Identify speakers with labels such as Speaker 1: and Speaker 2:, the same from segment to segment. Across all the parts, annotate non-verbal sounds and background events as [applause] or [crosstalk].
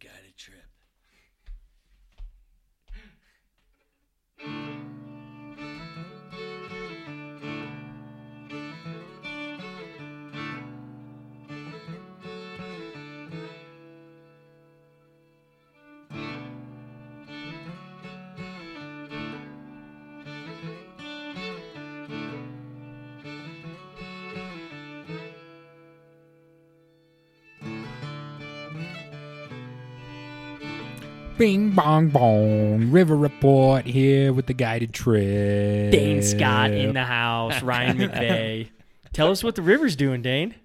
Speaker 1: guided trip.
Speaker 2: Bing bong bong. River Report here with the guided trip.
Speaker 3: Dane Scott in the house, Ryan McVeigh. Tell us what the river's doing, Dane.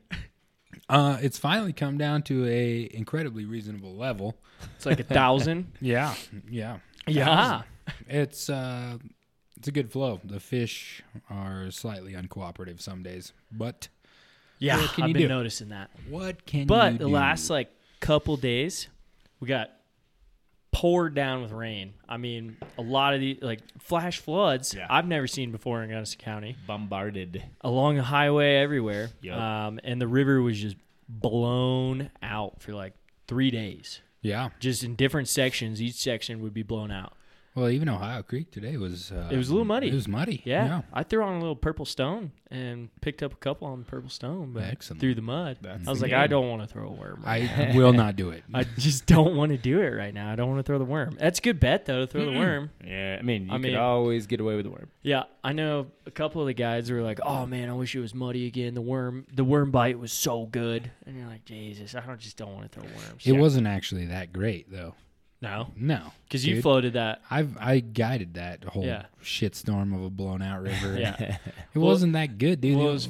Speaker 2: Uh, it's finally come down to a incredibly reasonable level.
Speaker 3: It's like a thousand.
Speaker 2: Yeah, yeah.
Speaker 3: [laughs] yeah.
Speaker 2: It's uh, it's a good flow. The fish are slightly uncooperative some days, but
Speaker 3: Yeah.
Speaker 2: What can
Speaker 3: I've
Speaker 2: you
Speaker 3: been
Speaker 2: do?
Speaker 3: noticing that.
Speaker 2: what can
Speaker 3: But
Speaker 2: you
Speaker 3: the
Speaker 2: do?
Speaker 3: last like couple days, we got poured down with rain. I mean, a lot of the like flash floods
Speaker 4: Yeah.
Speaker 3: I've never seen before in Gunnison County.
Speaker 4: Bombarded.
Speaker 3: Along the highway everywhere.
Speaker 4: Yup.
Speaker 3: Um, and the river was just blown out for like three days.
Speaker 2: yeah.
Speaker 3: Just in different sections, each section would be blown out.
Speaker 2: Well, even Ohio Creek today was uh,
Speaker 3: It was a little muddy.
Speaker 2: It was muddy.
Speaker 3: Yeah, I threw on a little purple stone and picked up a couple on purple stone, but
Speaker 2: Excellent.
Speaker 3: through the mud.
Speaker 4: That's
Speaker 3: I was
Speaker 4: the
Speaker 3: like, I
Speaker 4: game.
Speaker 3: don't want to throw a worm. [laughs] I,
Speaker 2: I will not do it.
Speaker 3: just don't want to do it right now. I don't want to throw the worm. That's a good bet though to throw the worm.
Speaker 4: Yeah, I mean, you
Speaker 3: I
Speaker 4: could
Speaker 3: mean-
Speaker 4: always get away with the worm.
Speaker 3: Yeah, I know a couple of the guys were like, "Oh man, I wish it was muddy again. The worm, the worm bite was so good." And you're like, "Jesus, I don't just don't want to throw worms."
Speaker 2: it wasn't actually that great though.
Speaker 3: no,
Speaker 2: No,
Speaker 3: because you
Speaker 2: dude.
Speaker 3: floated that.
Speaker 2: I've I guided that whole
Speaker 3: Yeah.
Speaker 2: shitstorm of a blown
Speaker 3: [laughs]
Speaker 2: out river.
Speaker 3: Yeah,
Speaker 2: It wasn't that good, dude.
Speaker 3: well,
Speaker 2: It
Speaker 3: it was-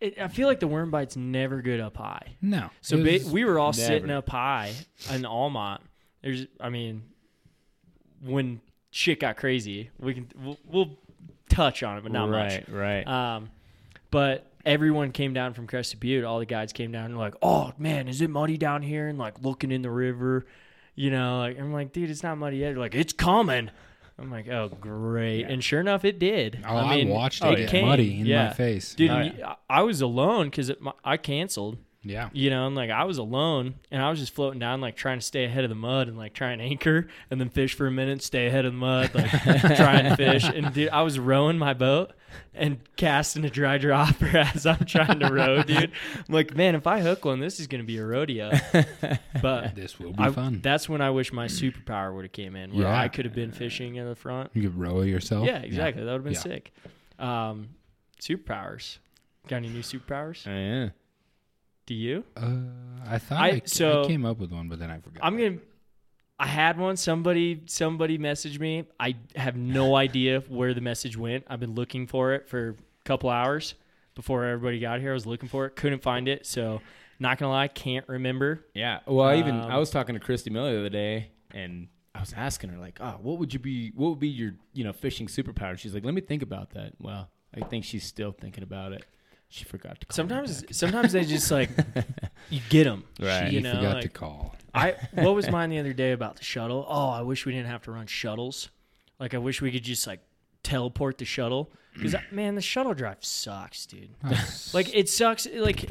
Speaker 3: it, I feel like the worm bite's never good up high.
Speaker 2: no.
Speaker 3: So
Speaker 2: it
Speaker 3: ba-
Speaker 2: was-
Speaker 3: we were all sitting
Speaker 4: Never.
Speaker 3: up high in Almont. There's, I mean, when shit got crazy, we can we'll, we'll touch on it, but not
Speaker 4: right, right.
Speaker 3: much. Um, but everyone came down from Crested Butte. All the guys came down and were like, "Oh man, is it muddy down here?" And like looking in the river, you know. Like, I'm like, dude, it's not muddy yet. They're like, it's coming. I'm like, oh great, and sure enough, it did.
Speaker 2: Oh, I,
Speaker 3: mean,
Speaker 2: watched it, get
Speaker 3: came.
Speaker 2: muddy in
Speaker 3: Yeah.
Speaker 2: my face.
Speaker 3: dude.
Speaker 4: Oh,
Speaker 3: and you- I I was alone because I canceled
Speaker 2: Yeah.
Speaker 3: you know, and like I was alone and I was just floating down, like trying to stay ahead of the mud and like try and anchor and then fish for a minute, stay ahead of the
Speaker 2: [laughs]
Speaker 3: mud, like [laughs] try and fish. And dude, I was rowing my boat and casting a dry dropper [laughs] as I'm trying to row, dude. I'm like, man, if I hook one, this is going to be
Speaker 2: [laughs]
Speaker 3: a rodeo. But
Speaker 2: This will be
Speaker 3: I,
Speaker 2: fun.
Speaker 3: that's when I wish my superpower would have came in where
Speaker 2: Yeah.
Speaker 3: I could have been fishing in the front.
Speaker 2: you could row yourself.
Speaker 3: Yeah, exactly. That would have been
Speaker 2: Yeah.
Speaker 3: sick. Um, superpowers. Got any new superpowers?
Speaker 4: Oh, yeah.
Speaker 3: Do you?
Speaker 2: Uh, I thought
Speaker 3: I-
Speaker 2: I, I
Speaker 3: so-
Speaker 2: came up with one, but then I forgot.
Speaker 3: I'm gonna. I had one. Somebody somebody messaged me. I have no idea where the message went. I've been looking for it for a couple hours before everybody got here. I was looking for it, couldn't find it. So, not gonna lie, can't remember.
Speaker 4: Yeah. Well, I even
Speaker 3: Um,
Speaker 4: I was talking to Christy Miller the other day, and I was asking her like, "Oh, what would you be? What would be your you know fishing superpower?" And she's like, "Let me think about that." Well, I think she's still thinking about it. She forgot to. Call me
Speaker 3: Sometimes
Speaker 4: back.
Speaker 3: sometimes they just like you get them.
Speaker 4: Right.
Speaker 2: you,
Speaker 3: You know,
Speaker 2: forgot
Speaker 3: like-
Speaker 2: to
Speaker 3: [laughs]
Speaker 2: call. [laughs]
Speaker 3: I what was mine the other day about the shuttle? Oh, I wish we didn't have to run shuttles. Like I wish we could just like teleport the shuttle. Because man, the shuttle drive sucks, dude. Like it sucks. Like,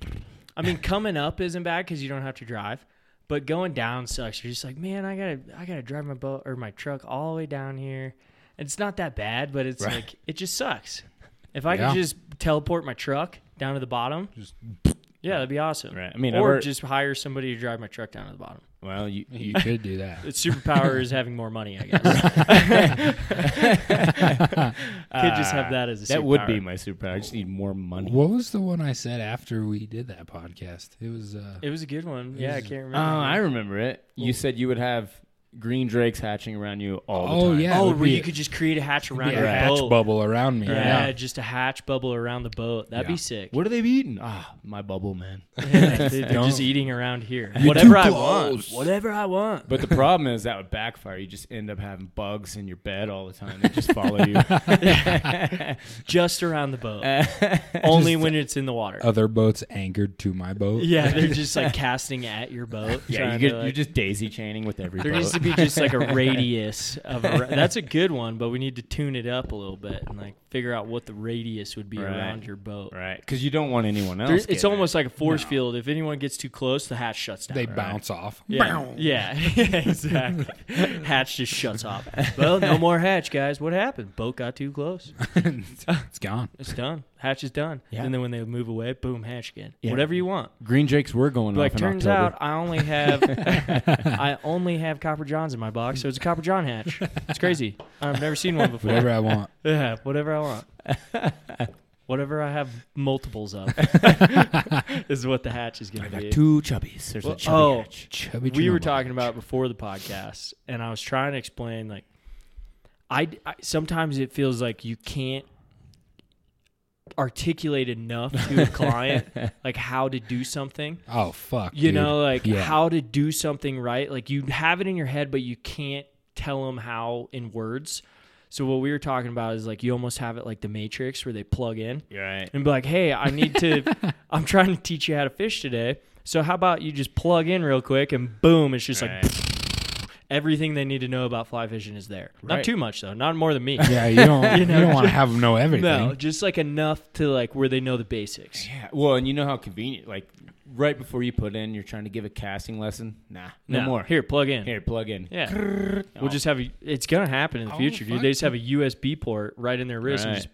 Speaker 3: I mean, coming up isn't bad because you don't have to drive, but going down sucks. You're just like, man, I gotta, I gotta drive my boat or my truck all the way down here. And it's not that bad, but it's like it just sucks. If I
Speaker 2: Yeah.
Speaker 3: could just teleport my truck down to the bottom,
Speaker 2: Just-
Speaker 3: yeah, that'd be awesome.
Speaker 4: Right. I mean, I've
Speaker 3: or
Speaker 4: heard-
Speaker 3: just hire somebody to drive my truck down to the bottom.
Speaker 4: Well,
Speaker 3: [laughs]
Speaker 4: you,
Speaker 2: you
Speaker 4: you
Speaker 2: could do that. [laughs]
Speaker 3: Its superpower is having more money, I guess. [laughs] Could just have that as a
Speaker 4: that would be
Speaker 3: superpower.
Speaker 4: my superpower. I just need more money.
Speaker 2: What was the one I said after we did that podcast? It was uh,
Speaker 3: It was a good one. Yeah, I can't remember.
Speaker 4: Oh, I remember it. You said you would have green drakes hatching around you all the
Speaker 2: Oh,
Speaker 4: time.
Speaker 2: yeah. it
Speaker 3: Oh,
Speaker 2: would
Speaker 3: where
Speaker 2: be
Speaker 3: you
Speaker 2: a-
Speaker 3: could just create a hatch around
Speaker 2: yeah,
Speaker 3: your
Speaker 2: hatch
Speaker 3: boat.
Speaker 2: bubble around me.
Speaker 3: Yeah,
Speaker 2: Yeah.
Speaker 3: just a hatch bubble around the boat. That'd
Speaker 2: Yeah.
Speaker 3: be sick. [laughs]
Speaker 4: What are they eating? Ah, my bubble, man.
Speaker 3: Yeah, they're just eating around here. Whatever I want. Whatever I want.
Speaker 4: But the problem is that would backfire. You just end up having bugs in your bed all the time. They just follow
Speaker 3: [laughs]
Speaker 4: you.
Speaker 3: Just around
Speaker 2: [laughs]
Speaker 3: the boat. Only when it's in the water.
Speaker 2: Other boats anchored to my boat. [laughs]
Speaker 3: yeah, they're just like casting at your boat.
Speaker 4: Yeah, you
Speaker 3: trying
Speaker 4: get,
Speaker 3: to,
Speaker 4: you're
Speaker 3: like-
Speaker 4: just daisy chaining with every
Speaker 3: they're
Speaker 4: boat.
Speaker 3: just should be just like
Speaker 2: [laughs]
Speaker 3: a radius of a ra- that's a good one, but we need to tune it up a little bit and like figure out what the radius would be
Speaker 4: Right.
Speaker 3: around your boat.
Speaker 4: Right, because you don't want anyone else.
Speaker 3: There- it's
Speaker 4: getting it.
Speaker 3: almost like a force field. If anyone gets too close, the hatch shuts down.
Speaker 2: They bounce off.
Speaker 3: [laughs] yeah, yeah, exactly. hatch just shuts off. Well, no more hatch, guys. What happened? Boat got too close.
Speaker 2: it's gone.
Speaker 3: It's done. Hatch is done.
Speaker 4: Yeah.
Speaker 3: And then when they move away, boom, hatch again.
Speaker 4: Yeah.
Speaker 3: Whatever you want.
Speaker 4: green drakes were going
Speaker 3: Like
Speaker 4: off.
Speaker 3: turns
Speaker 4: in
Speaker 3: out
Speaker 4: October.
Speaker 3: I only
Speaker 4: [laughs]
Speaker 3: have [laughs] I only have Copper Johns in my box, so it's a Copper John hatch.
Speaker 4: [laughs]
Speaker 3: It's crazy. I've never seen one before.
Speaker 2: Whatever I want.
Speaker 3: [laughs] Yeah, whatever I want.
Speaker 4: [laughs]
Speaker 3: whatever I have multiples of [laughs] is what the hatch is going to be.
Speaker 4: two chubbies. There's
Speaker 3: Well,
Speaker 4: chubby
Speaker 3: oh.
Speaker 4: hatch.
Speaker 2: Chubby
Speaker 3: we were
Speaker 2: Chernobyl.
Speaker 3: talking about it before the podcast, and I was trying to explain like I, I sometimes it feels like you can't articulate enough
Speaker 2: [laughs]
Speaker 3: to a client like how to do something.
Speaker 2: Oh fuck.
Speaker 3: you
Speaker 2: dude.
Speaker 3: know like
Speaker 2: Yeah.
Speaker 3: how to do something right like you have it in your head but you can't tell them how in words so what we were talking about is like you almost have it like the matrix where they plug in
Speaker 4: You're right.
Speaker 3: and be like hey i need
Speaker 4: [laughs]
Speaker 3: to i'm trying to teach you how to fish today so how about you just plug in real quick and boom it's just like
Speaker 4: Right.
Speaker 3: everything they need to know about fly fishing is there not
Speaker 4: Right.
Speaker 3: too much though not more than
Speaker 2: [laughs]
Speaker 3: me
Speaker 2: Yeah, you don't. you,
Speaker 3: know,
Speaker 2: don't want to have them know everything.
Speaker 3: [laughs] no just like enough to like where they know the basics
Speaker 4: Yeah. Well, and you know how convenient. Like right before you put in, you're trying to give a casting lesson. Nah, no,
Speaker 3: Now,
Speaker 4: more.
Speaker 3: here plug in
Speaker 4: Here, plug in.
Speaker 3: Yeah. We'll just have a, it's gonna happen in the
Speaker 2: Oh,
Speaker 3: future, dude.
Speaker 2: fuck
Speaker 3: They just have a USB port right in their wrist and just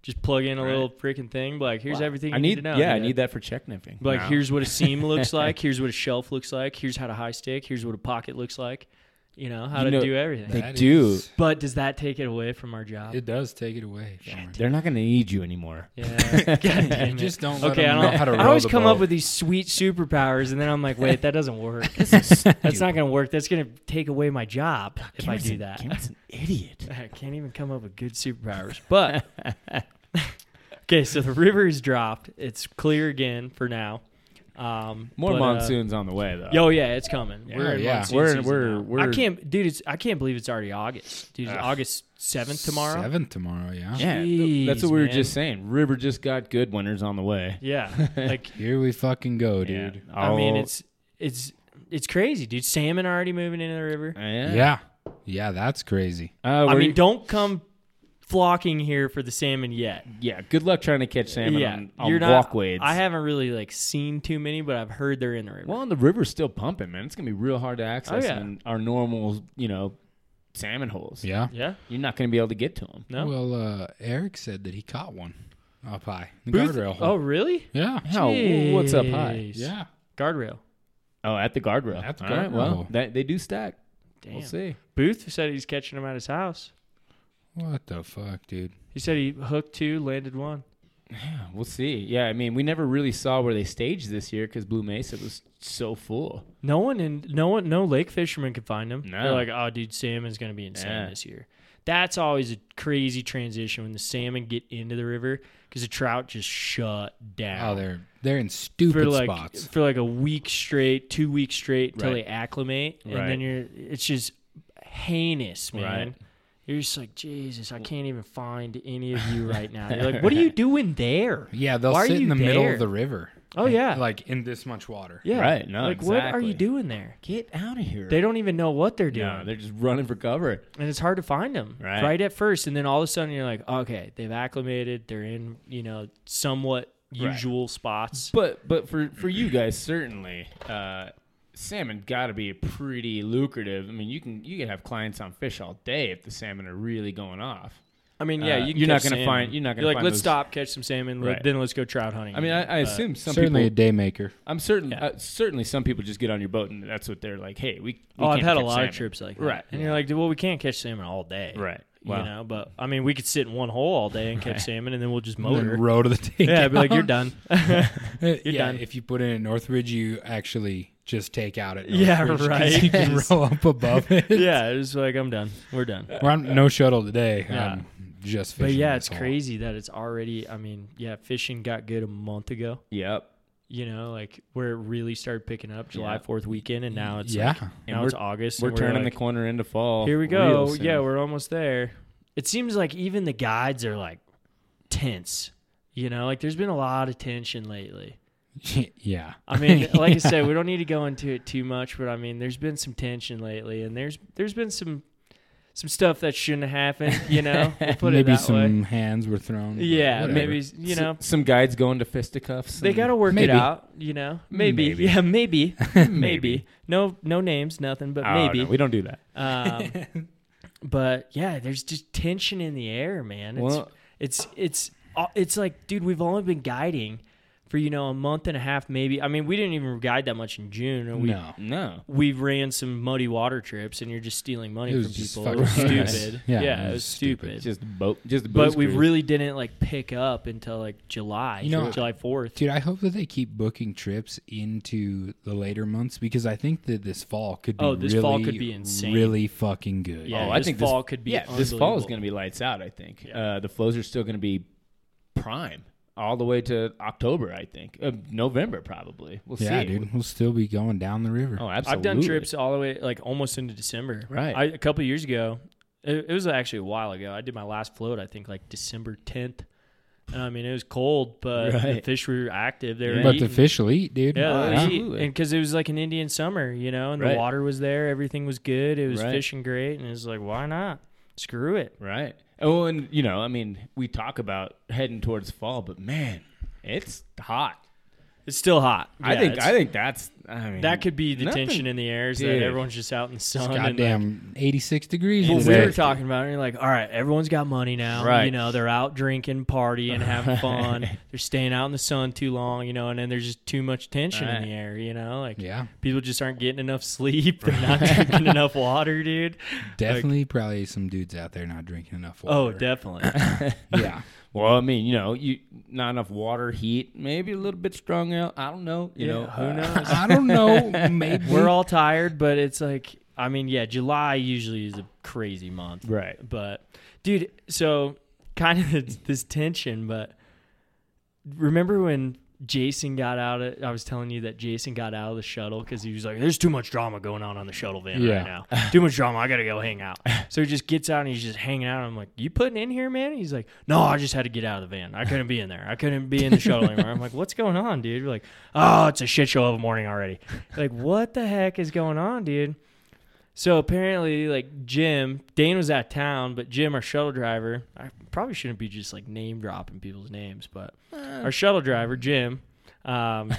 Speaker 3: just plug in a little freaking thing. Be Like here's everything you
Speaker 4: I need.
Speaker 3: to know.
Speaker 4: yeah, I need that for check nipping.
Speaker 3: Like here's what a
Speaker 2: [laughs]
Speaker 3: seam looks like. Here's what a shelf looks like. Here's how to high stick. Here's what a pocket looks like. You know how
Speaker 4: You
Speaker 3: to
Speaker 4: know-
Speaker 3: do everything.
Speaker 4: They
Speaker 2: That
Speaker 4: do.
Speaker 2: is-
Speaker 3: but does that take it away from our job?
Speaker 2: it does take it away. From her.
Speaker 4: They're not going to need you anymore.
Speaker 3: [laughs] yeah.
Speaker 2: [laughs]
Speaker 3: God damn it.
Speaker 2: Just don't. Let
Speaker 3: Okay, I
Speaker 2: them
Speaker 3: don't.
Speaker 2: know how to
Speaker 3: [laughs] I
Speaker 2: row
Speaker 3: always
Speaker 2: the
Speaker 3: come up
Speaker 2: boat.
Speaker 3: with these sweet superpowers, and then I'm like, wait, that doesn't work.
Speaker 2: [laughs]
Speaker 3: [laughs] That's not gonna work. That's gonna take away my job if I
Speaker 4: Cameron's
Speaker 3: do
Speaker 4: an-
Speaker 3: that.
Speaker 4: Cameron's an idiot.
Speaker 3: [laughs] I can't even come up with good superpowers.
Speaker 2: [laughs]
Speaker 3: But [laughs] okay, so the river is dropped. It's clear again for now. Um,
Speaker 4: More
Speaker 3: but, uh,
Speaker 4: monsoons on the way though.
Speaker 3: Yo, Oh, yeah, it's coming. we're in
Speaker 2: yeah.
Speaker 3: monsoon
Speaker 4: Oh, We're in-
Speaker 3: season
Speaker 4: we're-
Speaker 3: now. I
Speaker 4: we're-
Speaker 3: can't, dude. It's I can't believe it's already August. Dude, it's
Speaker 4: Ugh.
Speaker 3: August seventh tomorrow.
Speaker 2: Seventh tomorrow. Yeah.
Speaker 4: yeah,
Speaker 3: Jeez,
Speaker 4: that's what we were
Speaker 3: man.
Speaker 4: just saying. River just got good winters on the way. [laughs]
Speaker 3: Yeah, like
Speaker 2: Here we fucking go, dude.
Speaker 4: Yeah.
Speaker 3: I mean,
Speaker 4: I'll-
Speaker 3: it's it's it's crazy, dude. Salmon already moving into the river.
Speaker 4: Oh, yeah.
Speaker 2: Yeah.
Speaker 4: yeah.
Speaker 2: Yeah, that's crazy.
Speaker 4: Uh,
Speaker 3: I
Speaker 4: we're-
Speaker 3: mean, don't come flocking here for the salmon yet.
Speaker 4: yeah. Good luck trying to catch salmon on, on
Speaker 3: you're not-
Speaker 4: walkways.
Speaker 3: I haven't really like seen too many, but I've heard they're in the river.
Speaker 4: Well, and the river's still pumping, man. It's gonna be real hard to access
Speaker 3: Oh, yeah.
Speaker 4: in our normal, you know, salmon holes.
Speaker 2: Yeah.
Speaker 3: Yeah.
Speaker 4: You're not gonna be able to get to them.
Speaker 3: No.
Speaker 2: Well, uh, Eric said that he caught one up high. The
Speaker 3: Booth-
Speaker 2: guardrail hole.
Speaker 3: Oh, really?
Speaker 2: Yeah.
Speaker 4: How? wh- Oh, What's up high?
Speaker 3: Jeez.
Speaker 2: Yeah.
Speaker 3: Guardrail.
Speaker 4: Oh, at the guardrail.
Speaker 2: At the
Speaker 4: All right, well,
Speaker 2: guardrail.
Speaker 4: that, they do stack.
Speaker 3: Damn.
Speaker 4: We'll see.
Speaker 3: Booth said he's catching him at his house.
Speaker 2: What the fuck, dude?
Speaker 3: He said he hooked two, landed one.
Speaker 4: Yeah, we'll see. Yeah, I mean, we never really saw where they staged this year because Blue Mesa was so full.
Speaker 3: No one in no one no lake fishermen could find him.
Speaker 4: No.
Speaker 3: They're like, oh, dude, salmon's gonna be insane
Speaker 4: Yeah.
Speaker 3: this year. That's always a crazy transition when the salmon get into the river because the trout just shut
Speaker 2: Oh,
Speaker 3: down.
Speaker 2: they're they're in
Speaker 3: for
Speaker 2: stupid
Speaker 3: like
Speaker 2: spots.
Speaker 3: for like a week straight, two weeks straight until they
Speaker 4: Right.
Speaker 3: acclimate,
Speaker 4: Right.
Speaker 3: and then you're it's just heinous, man.
Speaker 4: Right.
Speaker 3: You're just like Jesus. I can't even find any of
Speaker 4: [laughs]
Speaker 3: you right now. You're like, what are you doing there?
Speaker 2: Yeah, they'll
Speaker 3: Why are
Speaker 2: sit in
Speaker 3: you
Speaker 2: the middle
Speaker 3: there?
Speaker 2: of the river.
Speaker 3: Oh, yeah.
Speaker 2: Like in this much water.
Speaker 3: Yeah,
Speaker 4: Right, no,
Speaker 3: like what are
Speaker 4: exactly.
Speaker 3: you doing there?
Speaker 4: Get out of here.
Speaker 3: They don't even know what they're doing,
Speaker 4: No, they're just running for cover.
Speaker 3: and it's hard to find them
Speaker 4: Right.
Speaker 3: at first. And then all of a sudden, you're like, okay, they've acclimated. They're in you know somewhat
Speaker 4: Right.
Speaker 3: usual spots.
Speaker 4: But but for for you guys certainly, uh, salmon got to be pretty lucrative. I mean, you can you can have clients on fish all day if the salmon are really going off.
Speaker 3: I mean, yeah,
Speaker 4: Uh,
Speaker 3: you can
Speaker 4: you're not
Speaker 3: catch
Speaker 4: gonna
Speaker 3: salmon.
Speaker 4: find- you're not gonna
Speaker 3: like
Speaker 4: find
Speaker 3: let's
Speaker 4: those-
Speaker 3: stop, catch some salmon, let-
Speaker 4: Right.
Speaker 3: then let's go trout hunting.
Speaker 4: I mean, I, I
Speaker 3: But-
Speaker 4: assume some
Speaker 2: Certainly
Speaker 4: people.
Speaker 2: a day maker.
Speaker 4: I'm certain.
Speaker 3: Yeah.
Speaker 4: Uh, certainly, some people just get on your boat, and that's what they're like. Hey, we. we
Speaker 3: Oh, I've
Speaker 4: can't
Speaker 3: had a
Speaker 4: catch
Speaker 3: lot
Speaker 4: salmon.
Speaker 3: of trips like that.
Speaker 4: Right.
Speaker 3: And you're like, "Dude, well, we can't catch salmon all day.
Speaker 4: Right.
Speaker 3: You
Speaker 4: Wow.
Speaker 3: know, but I mean, we could sit in one hole all day and catch salmon and then we'll just
Speaker 2: And
Speaker 3: motor.
Speaker 2: then row to the tank.
Speaker 3: [laughs] yeah,
Speaker 2: [laughs]
Speaker 3: I'd be like, you're
Speaker 4: [laughs]
Speaker 3: done.
Speaker 2: You're
Speaker 3: done.
Speaker 2: If you put in at Northridge, you actually just take out at Northridge. [laughs]
Speaker 3: Yeah,
Speaker 2: 'cause
Speaker 3: right.
Speaker 2: You can row up above it.
Speaker 3: [laughs] yeah, it's like, I'm done. We're done.
Speaker 2: We're on no shuttle today.
Speaker 3: Yeah.
Speaker 2: I'm just fishing.
Speaker 3: But yeah,
Speaker 2: this
Speaker 3: it's
Speaker 2: hole.
Speaker 3: crazy that it's already, I mean, yeah, fishing got good a month ago,
Speaker 4: Yep.
Speaker 3: you know, like where it really started picking up July
Speaker 4: Yeah.
Speaker 3: 4th weekend. And now it's,
Speaker 2: Yeah.
Speaker 3: like, now
Speaker 4: And
Speaker 3: it's August.
Speaker 4: We're
Speaker 3: and
Speaker 4: turning
Speaker 3: like,
Speaker 4: the corner into fall.
Speaker 3: Here we
Speaker 4: real
Speaker 3: go.
Speaker 4: soon.
Speaker 3: Yeah, we're almost there. It seems like even the guides are like tense. You know, like there's been a lot of tension lately.
Speaker 2: [laughs] yeah.
Speaker 3: I mean, like I said, we don't need to go into it too much, but I mean, there's been some tension lately, and there's there's been some some stuff that shouldn't happen. You know, we'll put it
Speaker 2: maybe
Speaker 3: that way.
Speaker 2: some hands were thrown. but
Speaker 3: Yeah,
Speaker 2: whatever.
Speaker 3: maybe you know
Speaker 4: S- some guys going to fisticuffs.
Speaker 3: they
Speaker 4: and-
Speaker 3: got to work
Speaker 2: Maybe.
Speaker 3: it out. You know, maybe,
Speaker 4: Mm. Maybe.
Speaker 3: yeah, maybe, maybe. No, no names, nothing, but
Speaker 4: Oh,
Speaker 3: maybe.
Speaker 4: no, we don't do that.
Speaker 3: Um, but yeah, there's just tension in the air, man. It's
Speaker 4: Well-
Speaker 3: it's it's uh, it's like, dude, we've only been guiding for you know a month and a half, maybe. I mean, we didn't even guide that much in June, and we
Speaker 2: no.
Speaker 4: No.
Speaker 3: we ran some muddy water trips, and you're just stealing money
Speaker 2: It was
Speaker 3: from
Speaker 2: just
Speaker 3: people. It
Speaker 2: fucking
Speaker 3: was
Speaker 2: nuts.
Speaker 3: stupid. Yeah, it was stupid.
Speaker 4: Just boat. Just
Speaker 3: but
Speaker 4: booze
Speaker 3: we
Speaker 4: cruise.
Speaker 3: really didn't like pick up until like July,
Speaker 2: You know,
Speaker 3: July fourth.
Speaker 2: Dude, I hope that they keep booking trips into the later months because I think that this fall could be
Speaker 3: Oh, this
Speaker 2: really,
Speaker 3: fall could be insane.
Speaker 2: really fucking good.
Speaker 3: Yeah,
Speaker 4: Oh, I
Speaker 3: this
Speaker 4: think
Speaker 3: fall
Speaker 4: this,
Speaker 3: could be
Speaker 4: Yeah, this fall is
Speaker 3: unbelievable.
Speaker 4: going to be lights out. I think uh, the flows are still going to be prime all the way to October. I think uh, November probably. We'll
Speaker 2: yeah,
Speaker 4: see.
Speaker 2: dude, we'll still be going down the river.
Speaker 4: Oh, absolutely.
Speaker 3: I've done trips all the way like almost into December.
Speaker 4: Right.
Speaker 3: I, a couple years ago, it, it was actually a while ago. I did my last float, I think, like December tenth. And I mean, it was cold, but the
Speaker 4: Right.
Speaker 3: fish were active. They were
Speaker 4: Yeah.
Speaker 2: but
Speaker 3: eating.
Speaker 2: the fish will eat, dude.
Speaker 3: Yeah,
Speaker 4: Yeah. Absolutely.
Speaker 3: because it was like an Indian summer, you know, and the
Speaker 4: Right.
Speaker 3: water was there, everything was good, it was
Speaker 4: Right.
Speaker 3: fishing great, and it was like, why not? Screw it.
Speaker 4: Right. Oh, and you know, I mean, we talk about heading towards fall, but man, it's hot.
Speaker 3: It's still hot.
Speaker 4: I
Speaker 3: Yeah,
Speaker 4: think.
Speaker 3: it's-
Speaker 4: I think that's. I mean,
Speaker 3: that could be the
Speaker 4: nothing-
Speaker 3: tension in the air is
Speaker 4: Dude.
Speaker 3: that everyone's just out in the sun. and, like,
Speaker 2: Goddamn, eighty-six degrees.
Speaker 3: Well, we
Speaker 2: today.
Speaker 3: were talking about it. And you're like, all right, everyone's got money now.
Speaker 4: Right.
Speaker 3: You know, they're out drinking, partying,
Speaker 4: [laughs]
Speaker 3: having fun. They're staying out in the sun too long. You know, and then there's just too much tension in
Speaker 4: Right.
Speaker 3: the air. You know, like
Speaker 2: Yeah,
Speaker 3: people just aren't getting enough
Speaker 4: [laughs]
Speaker 3: sleep. They're not drinking enough water, dude.
Speaker 2: definitely, probably some dudes out there not drinking enough
Speaker 3: Oh,
Speaker 2: water.
Speaker 3: definitely.
Speaker 4: [laughs]
Speaker 2: yeah.
Speaker 4: Well, I mean, you know, you not enough water, heat, maybe a little bit strung out. I don't know. You
Speaker 3: Yeah,
Speaker 4: know,
Speaker 3: who
Speaker 4: uh,
Speaker 3: knows?
Speaker 2: I don't
Speaker 3: [laughs]
Speaker 2: know. Maybe
Speaker 3: We're all tired, but it's like, I mean, yeah, July usually is a crazy month.
Speaker 4: [laughs] Right.
Speaker 3: But dude, so kind of [laughs] it's this tension, but remember when Jason got out of I was telling you that Jason got out of the shuttle because he was like, There's too much drama going on on the shuttle van
Speaker 2: Yeah.
Speaker 3: right now. Too much drama. I gotta go hang out. So he just gets out and he's just hanging out. I'm like, You putting in here, man? He's like, No, I just had to get out of the van. I couldn't be in there. I couldn't be in the shuttle anymore. I'm like, What's going on, dude? You're like, Oh, it's a shit show of a morning already. Like, what the heck is going on, dude? So apparently, like Jim, Dane was out of town, but Jim, our shuttle driver, I probably shouldn't be just like name dropping people's names, but
Speaker 4: Uh.
Speaker 3: our shuttle driver, Jim,
Speaker 4: [laughs]
Speaker 3: um,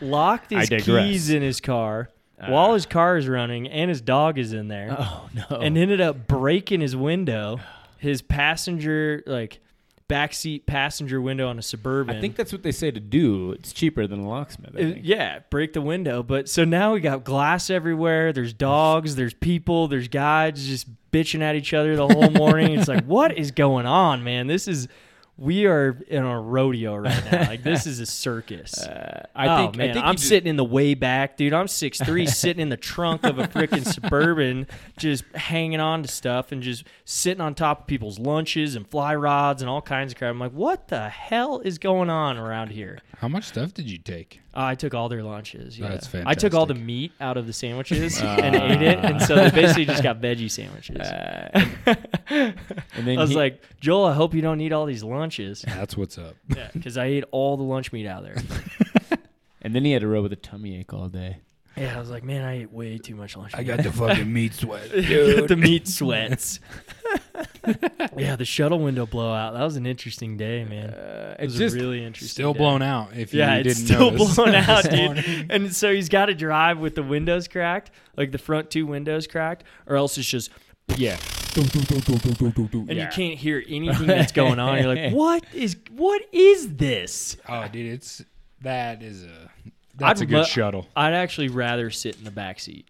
Speaker 3: locked
Speaker 4: I
Speaker 3: his
Speaker 4: digress.
Speaker 3: keys in his car
Speaker 4: Uh.
Speaker 3: while his car is running and his dog is in there,
Speaker 4: Oh no.
Speaker 3: and ended up breaking his window, his passenger like backseat passenger window on a suburban.
Speaker 4: I think that's what they say to do. It's cheaper than a locksmith. I
Speaker 3: Uh,
Speaker 4: think.
Speaker 3: yeah, break the window. But so now we got glass everywhere. There's dogs. There's people. There's guys just bitching at each other the whole morning. it's
Speaker 4: [laughs]
Speaker 3: like, what is going on, man? This is we are in a rodeo right
Speaker 4: [laughs]
Speaker 3: now. Like this is a circus.
Speaker 4: Uh,
Speaker 3: oh
Speaker 4: I think,
Speaker 3: man,
Speaker 4: I think
Speaker 3: I'm [laughs]
Speaker 4: you just-
Speaker 3: sitting in the way back, dude. I'm six
Speaker 4: [laughs]
Speaker 3: three, sitting in the trunk of a freaking suburban, just hanging on to stuff and just sitting on top of people's lunches and fly rods and all kinds of crap. I'm like, what the hell is going on around here?
Speaker 2: How much stuff did you take?
Speaker 3: Uh, I took all their lunches. Yeah.
Speaker 2: That's
Speaker 3: I took all the
Speaker 2: fantastic. Ah.
Speaker 3: meat out of
Speaker 2: [laughs]
Speaker 3: the sandwiches and ate it, and so they basically just got veggie sandwiches.
Speaker 4: And then
Speaker 3: I was
Speaker 4: he-
Speaker 3: like, Joel, I hope you don't eat all these
Speaker 2: [laughs]
Speaker 3: lunches,
Speaker 2: That's what's up.
Speaker 3: [laughs] because I ate all the lunch meat out of
Speaker 2: [laughs]
Speaker 3: there.
Speaker 4: and then he had to row with a tummy ache all day.
Speaker 3: Yeah, I was like, man, I ate way too much lunch.
Speaker 2: I
Speaker 3: meat." [laughs]
Speaker 2: got the fucking meat sweat,
Speaker 3: Get
Speaker 2: dude.
Speaker 3: [laughs] the
Speaker 2: [laughs]
Speaker 3: meat sweats. [laughs] yeah, the shuttle window blowout. That was an interesting day, man. it was
Speaker 4: just
Speaker 3: a really interesting.
Speaker 2: Uh, Still
Speaker 3: day.
Speaker 2: blown out. If
Speaker 3: Yeah,
Speaker 2: you
Speaker 3: it's
Speaker 2: didn't
Speaker 3: still [laughs]
Speaker 2: notice. [laughs]
Speaker 3: blown out,
Speaker 2: This
Speaker 3: dude.
Speaker 2: morning.
Speaker 3: And so he's got to drive with the windows cracked, like the front two windows cracked, or else it's just
Speaker 2: Yeah.
Speaker 3: and
Speaker 2: Yeah.
Speaker 3: you can't hear [laughs] anything that's going on. You're [laughs] like, what is what is this?
Speaker 2: Oh, dude, it's that is a that's
Speaker 3: I'd
Speaker 2: a good
Speaker 3: lo-
Speaker 2: shuttle.
Speaker 3: I'd actually rather sit in the back seat,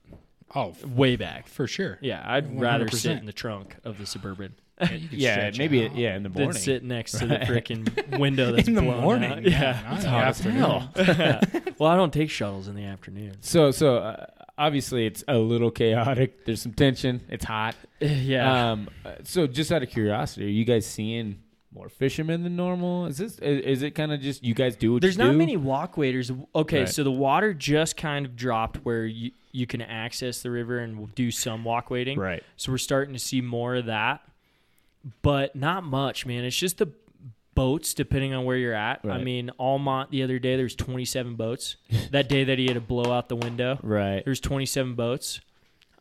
Speaker 2: Oh, f-
Speaker 3: way back.
Speaker 2: for sure.
Speaker 3: Yeah, I'd rather sit
Speaker 2: 100%.
Speaker 3: in the trunk of the
Speaker 4: [laughs]
Speaker 3: suburban
Speaker 2: You can
Speaker 4: Yeah,
Speaker 2: stretch
Speaker 4: maybe.
Speaker 2: out.
Speaker 4: yeah, in the
Speaker 3: than
Speaker 4: morning.
Speaker 3: sit next to the freaking
Speaker 4: [laughs]
Speaker 3: window that's
Speaker 2: in the
Speaker 3: blown
Speaker 2: morning.
Speaker 3: out. Yeah.
Speaker 2: not in the
Speaker 4: hot as
Speaker 2: afternoon.
Speaker 4: hell. [laughs]
Speaker 3: [laughs] Well, I don't take shuttles in the afternoon.
Speaker 4: So, so uh, obviously it's a little chaotic. There's some tension. It's hot.
Speaker 3: yeah.
Speaker 4: Um, uh, so just out of curiosity, are you guys seeing more fishermen than normal? Is this is, is it kind of just you guys do what
Speaker 3: There's
Speaker 4: you
Speaker 3: not
Speaker 4: do?
Speaker 3: many walk waders. Okay,
Speaker 4: Right.
Speaker 3: so the water just kind of dropped where you, you can access the river and do some walk wading.
Speaker 4: right?
Speaker 3: So we're starting to see more of that, but not much, man. It's just the boats depending on where you're at. I
Speaker 4: Right.
Speaker 3: mean, Almont the other day there's 27
Speaker 4: [laughs]
Speaker 3: boats. that day that he had to blow out the window,
Speaker 4: Right.
Speaker 3: there's 27 boats.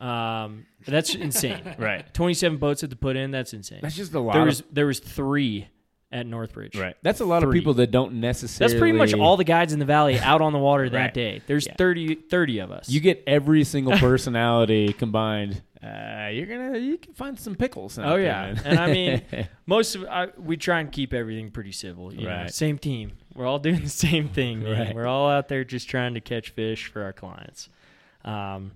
Speaker 3: Um,
Speaker 4: [laughs]
Speaker 3: that's insane.
Speaker 4: Right.
Speaker 3: 27 boats had to put in. That's insane.
Speaker 4: That's just a lot.
Speaker 3: there
Speaker 4: of-
Speaker 3: was there was three at Northbridge.
Speaker 4: right. That's a lot
Speaker 3: Three.
Speaker 4: of people that don't necessarily.
Speaker 3: That's pretty much all the guides in the valley out on the water that
Speaker 4: Right.
Speaker 3: day. There's
Speaker 4: Yeah.
Speaker 3: thirty thirty 30, 30 of us.
Speaker 4: You get
Speaker 3: [laughs]
Speaker 4: every single personality combined. Uh, you're gonna you can find some pickles. out
Speaker 3: Oh,
Speaker 4: there,
Speaker 3: yeah.
Speaker 4: man.
Speaker 3: [laughs] And I mean, most of I, we try and keep everything pretty civil. You know?
Speaker 4: Right.
Speaker 3: Same team. We're all doing [laughs] the same thing. man.
Speaker 4: Right.
Speaker 3: We're all out there just trying to catch fish for our clients. Um,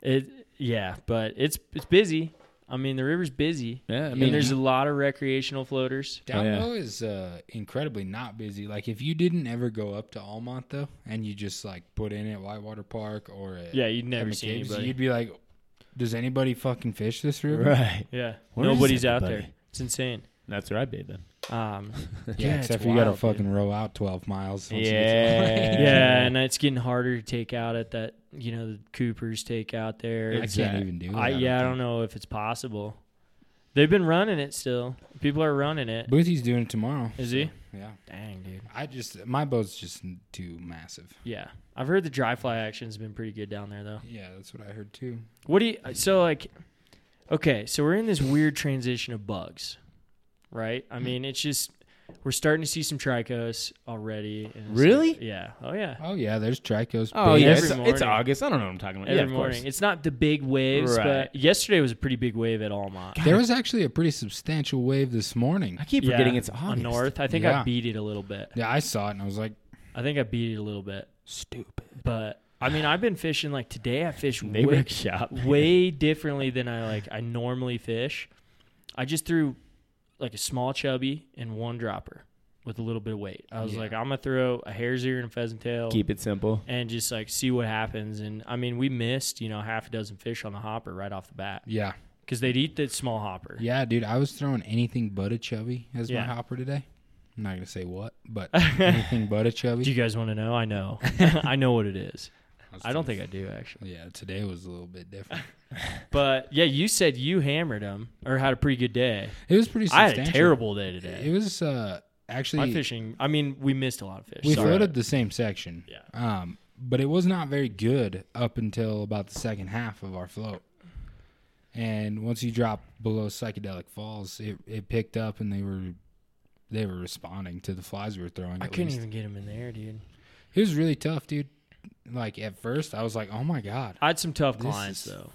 Speaker 3: it yeah, but it's it's busy. I mean, the river's busy.
Speaker 4: Yeah, I
Speaker 3: I mean,
Speaker 4: mean-
Speaker 3: there's a lot of recreational floaters.
Speaker 2: Down
Speaker 4: yeah.
Speaker 2: low is uh, incredibly not busy. Like if you didn't ever go up to Almont though, and you just like put in at Whitewater Park or at
Speaker 3: Yeah, you'd never
Speaker 2: at
Speaker 3: see
Speaker 2: McCabe's,
Speaker 3: anybody.
Speaker 2: you'd be like, does anybody fucking fish this river?
Speaker 4: right.
Speaker 3: Yeah,
Speaker 4: Where is
Speaker 3: nobody's out there.
Speaker 4: everybody?
Speaker 3: It's insane.
Speaker 4: That's where I bait then.
Speaker 3: Um,
Speaker 2: Yeah,
Speaker 3: Yeah,
Speaker 2: except
Speaker 3: it's
Speaker 2: for you got to
Speaker 3: wild, dude.
Speaker 2: fucking row out twelve miles. once you get to-
Speaker 4: [laughs] Yeah.
Speaker 3: yeah, and it's getting harder to take out at that. You know, the Coopers take out there.
Speaker 2: I
Speaker 3: It's-
Speaker 2: can't
Speaker 4: Exact-
Speaker 2: even do that.
Speaker 3: I, yeah, I don't know if it's possible. They've been running it still. People are running it.
Speaker 2: Boothie's doing it tomorrow.
Speaker 3: Is he?
Speaker 2: Yeah,
Speaker 3: Dang, dude.
Speaker 2: I just my boat's just too massive.
Speaker 3: Yeah, I've heard the dry fly action's been pretty good down there though.
Speaker 2: Yeah, that's what I heard too.
Speaker 3: What do you? uh, So like, okay, so we're in this weird transition of bugs, right?
Speaker 4: Hmm.
Speaker 3: I mean, it's just we're starting to see some trichos already. and it's like-
Speaker 4: Really?
Speaker 3: yeah. Oh yeah.
Speaker 2: Oh yeah, there's trichos.
Speaker 4: Oh
Speaker 2: big
Speaker 4: yeah,
Speaker 2: as-
Speaker 3: every
Speaker 4: it's, it's
Speaker 3: morning.
Speaker 4: August. I don't know what I'm talking about.
Speaker 3: Every
Speaker 4: yeah, of
Speaker 3: morning.
Speaker 4: course.
Speaker 3: It's not the big waves,
Speaker 4: Right.
Speaker 3: but yesterday was a pretty big wave at Almont.
Speaker 2: There was actually a pretty substantial wave this morning.
Speaker 4: I keep
Speaker 3: Yeah,
Speaker 4: forgetting it's
Speaker 3: on
Speaker 4: August.
Speaker 3: north. I think I
Speaker 2: Yeah.
Speaker 3: beat it a little bit.
Speaker 2: Yeah, I saw it and I was like,
Speaker 3: I think I beat it a little bit.
Speaker 4: Stupid.
Speaker 3: but I mean, I've been fishing like today. I fish way,
Speaker 4: They wreck shop.
Speaker 3: way differently than I like. I normally fish. I just threw like a small chubby and one dropper with a little bit of weight. I was
Speaker 2: Yeah.
Speaker 3: like, I'm gonna throw a hare's ear and a pheasant tail
Speaker 4: Keep it simple.
Speaker 3: and just like see what happens. And I mean, we missed you know half a dozen fish on the hopper right off the bat
Speaker 2: yeah,
Speaker 3: because they'd eat that small hopper.
Speaker 2: yeah, dude. I was throwing anything but a chubby as
Speaker 3: Yeah.
Speaker 2: my hopper today. I'm not gonna say what,
Speaker 3: [laughs]
Speaker 2: but anything but a chubby.
Speaker 3: Do you guys want to know?
Speaker 2: [laughs]
Speaker 3: I know. [laughs] I know what it is.
Speaker 2: was
Speaker 3: I don't
Speaker 2: throwing-
Speaker 3: think I do actually.
Speaker 2: Yeah, today was a little bit
Speaker 3: [laughs]
Speaker 2: different.
Speaker 3: But yeah, you said you hammered them or had a pretty good day.
Speaker 2: It was pretty.
Speaker 3: I
Speaker 2: Substantial.
Speaker 3: had a terrible day today.
Speaker 2: It was uh, actually
Speaker 3: My fishing. I mean, we missed a lot of fish.
Speaker 2: We
Speaker 3: Sorry.
Speaker 2: floated the same section.
Speaker 3: Yeah.
Speaker 2: Um, but it was not very good up until about the second half of our float. And once you drop below psychedelic falls, it, it picked up and they were they were responding to the flies we were throwing.
Speaker 3: I
Speaker 2: at
Speaker 3: couldn't
Speaker 2: least.
Speaker 3: even get him in there, dude.
Speaker 2: It was really tough, dude. Like at first, I was like, "Oh my god!"
Speaker 3: I had some tough
Speaker 2: This
Speaker 3: clients
Speaker 2: is
Speaker 3: though.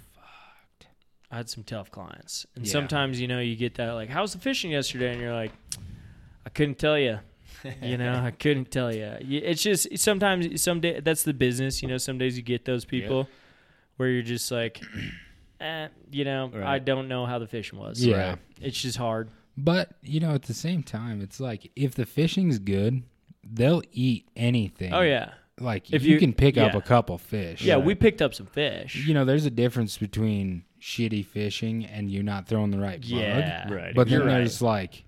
Speaker 3: I had some tough clients, and
Speaker 2: Yeah.
Speaker 3: sometimes you know you get that like, "How's the fishing yesterday?" And you're like, "I couldn't tell you." you know, I couldn't tell you. It's just sometimes some day that's the business. You know, some days you get those people where you're just like, [clears throat] eh, you know, I
Speaker 4: Right.
Speaker 3: don't know how the fishing was.
Speaker 2: Yeah.
Speaker 3: Right. it's just hard.
Speaker 2: But you know, at the same time, it's like if the fishing's good, they'll eat anything.
Speaker 3: Oh yeah,
Speaker 2: Like
Speaker 3: If
Speaker 2: if you,
Speaker 3: you-
Speaker 2: can pick up
Speaker 3: yeah.
Speaker 2: a couple fish.
Speaker 3: yeah. We picked up some fish.
Speaker 2: you know, there's a difference between shitty fishing and you not throwing the right
Speaker 3: Yeah,
Speaker 4: Right.
Speaker 2: bug. But then
Speaker 3: You're right.
Speaker 2: there's like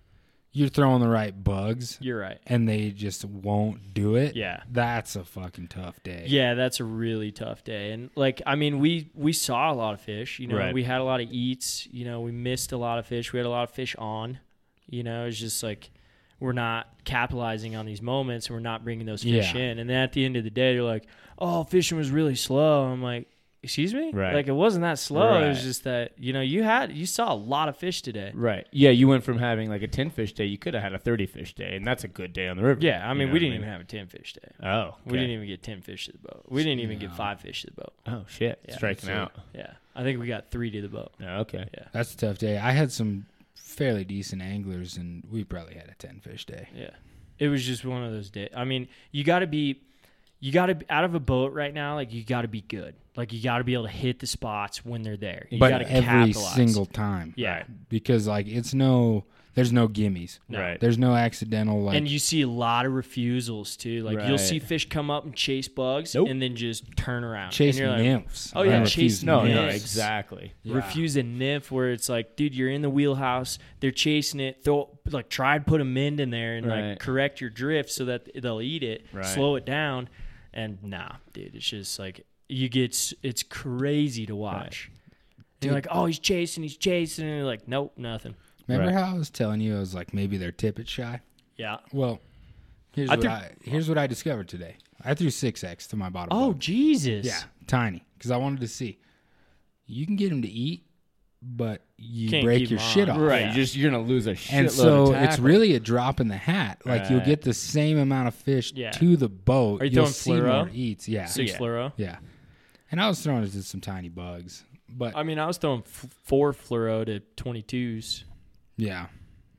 Speaker 2: you're throwing the right bugs
Speaker 3: You're right.
Speaker 2: and they just won't do it.
Speaker 3: Yeah.
Speaker 2: That's a fucking tough day.
Speaker 3: Yeah, that's a really tough day. And like, I mean, we we saw a lot of fish. You know,
Speaker 4: Right.
Speaker 3: we had a lot of eats. You know, we missed a lot of fish. We had a lot of fish on. You know, it's just like we're not capitalizing on these moments. We're not bringing those fish
Speaker 2: Yeah.
Speaker 3: in. And then at the end of the day, you're like, oh, fishing was really slow. I'm like. Excuse me?
Speaker 4: Right.
Speaker 3: Like it wasn't that slow. It was
Speaker 4: Right.
Speaker 3: just that you know you had you saw a lot of fish today.
Speaker 4: Right. Yeah, you went from having like a 10 fish day, you could have had a 30 fish day, and that's a good day on the river.
Speaker 3: Yeah, I mean
Speaker 4: You know
Speaker 3: we
Speaker 4: what
Speaker 3: didn't even have a ten fish day.
Speaker 4: Oh.
Speaker 3: We didn't even get ten fish to the boat. We didn't even get
Speaker 2: No.
Speaker 3: five fish to the boat.
Speaker 4: even. Oh, shit.
Speaker 3: Yeah.
Speaker 4: Striking out.
Speaker 3: Yeah, I think we got three to the boat.
Speaker 4: Oh, okay.
Speaker 3: Yeah.
Speaker 2: That's a tough day. I had some fairly decent anglers and we probably had a 10 fish day.
Speaker 3: Yeah. It was just one of those days. I mean, you got to be, you got to out of a boat right now. Like you got to be good. Like you got to be able to hit the spots when they're there. You
Speaker 2: but
Speaker 3: got to
Speaker 2: every
Speaker 3: capitalize.
Speaker 2: single time.
Speaker 3: yeah.
Speaker 4: Right.
Speaker 2: Because like it's no there's no gimmies.
Speaker 3: No.
Speaker 4: Right.
Speaker 2: There's no accidental like
Speaker 3: and you see a lot of refusals too. Like you'll
Speaker 4: Right.
Speaker 3: see fish come up and chase bugs,
Speaker 4: Nope.
Speaker 3: and then just turn around.
Speaker 2: chase
Speaker 3: and you're like,
Speaker 2: nymphs.
Speaker 3: oh, yeah,
Speaker 2: I
Speaker 3: chase
Speaker 2: refuse
Speaker 4: No, no,
Speaker 3: Yes.
Speaker 2: nymphs.
Speaker 4: exactly.
Speaker 2: Yeah.
Speaker 3: refuse a nymph where it's like, dude, you're in the wheelhouse. They're chasing it. Throw like try and put a mend in there and like
Speaker 4: Right.
Speaker 3: correct your drift so that they'll eat it.
Speaker 4: Right.
Speaker 3: Slow it down. And nah, dude, it's just like you get s- it's crazy to watch. And you're like, oh, he's chasing, he's chasing, and you're like, nope, nothing.
Speaker 2: Remember
Speaker 4: Right.
Speaker 2: how I was telling you I was like maybe they're tippet shy?
Speaker 3: Yeah.
Speaker 2: Well, here's
Speaker 3: I
Speaker 2: what
Speaker 3: threw-
Speaker 2: I here's what I discovered today. I threw six X to my bottom.
Speaker 3: Oh
Speaker 2: bunk.
Speaker 3: Jesus.
Speaker 2: yeah, tiny because I wanted to see. You can get them to eat, but you
Speaker 3: Can't
Speaker 2: break
Speaker 3: keep
Speaker 2: your
Speaker 3: 'em
Speaker 2: shit
Speaker 3: on.
Speaker 2: off.
Speaker 4: Right,
Speaker 3: Yeah.
Speaker 4: you just you're gonna lose a shitload
Speaker 2: And so
Speaker 4: of
Speaker 2: it's
Speaker 4: tackle.
Speaker 2: really a drop in the hat. Like you'll
Speaker 4: Right.
Speaker 2: get the same amount of fish
Speaker 3: Yeah.
Speaker 2: to the boat.
Speaker 3: Are you
Speaker 2: will
Speaker 3: throwing
Speaker 2: see
Speaker 3: fluoro?
Speaker 2: more eats. Yeah,
Speaker 3: Six
Speaker 4: Yeah.
Speaker 3: fluoro.
Speaker 2: yeah. And I was throwing it to some tiny bugs, but
Speaker 3: I mean, I was throwing f- four fluoro to twenty twos
Speaker 2: yeah,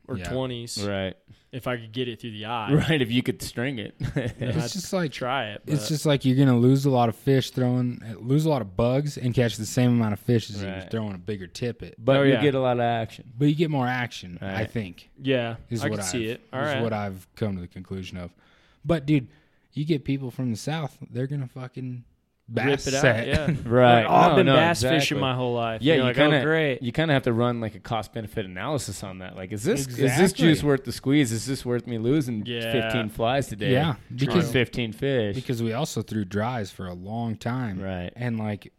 Speaker 3: or
Speaker 2: Yeah.
Speaker 3: twenties
Speaker 4: right,
Speaker 3: if I could get it through the eye.
Speaker 4: [laughs] right. If you could string it,
Speaker 3: Yeah. I'd
Speaker 2: it's just like
Speaker 3: Try it.
Speaker 2: it's
Speaker 3: but-
Speaker 2: just like you're gonna lose a lot of fish throwing, lose a lot of bugs, and catch the same amount of fish as you were
Speaker 4: Right.
Speaker 2: throwing a bigger tippet.
Speaker 4: [laughs] but
Speaker 3: Oh,
Speaker 4: you
Speaker 3: yeah.
Speaker 4: get a lot of action.
Speaker 2: But you get more action, I
Speaker 4: Right.
Speaker 2: think.
Speaker 3: yeah.
Speaker 2: Is
Speaker 3: I
Speaker 2: what
Speaker 3: can
Speaker 2: I've,
Speaker 3: see it. All
Speaker 2: is
Speaker 3: right.
Speaker 2: what I've come to the conclusion of. But dude, you get people from the south, they're gonna fucking bass
Speaker 3: Rip it
Speaker 2: set.
Speaker 3: out. Yeah.
Speaker 4: [laughs] Right,
Speaker 3: Like, oh, I've been bass fishing my whole life.
Speaker 4: Yeah,
Speaker 3: You're
Speaker 4: you
Speaker 3: like,
Speaker 4: kind
Speaker 3: oh,
Speaker 4: of
Speaker 3: great.
Speaker 4: you kind of have to run like a cost benefit analysis on that. Like, is this is this
Speaker 2: Exactly.
Speaker 4: juice worth the squeeze? Is this worth me losing
Speaker 3: Yeah.
Speaker 4: 15 flies
Speaker 2: [laughs]
Speaker 4: today?
Speaker 2: Yeah,
Speaker 4: because
Speaker 2: because
Speaker 4: 15 fish.
Speaker 2: because we also threw dries for a long time,
Speaker 4: right.
Speaker 2: and like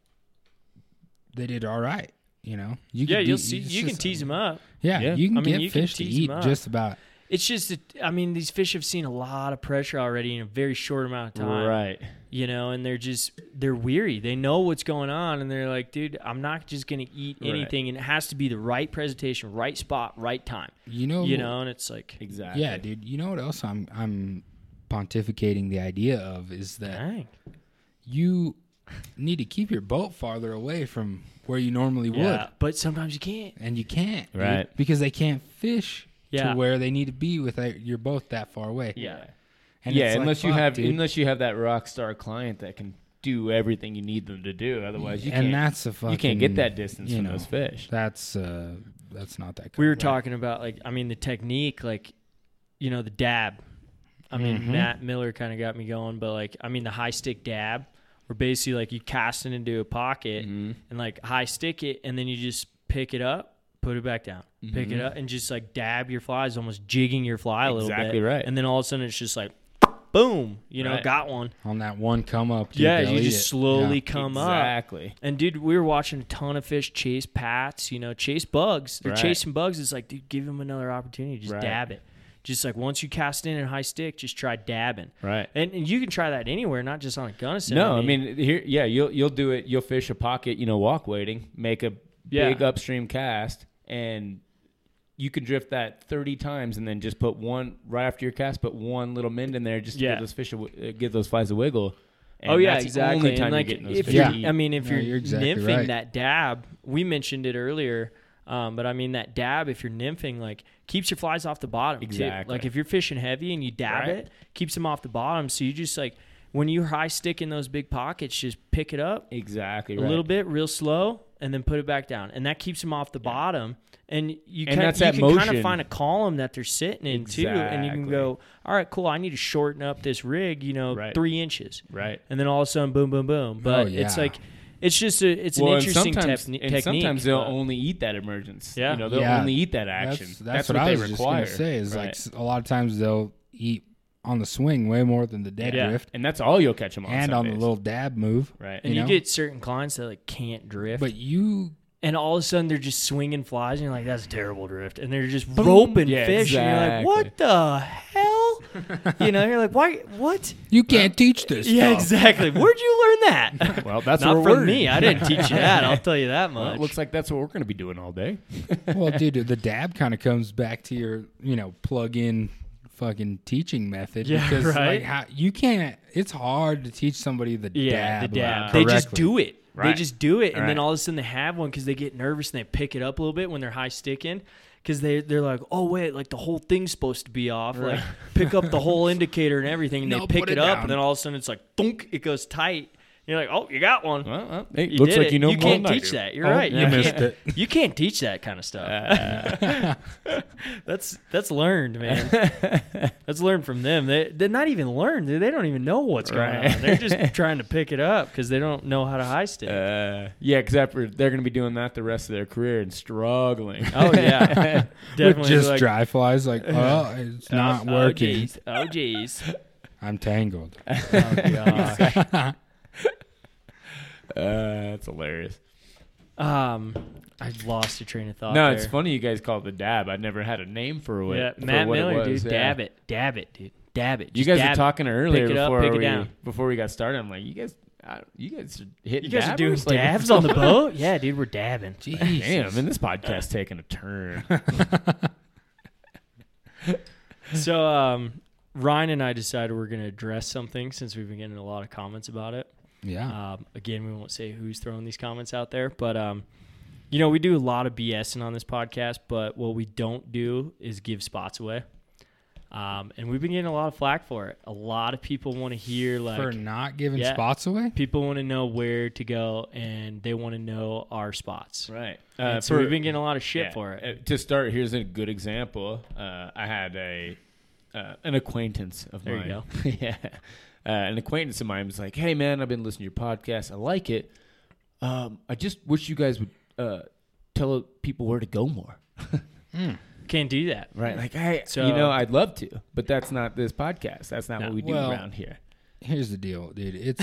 Speaker 2: they did all right. You know, you
Speaker 3: yeah,
Speaker 2: could do-
Speaker 3: you'll see.
Speaker 2: it's
Speaker 3: You can
Speaker 2: just-
Speaker 3: tease them up.
Speaker 2: Yeah,
Speaker 4: Yeah.
Speaker 2: you can
Speaker 3: I mean,
Speaker 2: get
Speaker 3: you can
Speaker 2: fish to
Speaker 3: tease
Speaker 2: eat
Speaker 3: 'em up.
Speaker 2: just about.
Speaker 3: It's just, that, I mean, these fish have seen a lot of pressure already in a very short amount of time.
Speaker 4: Right.
Speaker 3: You know, and they're just, they're weary. They know what's going on, and they're like, dude, I'm not just going to eat
Speaker 4: Right.
Speaker 3: anything. And it has to be the right presentation, right spot, right time.
Speaker 2: You
Speaker 4: Oh,
Speaker 2: know,
Speaker 3: You know, and it's like,
Speaker 4: Exactly.
Speaker 2: yeah, dude. You know what else I'm I'm pontificating the idea of is that
Speaker 3: dang.
Speaker 2: you need to keep your boat farther away from where you normally
Speaker 3: Yeah.
Speaker 2: would,
Speaker 3: But sometimes you can't.
Speaker 2: and you can't, dude,
Speaker 4: Right.
Speaker 2: because they can't fish
Speaker 3: Yeah.
Speaker 2: to where they need to be with that- your boat that far away.
Speaker 4: Yeah.
Speaker 2: and
Speaker 4: yeah,
Speaker 2: it's like,
Speaker 4: unless you
Speaker 2: fuck,
Speaker 4: have
Speaker 2: dude.
Speaker 4: unless you have that rock star client that can do everything you need them to do. Otherwise, you
Speaker 2: and
Speaker 4: can't
Speaker 2: that's a fucking
Speaker 4: you can't get that distance
Speaker 2: you
Speaker 4: from
Speaker 2: know,
Speaker 4: those fish.
Speaker 2: That's uh, that's not that. Cool.
Speaker 3: we were talking about like I mean the technique, like you know the dab. I mean
Speaker 2: Mhm.
Speaker 3: Matt Miller kind of got me going, but like I mean the high stick dab, where basically like you cast it into a pocket
Speaker 4: Mhm.
Speaker 3: and like high stick it, and then you just pick it up, put it back down, pick it up, and just like dab your flies, almost jigging your fly a little
Speaker 4: Exactly
Speaker 3: bit,
Speaker 4: right.
Speaker 3: And then all of a sudden it's just like, boom, you know,
Speaker 4: Right.
Speaker 3: got one.
Speaker 2: on that one come up. dude,
Speaker 3: yeah,
Speaker 2: they'll
Speaker 3: you
Speaker 2: eat
Speaker 3: just
Speaker 2: it.
Speaker 3: slowly
Speaker 2: Yeah.
Speaker 3: come up.
Speaker 4: exactly.
Speaker 3: And dude, we were watching a ton of fish chase pats, you know, chase bugs. They're
Speaker 4: Right.
Speaker 3: chasing bugs. It's like, dude, give them another opportunity. Just
Speaker 4: Right.
Speaker 3: dab it. Just like once you cast in and high stick, just try dabbing.
Speaker 4: Right.
Speaker 3: And, and you can try that anywhere, not just on a gunnison.
Speaker 4: No, I mean here, yeah, you'll you'll do it. You'll fish a pocket, you know, walk waiting, make a
Speaker 3: Yeah.
Speaker 4: big upstream cast, and you can drift that thirty times, and then just put one right after your cast, put one little mend in there, just to
Speaker 3: Yeah.
Speaker 4: give those fish, a, wi- uh, give those flies a wiggle. And
Speaker 3: oh yeah,
Speaker 4: that's the
Speaker 3: exactly.
Speaker 4: only time
Speaker 3: and like,
Speaker 4: you're getting those
Speaker 3: if
Speaker 4: fish.
Speaker 3: you're,
Speaker 4: to eat.
Speaker 3: I mean, if
Speaker 2: No,
Speaker 3: you're,
Speaker 2: you're exactly
Speaker 3: nymphing
Speaker 2: right.
Speaker 3: that dab, we mentioned it earlier. Um, but I mean that dab, if you're nymphing, like keeps your flies off the bottom. too.
Speaker 4: Exactly.
Speaker 3: Like if you're fishing heavy and you dab
Speaker 4: Right.
Speaker 3: it, keeps them off the bottom. So you just like when you high stick in those big pockets, just pick it up,
Speaker 4: exactly
Speaker 3: a
Speaker 4: right.
Speaker 3: little bit, real slow, and then put it back down, and that keeps them off the bottom. And you
Speaker 4: And
Speaker 3: can,
Speaker 4: that's
Speaker 3: you
Speaker 4: that
Speaker 3: can kind of
Speaker 4: motion.
Speaker 3: find a column that they're sitting in too, and you can
Speaker 4: Exactly.
Speaker 3: go, all right, cool. I need to shorten up this rig, you know,
Speaker 4: Right.
Speaker 3: three inches,
Speaker 4: Right. Oh,
Speaker 3: and then all of a sudden, boom, boom, boom. But it's
Speaker 2: yeah.
Speaker 3: like, it's just a, it's
Speaker 4: Well,
Speaker 3: an
Speaker 4: and
Speaker 3: interesting
Speaker 4: sometimes,
Speaker 3: tepni-
Speaker 4: and
Speaker 3: technique.
Speaker 4: sometimes they'll
Speaker 3: but-
Speaker 4: only eat that emergence.
Speaker 3: Yeah.
Speaker 4: You know, they'll
Speaker 2: Yeah.
Speaker 4: only eat that action.
Speaker 2: That's, that's what,
Speaker 4: they
Speaker 2: I was
Speaker 4: require.
Speaker 2: just gonna say. Is like
Speaker 4: Right.
Speaker 2: s- a lot of times they'll eat on the swing way more than the dead
Speaker 3: Yeah.
Speaker 2: drift,
Speaker 4: and that's all you'll catch them on.
Speaker 2: and
Speaker 4: some
Speaker 2: on the
Speaker 4: days.
Speaker 2: little dab move.
Speaker 4: right.
Speaker 3: and
Speaker 2: you
Speaker 3: you,
Speaker 2: know?
Speaker 3: get certain clients that like can't drift,
Speaker 2: But you
Speaker 3: and all of a sudden they're just swinging flies, and you're like, that's a terrible drift, and they're just roping
Speaker 4: Yeah,
Speaker 3: fish, and you're like, what the hell?
Speaker 4: [laughs]
Speaker 3: you know, you're like, why? What?
Speaker 2: you can't teach this.
Speaker 3: Yeah,
Speaker 2: stuff.
Speaker 3: exactly. Where'd you learn that? [laughs]
Speaker 4: [laughs] Well, that's
Speaker 3: Not
Speaker 4: what
Speaker 3: from
Speaker 4: we're
Speaker 3: me. I didn't teach you that. I'll tell you that
Speaker 4: [laughs] Well,
Speaker 3: much.
Speaker 4: it looks like that's what we're going to be doing all day.
Speaker 2: well, dude, the dab kind of comes back to your you know plug in fucking teaching method
Speaker 3: Yeah,
Speaker 2: because
Speaker 3: right.
Speaker 2: like how, you can't. It's hard to teach somebody the
Speaker 3: yeah,
Speaker 2: dab.
Speaker 3: the
Speaker 2: like,
Speaker 3: dab.
Speaker 4: uh,
Speaker 3: they just
Speaker 2: correctly.
Speaker 3: do it. They
Speaker 4: Right.
Speaker 3: just do it, and then
Speaker 4: Right.
Speaker 3: all of a sudden they have one because they get nervous and they pick it up a little bit when they're high sticking because they they're like, oh wait, like the whole thing's supposed to be off. Like [laughs] pick up the
Speaker 4: [laughs]
Speaker 3: whole indicator and everything, and
Speaker 2: No,
Speaker 3: they pick
Speaker 2: put
Speaker 3: it,
Speaker 2: it
Speaker 3: up,
Speaker 2: down.
Speaker 3: and then all of a sudden it's like thunk, it goes tight. You're like, oh, you got one.
Speaker 4: Well, well, hey,
Speaker 3: You
Speaker 4: looks
Speaker 3: did
Speaker 4: like
Speaker 3: it.
Speaker 4: you know
Speaker 3: you
Speaker 4: more
Speaker 3: can't
Speaker 4: than I
Speaker 3: teach
Speaker 4: do.
Speaker 3: that. You're
Speaker 2: Oh,
Speaker 3: right.
Speaker 2: you
Speaker 3: You,
Speaker 2: missed
Speaker 3: can't, [laughs] you can't teach that kind of stuff. [laughs]
Speaker 4: Uh,
Speaker 3: that's that's learned, man.
Speaker 4: [laughs]
Speaker 3: that's learned from them. They they're not even learned. They they don't even know what's going
Speaker 4: Right.
Speaker 3: on. They're
Speaker 4: [laughs]
Speaker 3: just trying to pick it up because they don't know how to high stick.
Speaker 4: Uh, yeah, because after they're going to be doing that the rest of their career and struggling. [laughs]
Speaker 3: oh yeah,
Speaker 2: With
Speaker 3: definitely.
Speaker 2: just
Speaker 3: like,
Speaker 2: dry flies,
Speaker 3: [laughs]
Speaker 2: like oh, it's not
Speaker 3: oh,
Speaker 2: working.
Speaker 4: [laughs]
Speaker 3: geez. Oh jeez.
Speaker 2: I'm tangled.
Speaker 3: [laughs] Oh gosh.
Speaker 4: Uh, that's hilarious.
Speaker 3: Um, I lost a train of thought.
Speaker 4: no, it's
Speaker 3: there.
Speaker 4: funny you guys call it the dab. I never had a name for what.
Speaker 3: Yeah,
Speaker 4: for
Speaker 3: Matt
Speaker 4: what it
Speaker 3: Miller,
Speaker 4: was,
Speaker 3: dude.
Speaker 4: yeah.
Speaker 3: Dab it, dab it, dude. Dab it.
Speaker 4: You
Speaker 3: Just
Speaker 4: guys were
Speaker 3: dab it.
Speaker 4: talking earlier
Speaker 3: Pick it up,
Speaker 4: before
Speaker 3: pick it
Speaker 4: we
Speaker 3: down.
Speaker 4: before we got started. I'm like, you guys, I, you guys are hitting.
Speaker 3: You guys are doing
Speaker 4: dabbers? Like,
Speaker 3: dabs on the boat? Yeah, dude, we're dabbing.
Speaker 2: Jeez.
Speaker 4: [laughs] Damn, man, this podcast's taking
Speaker 3: [laughs]
Speaker 4: a turn.
Speaker 3: So, um, Ryan and I decided we're going to address something since we've been getting a lot of comments about it.
Speaker 2: Yeah.
Speaker 3: Um, again, we won't say who's throwing these comments out there, but um, you know, we do a lot of BSing on this podcast, but what we don't do is give spots away. Um, and we've been getting a lot of flack for it. A lot of people want to hear like
Speaker 2: For not giving
Speaker 3: Yeah.
Speaker 2: spots away?
Speaker 3: people want to know where to go and they want to know our spots.
Speaker 4: right.
Speaker 3: And so we've been getting a lot of shit for it.
Speaker 4: Uh, to start, here's a good example. Uh, I had a uh, an acquaintance of
Speaker 3: There you
Speaker 4: mine. [laughs] yeah, uh, an acquaintance of mine was like, "Hey, man, I've been listening to your podcast. I like it. Um, I just wish you guys would uh, tell people where to go more."
Speaker 3: Can't do that.
Speaker 4: Right. Like, I,
Speaker 3: So-
Speaker 4: you know, I'd love to, but that's not this podcast. That's not
Speaker 3: No.
Speaker 4: what we do
Speaker 2: Well,
Speaker 4: around here.
Speaker 2: Here's the deal, dude.
Speaker 3: [laughs]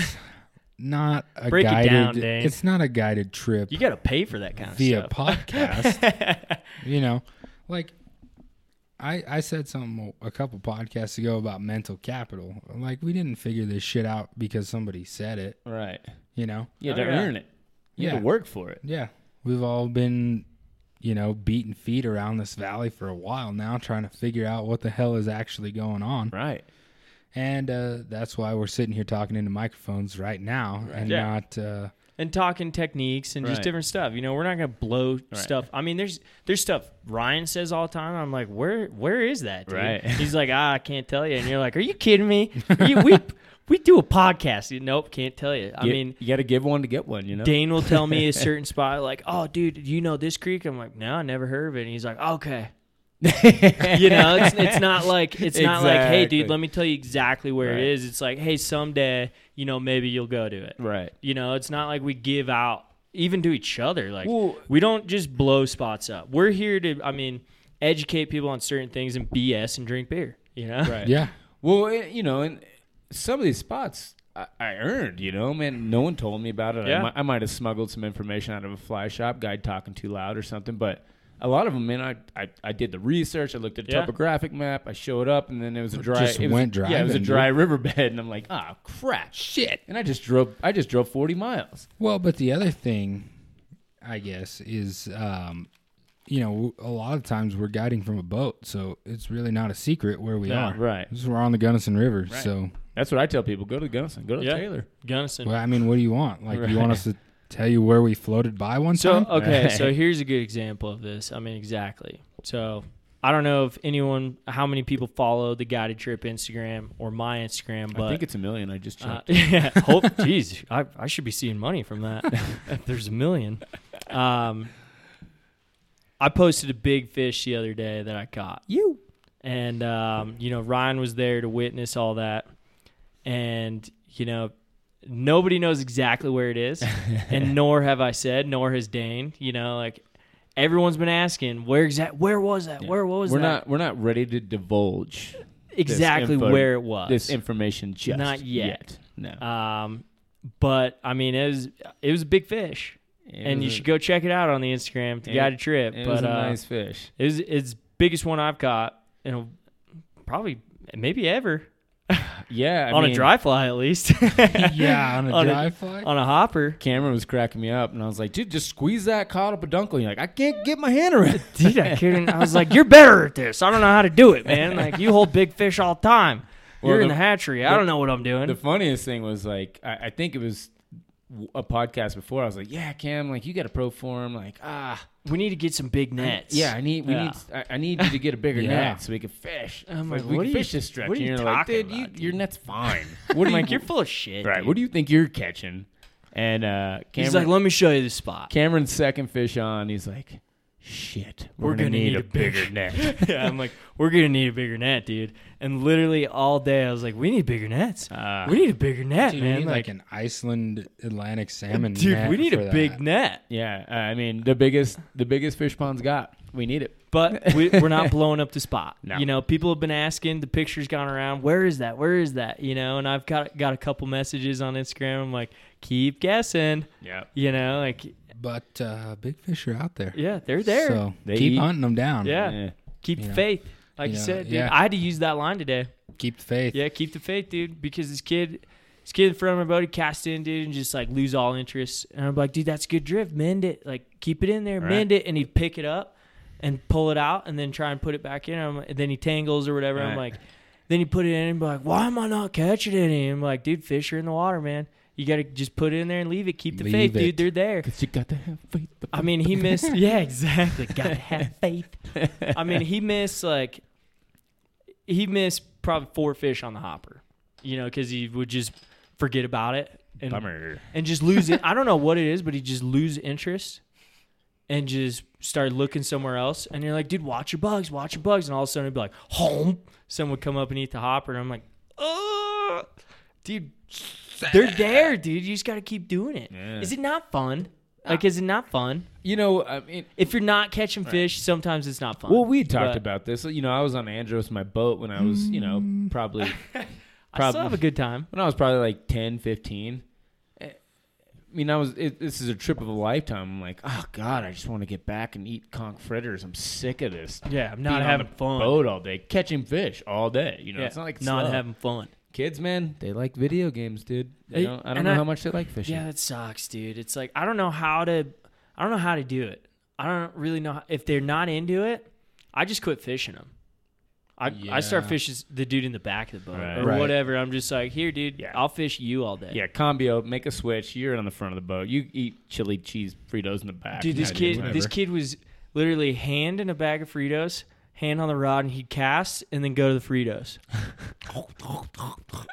Speaker 2: It's not a
Speaker 3: Break it
Speaker 2: guided
Speaker 3: down, Dane.
Speaker 2: it's not a guided trip
Speaker 3: You got to pay for that kind of
Speaker 2: via
Speaker 3: stuff.
Speaker 2: podcast.
Speaker 3: [laughs]
Speaker 2: you know, like I I said something a couple podcasts ago about mental capital. Like we didn't figure this shit out because somebody said it,
Speaker 4: Right.
Speaker 2: you know.
Speaker 4: You had
Speaker 3: Oh,
Speaker 4: to
Speaker 3: yeah.
Speaker 4: earn it. You had
Speaker 2: Yeah.
Speaker 4: to work for it.
Speaker 2: Yeah. We've all been, you know, beating feet around this valley for a while now, trying to figure out what the hell is actually going on.
Speaker 4: Right.
Speaker 2: And uh, that's why we're sitting here talking into microphones right now and
Speaker 3: Yeah.
Speaker 2: not. Uh,
Speaker 3: and talking techniques and just
Speaker 4: Right.
Speaker 3: different stuff. You know, we're not gonna blow stuff. I mean, there's there's stuff Ryan says all the time. I'm like, where where is that? Dude?
Speaker 4: Right. [laughs]
Speaker 3: He's like, ah, I can't tell you. And you're like, are you kidding me? You- we [laughs] we do a podcast. You- Nope, can't tell you. I
Speaker 4: You-
Speaker 3: mean,
Speaker 4: you got to give one to get one, you know?
Speaker 3: Dane will tell me a certain spot, like, oh, dude, do you know this creek? I'm like, no, I never heard of it. And he's like, okay. you know, it's, it's not like it's not like, hey,
Speaker 4: Exactly.
Speaker 3: dude, let me tell you exactly where
Speaker 4: Right.
Speaker 3: it is. It's like, hey, someday, you know, maybe you'll go to it.
Speaker 4: [laughs] Right.
Speaker 3: You know, it's not like we give out even to each other. Like
Speaker 4: Well-
Speaker 3: we don't just blow spots up. We're here to, I mean, educate people on certain things and BS and drink beer. You know,
Speaker 4: Right.
Speaker 2: yeah.
Speaker 4: Well, eh, you know, and some of these spots I, I earned, you know, man. No one told me about it.
Speaker 3: Yeah.
Speaker 4: I, might, I might have smuggled some information out of a fly shop, guy talking too loud or something. But a lot of them, man, I, I, I did the research. I looked at a
Speaker 3: Yeah.
Speaker 4: topographic map. I showed up, and then it was a dry.
Speaker 2: just
Speaker 4: it was,
Speaker 2: went
Speaker 4: Yeah, it was a
Speaker 2: driving,
Speaker 4: dry riverbed, and I'm like, ah, crap, shit. And I just drove. I just drove 40 miles.
Speaker 2: Well, but the other thing, I guess, is, um, you know, a lot of times we're guiding from a boat. So it's really not a secret where we
Speaker 3: Yeah,
Speaker 2: are.
Speaker 4: right.
Speaker 2: This is- We're on the Gunnison River. So,
Speaker 4: That's what I tell people. Go to Gunnison. Go to
Speaker 3: Yeah.
Speaker 4: Taylor.
Speaker 3: [laughs] Gunnison.
Speaker 2: well, I mean, what do you want? Like, you
Speaker 4: Right.
Speaker 2: want us to tell you where we floated by one
Speaker 3: So
Speaker 2: time?
Speaker 3: okay,
Speaker 4: Right.
Speaker 3: so here's a good example of this. I mean, exactly. So I don't know if anyone, how many people follow the guided trip Instagram or my Instagram, but
Speaker 4: I think it's a million. I just checked.
Speaker 3: Uh, yeah.
Speaker 4: [laughs]
Speaker 3: Hope, jeez, I, I should be seeing money from that. [laughs] There's a million. Um, I posted a big fish the other day that I caught. You. And, um, you know, Ryan was there to witness all that. And, you know, nobody knows exactly where it is. and nor have I said, nor has Dane. You know, like everyone's been asking, where exact, where was that? Where was
Speaker 4: we're
Speaker 3: that?
Speaker 4: not we're not ready to divulge this
Speaker 3: exactly
Speaker 4: info-
Speaker 3: where it was.
Speaker 4: This information just
Speaker 3: Not yet.
Speaker 4: No.
Speaker 3: Um, but I mean, it was it was a big fish, and you should go check it out on the Instagram. The
Speaker 4: It-
Speaker 3: guided trip,
Speaker 4: It
Speaker 3: but
Speaker 4: was a
Speaker 3: uh,
Speaker 4: nice fish.
Speaker 3: it was it's biggest one I've caught, you know, probably maybe ever
Speaker 4: Yeah, I
Speaker 3: on
Speaker 4: mean,
Speaker 3: a dry fly at [laughs] least,
Speaker 2: [laughs] yeah, on a
Speaker 3: On a-
Speaker 2: dry fly?
Speaker 3: on a hopper.
Speaker 4: Cameron was cracking me up, and I was like, "Dude, just squeeze that cod up a dunkle." You're like, "I can't get my hand around." it." [laughs]
Speaker 3: Dude, [laughs] I couldn't. I was like, "You're better at this. I don't know how to do it, man. Like you hold big fish all the [laughs] time.
Speaker 4: Well,
Speaker 3: You're in
Speaker 4: the-
Speaker 3: the hatchery. I
Speaker 4: the-
Speaker 3: don't know what I'm doing."
Speaker 4: the funniest thing was like, I, I think it was w- a podcast before. I was like, "Yeah, Cam, like you got a pro form, like ah,
Speaker 3: we need to get some big nets.
Speaker 4: yeah, I need we
Speaker 3: Yeah.
Speaker 4: need I, I need you to get
Speaker 3: [laughs]
Speaker 4: a bigger
Speaker 2: Yeah.
Speaker 4: net so we can fish.
Speaker 3: I'm
Speaker 4: Like,
Speaker 3: like,
Speaker 4: we
Speaker 3: what are
Speaker 4: can
Speaker 3: you-
Speaker 4: fish this stretch.
Speaker 3: what are you
Speaker 4: and you're like,
Speaker 3: talking
Speaker 4: dude, you,
Speaker 3: about,
Speaker 4: your
Speaker 3: dude?" [laughs]
Speaker 4: net's fine. What
Speaker 3: I'm
Speaker 4: are you
Speaker 3: like, "You're full of shit."
Speaker 4: right?
Speaker 3: dude."
Speaker 4: What do you think you're catching?" And uh, Cameron,
Speaker 3: He's like, "Let me show you the spot."
Speaker 4: Cameron's second fish on. He's like, "Shit, we're, gonna, need, a bigger
Speaker 3: [laughs]
Speaker 4: net."
Speaker 3: yeah, I'm like, we're gonna need a bigger net, dude. And And literally all day, I was like, "We need bigger nets.
Speaker 4: Ah.
Speaker 3: we need a bigger net,
Speaker 2: Dude, you
Speaker 3: man.
Speaker 2: need
Speaker 3: like,
Speaker 2: like, an Iceland Atlantic salmon.
Speaker 3: dude,
Speaker 2: net
Speaker 3: we need
Speaker 2: for
Speaker 3: a big
Speaker 2: that.
Speaker 3: net."
Speaker 4: [laughs] Yeah, I mean the biggest the biggest fish pond's got. We need it.
Speaker 3: But we, we're
Speaker 2: [laughs]
Speaker 3: not blowing up the spot.
Speaker 4: No.
Speaker 3: You know, people have been asking. The picture's gone around. Where is that? Where is that? You know, and I've got got a couple messages on Instagram. I'm like, keep guessing.
Speaker 4: Yeah.
Speaker 3: You know, like,
Speaker 2: But uh, big fish are out there.
Speaker 3: yeah, they're there.
Speaker 2: So
Speaker 4: They
Speaker 2: keep
Speaker 4: eat.
Speaker 2: hunting them down.
Speaker 3: Yeah. keep
Speaker 2: you
Speaker 3: the
Speaker 2: know,
Speaker 3: faith. Like you
Speaker 2: you know,
Speaker 3: said, dude.
Speaker 2: yeah.
Speaker 3: I had to use that line today.
Speaker 2: Keep the faith.
Speaker 3: Yeah, keep the faith, dude, because this kid, this kid in front of my buddy cast in, dude, and just like lose all interest. And I'm like, dude, that's a good drift. Mend it. Like, keep it in there,
Speaker 4: Right.
Speaker 3: mend it. And he'd pick it up and pull it out and then try and put it back in. I'm, and then he tangles or whatever. I'm
Speaker 4: Right.
Speaker 3: like, then he put it in and be like, why am I not catching any? I'm like, dude, fish are in the water, man. You got to just put it in there and leave it. Keep the
Speaker 2: Leave
Speaker 3: faith,
Speaker 2: it.
Speaker 3: dude. They're there.
Speaker 4: Cause you got to have faith.
Speaker 3: I mean, he missed. [laughs] Yeah, exactly. Gotta [laughs] have faith. I mean, he missed like he missed probably four fish on the hopper. You know, because he would just forget about it and
Speaker 4: Bummer.
Speaker 3: and just lose
Speaker 4: [laughs]
Speaker 3: it. I don't know what it is, but he just lose interest and just started looking somewhere else. And you're like, dude, watch your bugs, watch your bugs. And all of a sudden, it'd be like, home. Someone would come up and eat the hopper, and I'm like, oh, dude,
Speaker 4: [laughs]
Speaker 3: they're there, dude. You just got to keep doing it. Is
Speaker 4: Yeah.
Speaker 3: it not fun? Like, is it not fun?
Speaker 4: You know, I mean,
Speaker 3: If you're not catching fish, sometimes it's not fun.
Speaker 4: well, we talked
Speaker 3: But
Speaker 4: about this. You know, I was on Andros, my boat, when I was, you know, probably
Speaker 3: I still have a good time.
Speaker 4: when I was probably like 10, 15. I mean, I was. It, this is a trip of a lifetime. I'm like, oh god, I just want to get back and eat conch fritters. I'm sick of this.
Speaker 3: Yeah, I'm
Speaker 4: being
Speaker 3: not
Speaker 4: on
Speaker 3: having
Speaker 4: the
Speaker 3: fun.
Speaker 4: Boat all day, catching fish all day. You know,
Speaker 3: yeah,
Speaker 4: it's not like it's
Speaker 3: not
Speaker 4: slow.
Speaker 3: having fun.
Speaker 4: kids, man. They like video games, dude. They
Speaker 3: Hey,
Speaker 4: don't, I don't
Speaker 3: and
Speaker 4: know
Speaker 3: I-
Speaker 4: how much they like fishing.
Speaker 3: Yeah, that sucks, dude. It's like I don't know how to I don't know how to do it. I don't really know how, if they're not into it. I just quit fishing them. I I start
Speaker 2: Yeah.
Speaker 3: fishing the dude in the back of the boat
Speaker 4: Right.
Speaker 3: or
Speaker 2: Right.
Speaker 3: whatever. I'm just like, "Here, dude, I'll fish you all day."
Speaker 4: Yeah, combio, make a switch. You're on the front of the boat. You eat chili cheese Fritos in the back.
Speaker 3: Dude, this
Speaker 4: Yeah,
Speaker 3: kid
Speaker 4: whatever.
Speaker 3: this kid was literally hand in a bag of Fritos, hand on the rod and he'd cast and then go to the Fritos.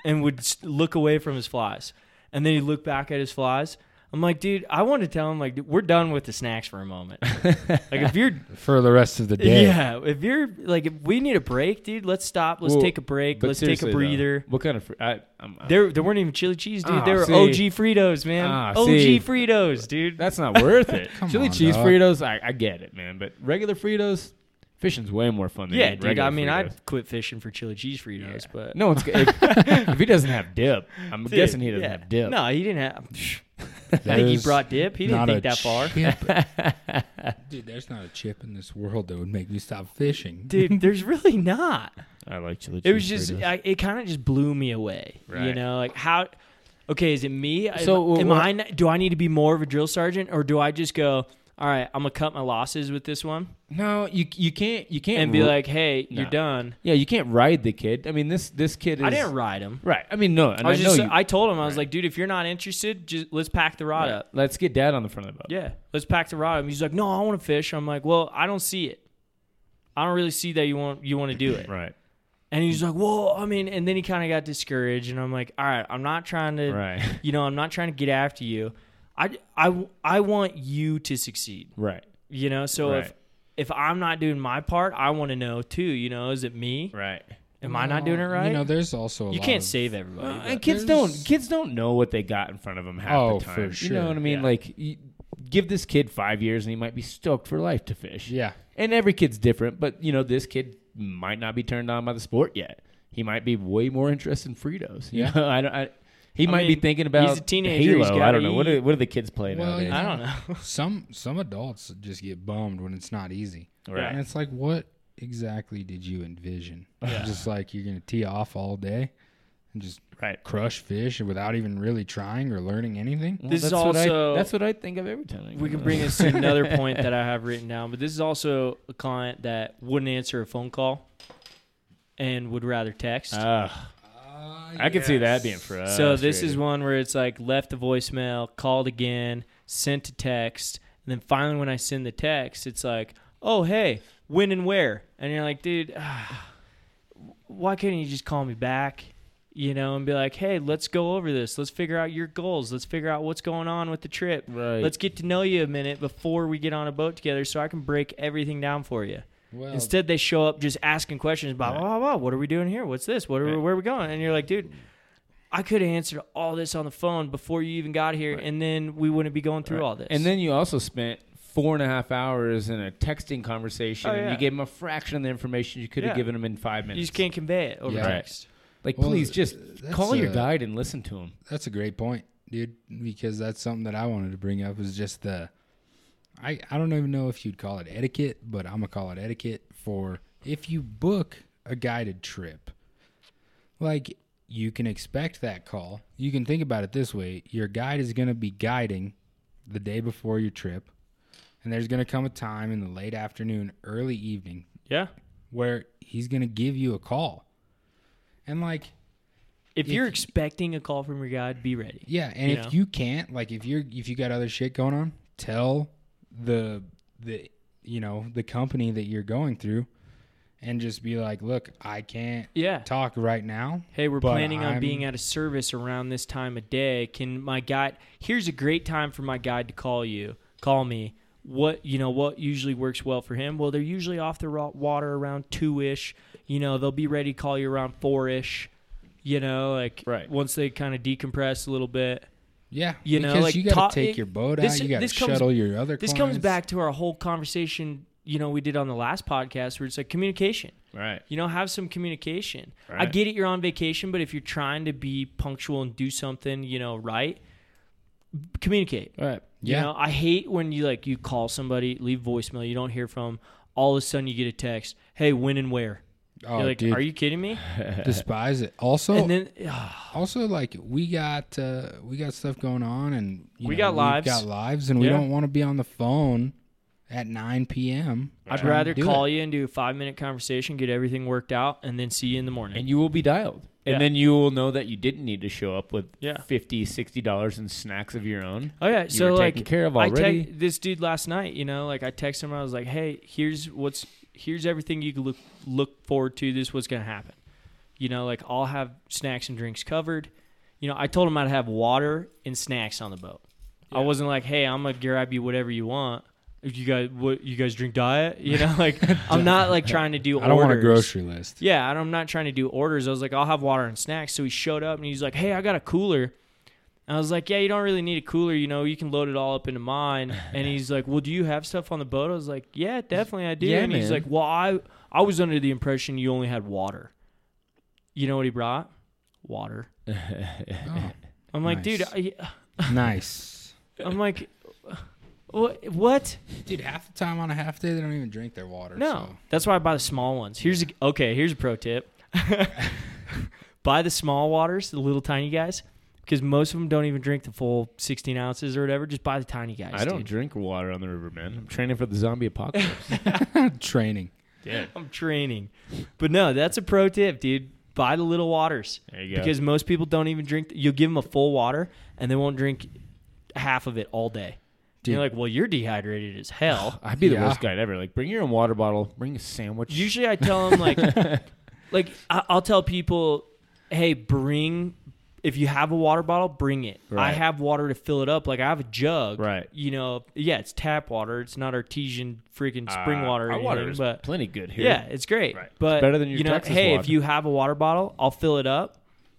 Speaker 3: and would s- look away from his flies. And then he'd look back at his flies. I'm like, "Dude, I want to tell him like dude, we're done with the snacks for a
Speaker 4: [laughs]
Speaker 3: moment." like if you're
Speaker 2: For the rest
Speaker 3: [laughs]
Speaker 2: of the day.
Speaker 3: Yeah, if you're like, if we need a break, dude. Let's stop. Let's
Speaker 4: Well,
Speaker 3: take a break.
Speaker 4: But
Speaker 3: Let's take
Speaker 4: seriously,
Speaker 3: a
Speaker 4: though,
Speaker 3: breather.
Speaker 4: what kind of fr- I, I'm, I-
Speaker 3: There, there weren't even chili cheese, dude.
Speaker 4: Ah,
Speaker 3: they were
Speaker 4: see.
Speaker 3: OG Fritos, man.
Speaker 4: Ah,
Speaker 3: OG
Speaker 4: see.
Speaker 3: Fritos, dude.
Speaker 4: that's not worth
Speaker 3: [laughs]
Speaker 4: it.
Speaker 2: Come
Speaker 4: chili
Speaker 2: on,
Speaker 4: cheese
Speaker 2: dog.
Speaker 4: Fritos, I, I get it, man. But regular Fritos, fishing's way more fun than
Speaker 3: yeah,
Speaker 4: eating
Speaker 3: dude.
Speaker 4: regular
Speaker 3: I mean,
Speaker 4: Fritos.
Speaker 3: I'd quit fishing for chili cheese Fritos, but
Speaker 4: no one's if, [laughs] if he doesn't have dip.
Speaker 3: [laughs]
Speaker 4: I'm
Speaker 3: Dude,
Speaker 4: guessing he doesn't
Speaker 3: yeah.
Speaker 4: have dip.
Speaker 3: No, he didn't have. [laughs] I think he
Speaker 2: There's
Speaker 3: brought dip. He didn't
Speaker 2: not a
Speaker 3: think that far,
Speaker 2: chip- Dude, there's not a chip in this world that would make me stop fishing.
Speaker 3: [laughs] dude. There's really
Speaker 4: [laughs]
Speaker 3: not.
Speaker 4: I like chili. cheese
Speaker 3: It was just,
Speaker 4: Fritos.
Speaker 3: I, it kind of just blew me away. You
Speaker 4: Right.
Speaker 3: know, like how? Okay, is it me?
Speaker 4: So,
Speaker 3: am, am
Speaker 4: wha-
Speaker 3: I? not- Do I need to be more of a drill sergeant, or do I just go? All right, I'm gonna cut my losses with this one
Speaker 4: no, you you can't you can't
Speaker 3: and be
Speaker 4: ru-
Speaker 3: like, "Hey,
Speaker 4: No.
Speaker 3: you're done."
Speaker 4: yeah, you can't ride the kid. I mean, this this kid is
Speaker 3: I didn't ride him.
Speaker 4: right. I mean, no, and
Speaker 3: I was
Speaker 4: I
Speaker 3: just,
Speaker 4: know you,
Speaker 3: I told him I was like, "Dude, if you're not interested, just let's pack the rod
Speaker 4: Right.
Speaker 3: up."
Speaker 4: Let's get dad on the front of the boat.
Speaker 3: Yeah, let's pack the rod up. He's like, "No, I want to fish." I'm like, "Well, I don't see it. I don't really see that you want you want to do it."
Speaker 4: Right.
Speaker 3: And he's like, "Well, I mean," and then he kind of got discouraged, and I'm like, "All right, I'm not trying to."
Speaker 4: Right. [laughs]
Speaker 3: you know i'm not trying to get after you i i, I want you to succeed
Speaker 4: Right.
Speaker 3: you know so if
Speaker 4: Right.
Speaker 3: if i'm not doing my part i want to know too you know is it me
Speaker 4: Right.
Speaker 3: am i not doing it
Speaker 2: Well,
Speaker 3: right
Speaker 2: You
Speaker 3: you,
Speaker 2: know, there's also a lot
Speaker 3: can't
Speaker 2: of-
Speaker 3: save everybody
Speaker 4: Uh, and
Speaker 3: but-
Speaker 4: kids
Speaker 2: there's-
Speaker 4: don't kids don't know what they got in front of them half
Speaker 2: Oh,
Speaker 4: the
Speaker 2: for
Speaker 4: time. You
Speaker 2: sure.
Speaker 4: know what I mean?
Speaker 3: Yeah.
Speaker 4: Like you, give this kid 5 years and he might be stoked for life to fish.
Speaker 2: Yeah.
Speaker 4: And every kid's different, but you know this kid might not be turned on by the sport yet. He might be way more interested in Fritos. You
Speaker 2: Yeah.
Speaker 4: know, [laughs] I don't I, he
Speaker 3: I
Speaker 4: might be
Speaker 3: mean,
Speaker 4: thinking about
Speaker 3: he's a teenager, he's
Speaker 4: Halo. I
Speaker 3: gotta
Speaker 4: don't know. What
Speaker 3: eat.
Speaker 4: do what do the kids play
Speaker 2: Well,
Speaker 4: nowadays?
Speaker 2: yeah.
Speaker 3: i don't know
Speaker 2: [laughs] Some some adults just get bummed when it's not easy.
Speaker 4: Right.
Speaker 2: And it's like, what exactly did you envision? Just like you're gonna tee off all day and just
Speaker 4: Right.
Speaker 2: crush fish without even really trying or learning anything.
Speaker 4: Well,
Speaker 3: This is
Speaker 4: that's what I-
Speaker 3: also-
Speaker 4: that's what I think of every time. I
Speaker 3: we
Speaker 4: go
Speaker 3: can
Speaker 4: out.
Speaker 3: bring us to another point that i have written down but this is also a client that wouldn't answer a phone call and would rather text
Speaker 4: Ah, I could see that being frustrating.
Speaker 3: So this is one where it's like left a voicemail, called again, sent a text, and then finally when I send the text, it's like, "Oh hey, when and where?" And you're like, "Dude, ah, why couldn't you just call me back?" You know, and be like, "Hey, let's go over this. Let's figure out your goals. Let's figure out what's going on with the trip.
Speaker 4: Right.
Speaker 3: Let's get to know you a minute before we get on a boat together, so I can break everything down for you."
Speaker 4: Oh.
Speaker 2: Well,
Speaker 3: Instead, they show up just asking questions about, blah, blah, blah, what are we doing here? What's this? What are we,
Speaker 4: Right.
Speaker 3: where are we going? And you're like, dude, I could have answered all this on the phone before you even got here,
Speaker 4: Right.
Speaker 3: and then we wouldn't be going through
Speaker 4: Right.
Speaker 3: all this.
Speaker 4: And then you also spent four and a half hours in a texting conversation,
Speaker 3: Oh,
Speaker 4: and
Speaker 3: yeah.
Speaker 4: you gave them a fraction of the information you could have
Speaker 3: Yeah.
Speaker 4: given them in five
Speaker 3: you
Speaker 4: minutes.
Speaker 3: just can't convey it over
Speaker 2: Yeah.
Speaker 4: Right.
Speaker 3: text.
Speaker 4: Like,
Speaker 2: Well,
Speaker 4: please just
Speaker 2: that's,
Speaker 4: call your
Speaker 2: uh,
Speaker 4: guide and listen to him.
Speaker 2: That's a great point, dude, because that's something that I wanted to bring up is just the I I don't even know if you'd call it etiquette, but I'm going to call it etiquette for if you book a guided trip. Like you can expect that call. You can think about it this way, your guide is going to be guiding the day before your trip, and there's going to come a time in the late afternoon, early evening
Speaker 3: Yeah.
Speaker 2: where he's going to give you a call. And like
Speaker 3: If,
Speaker 2: If
Speaker 3: you're
Speaker 2: you-
Speaker 3: expecting a call from your guide, be ready.
Speaker 2: Yeah, and
Speaker 3: you
Speaker 2: if
Speaker 3: know?
Speaker 2: you can't, like, if you're if you got other shit going on, tell the the you know the company that you're going through, and just be like, look, I can't
Speaker 3: Yeah.
Speaker 2: talk right now.
Speaker 3: Hey, we're
Speaker 2: But
Speaker 3: planning on
Speaker 2: I'm-
Speaker 3: being out of service around this time of day. Can my guide? Here's a great time for my guide to call you. Call me. What you know? What usually works well for him? Well, they're usually off the ro- water around two ish. You know, they'll be ready to call you around four ish. You know, like
Speaker 4: Right.
Speaker 3: once they kind of decompress a little bit.
Speaker 2: Yeah,
Speaker 3: You know,
Speaker 2: because
Speaker 3: like,
Speaker 2: you got
Speaker 3: talk-
Speaker 2: to take
Speaker 3: it-
Speaker 2: your boat
Speaker 3: this-
Speaker 2: out. You got to
Speaker 3: this comes-
Speaker 2: shuttle your other.
Speaker 3: This
Speaker 2: clients.
Speaker 3: comes back to our whole conversation. You know, we did on the last podcast where it's like communication.
Speaker 4: Right.
Speaker 3: You know, have some communication. I
Speaker 4: Right.
Speaker 3: get it, you're on vacation, but if you're trying to be punctual and do something, you know, right, communicate.
Speaker 4: Right.
Speaker 3: You
Speaker 2: Yeah.
Speaker 3: know, I hate when you like you call somebody, leave voicemail, you don't hear from, 'em, all of a sudden you get a text, hey, when and where?
Speaker 2: Oh,
Speaker 3: you're like,
Speaker 2: dude,
Speaker 3: are you [laughs]
Speaker 2: [sighs]
Speaker 3: kidding me?
Speaker 2: despise it. Also,
Speaker 3: and then ah, ugh,
Speaker 2: also like we got uh we got stuff going on, and you
Speaker 3: We
Speaker 2: know,
Speaker 3: got
Speaker 2: we've
Speaker 3: lives.
Speaker 2: got lives, and we
Speaker 3: Yeah.
Speaker 2: don't want to be on the phone at 9 p.m.
Speaker 3: I'd
Speaker 2: trying to
Speaker 3: rather
Speaker 2: do
Speaker 3: call
Speaker 2: it.
Speaker 3: you and do a five minute conversation, get everything worked out, and then see you in the morning.
Speaker 4: And you will be dialed.
Speaker 3: Yeah.
Speaker 4: And then you will know that you didn't need to show up with
Speaker 3: Yeah.
Speaker 4: fifty, sixty dollars in snacks of your own.
Speaker 3: Oh yeah,
Speaker 4: You
Speaker 3: so
Speaker 4: were
Speaker 3: like
Speaker 4: taken care of
Speaker 3: I
Speaker 4: already.
Speaker 3: tec- this dude last night, you know, like I texted him. I was like, "Hey, here's what's here's everything you can look look forward to. This is what's gonna happen. You know, like I'll have snacks and drinks covered. You know, I told him I'd have water and snacks on the boat. I wasn't like, "Hey, I'm gonna grab you whatever you want. If you guys what you guys drink diet, you know, like I'm not like trying to
Speaker 4: [laughs]
Speaker 3: do.
Speaker 2: I don't want a
Speaker 3: orders.
Speaker 2: grocery
Speaker 3: [laughs]
Speaker 2: list.
Speaker 3: Yeah, and I'm not trying to do orders. I was like, I'll have water and snacks. So he showed up and he's like, Hey, I got a cooler. And I was like, Yeah, you don't really need a cooler. You know, you can load it all up into mine.
Speaker 4: [laughs]
Speaker 3: And he's like, Well, do you have stuff on the boat? I was like, Yeah, definitely I do.
Speaker 4: Yeah,
Speaker 3: and he's
Speaker 4: man.
Speaker 3: like, Well, I I was under the impression you only had water. You know what he brought? Water.
Speaker 2: Oh.
Speaker 3: I'm like,
Speaker 2: Nice.
Speaker 3: dude, I,
Speaker 2: Oh, nice.
Speaker 3: I'm like, what? What?
Speaker 2: Dude, half the time on a half day, they don't even drink their water.
Speaker 3: No, that's why I buy the small ones. Here's a, okay. Here's a pro tip: [laughs] buy the small waters, the little tiny guys, because most of them don't even drink the full 16 ounces or whatever. Just buy the tiny guys.
Speaker 4: I don't
Speaker 3: dude.
Speaker 4: drink water on the river, man. I'm training for the zombie apocalypse.
Speaker 2: So. training.
Speaker 4: yeah.
Speaker 3: [laughs] I'm training, but no, that's a pro tip, dude. Buy the little waters
Speaker 4: There you go.
Speaker 3: because most people don't even drink. You'll give them a full water and they won't drink half of it all day.
Speaker 2: Dude.
Speaker 3: You're like, well, you're dehydrated as
Speaker 4: [sighs]
Speaker 3: hell. [laughs]
Speaker 4: I'd be the
Speaker 2: Yeah.
Speaker 4: worst guy ever. Like, bring your own water bottle. Bring a sandwich.
Speaker 3: Usually, I tell them
Speaker 4: [laughs]
Speaker 3: like, like I- I'll tell people, hey, bring if you have a water bottle, bring it. I
Speaker 4: Right.
Speaker 3: have water to fill it up. Like I have a jug.
Speaker 4: Right.
Speaker 3: You know, yeah, it's tap water. It's not artesian freaking spring
Speaker 4: Uh,
Speaker 3: water. Or
Speaker 4: Our water
Speaker 3: anything,
Speaker 4: is
Speaker 3: but
Speaker 4: plenty good here.
Speaker 3: yeah, it's great.
Speaker 4: Right. It's
Speaker 3: But
Speaker 4: better than your
Speaker 3: you know,
Speaker 4: Texas
Speaker 3: hey, if
Speaker 4: water.
Speaker 3: you have a water bottle, I'll fill it up.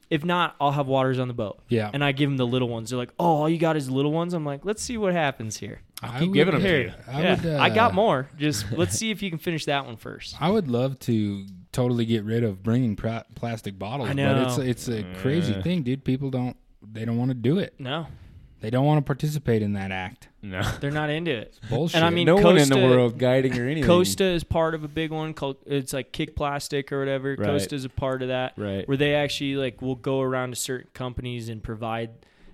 Speaker 3: If not, I'll have waters on the boat.
Speaker 2: Yeah.
Speaker 3: And I give them the little ones. They're like, oh, all you got is little ones. I'm like, let's see what happens here.
Speaker 2: I
Speaker 4: keep
Speaker 2: would-
Speaker 4: giving 'em to
Speaker 3: Here.
Speaker 4: you.
Speaker 2: I
Speaker 3: yeah.
Speaker 2: would,
Speaker 3: I got
Speaker 2: uh,
Speaker 3: more. Just
Speaker 4: [laughs]
Speaker 3: let's see if you can finish that one first.
Speaker 2: I would love to totally get rid of bringing pra- plastic bottles,
Speaker 3: I know.
Speaker 2: but it's it's a crazy
Speaker 4: Yeah.
Speaker 2: thing, dude. People don't they don't want to do it.
Speaker 3: No,
Speaker 2: They don't want to participate in that act.
Speaker 4: No. [laughs]
Speaker 3: they're not into it.
Speaker 2: Bullshit.
Speaker 3: And I mean,
Speaker 4: no one in the
Speaker 3: Costa-
Speaker 4: world guiding or anything.
Speaker 3: Costa is part of a big one called it's like Kick Plastic or whatever.
Speaker 4: Right.
Speaker 3: Costa is a part of that.
Speaker 4: Right.
Speaker 3: Where they actually like will go around to certain companies and provide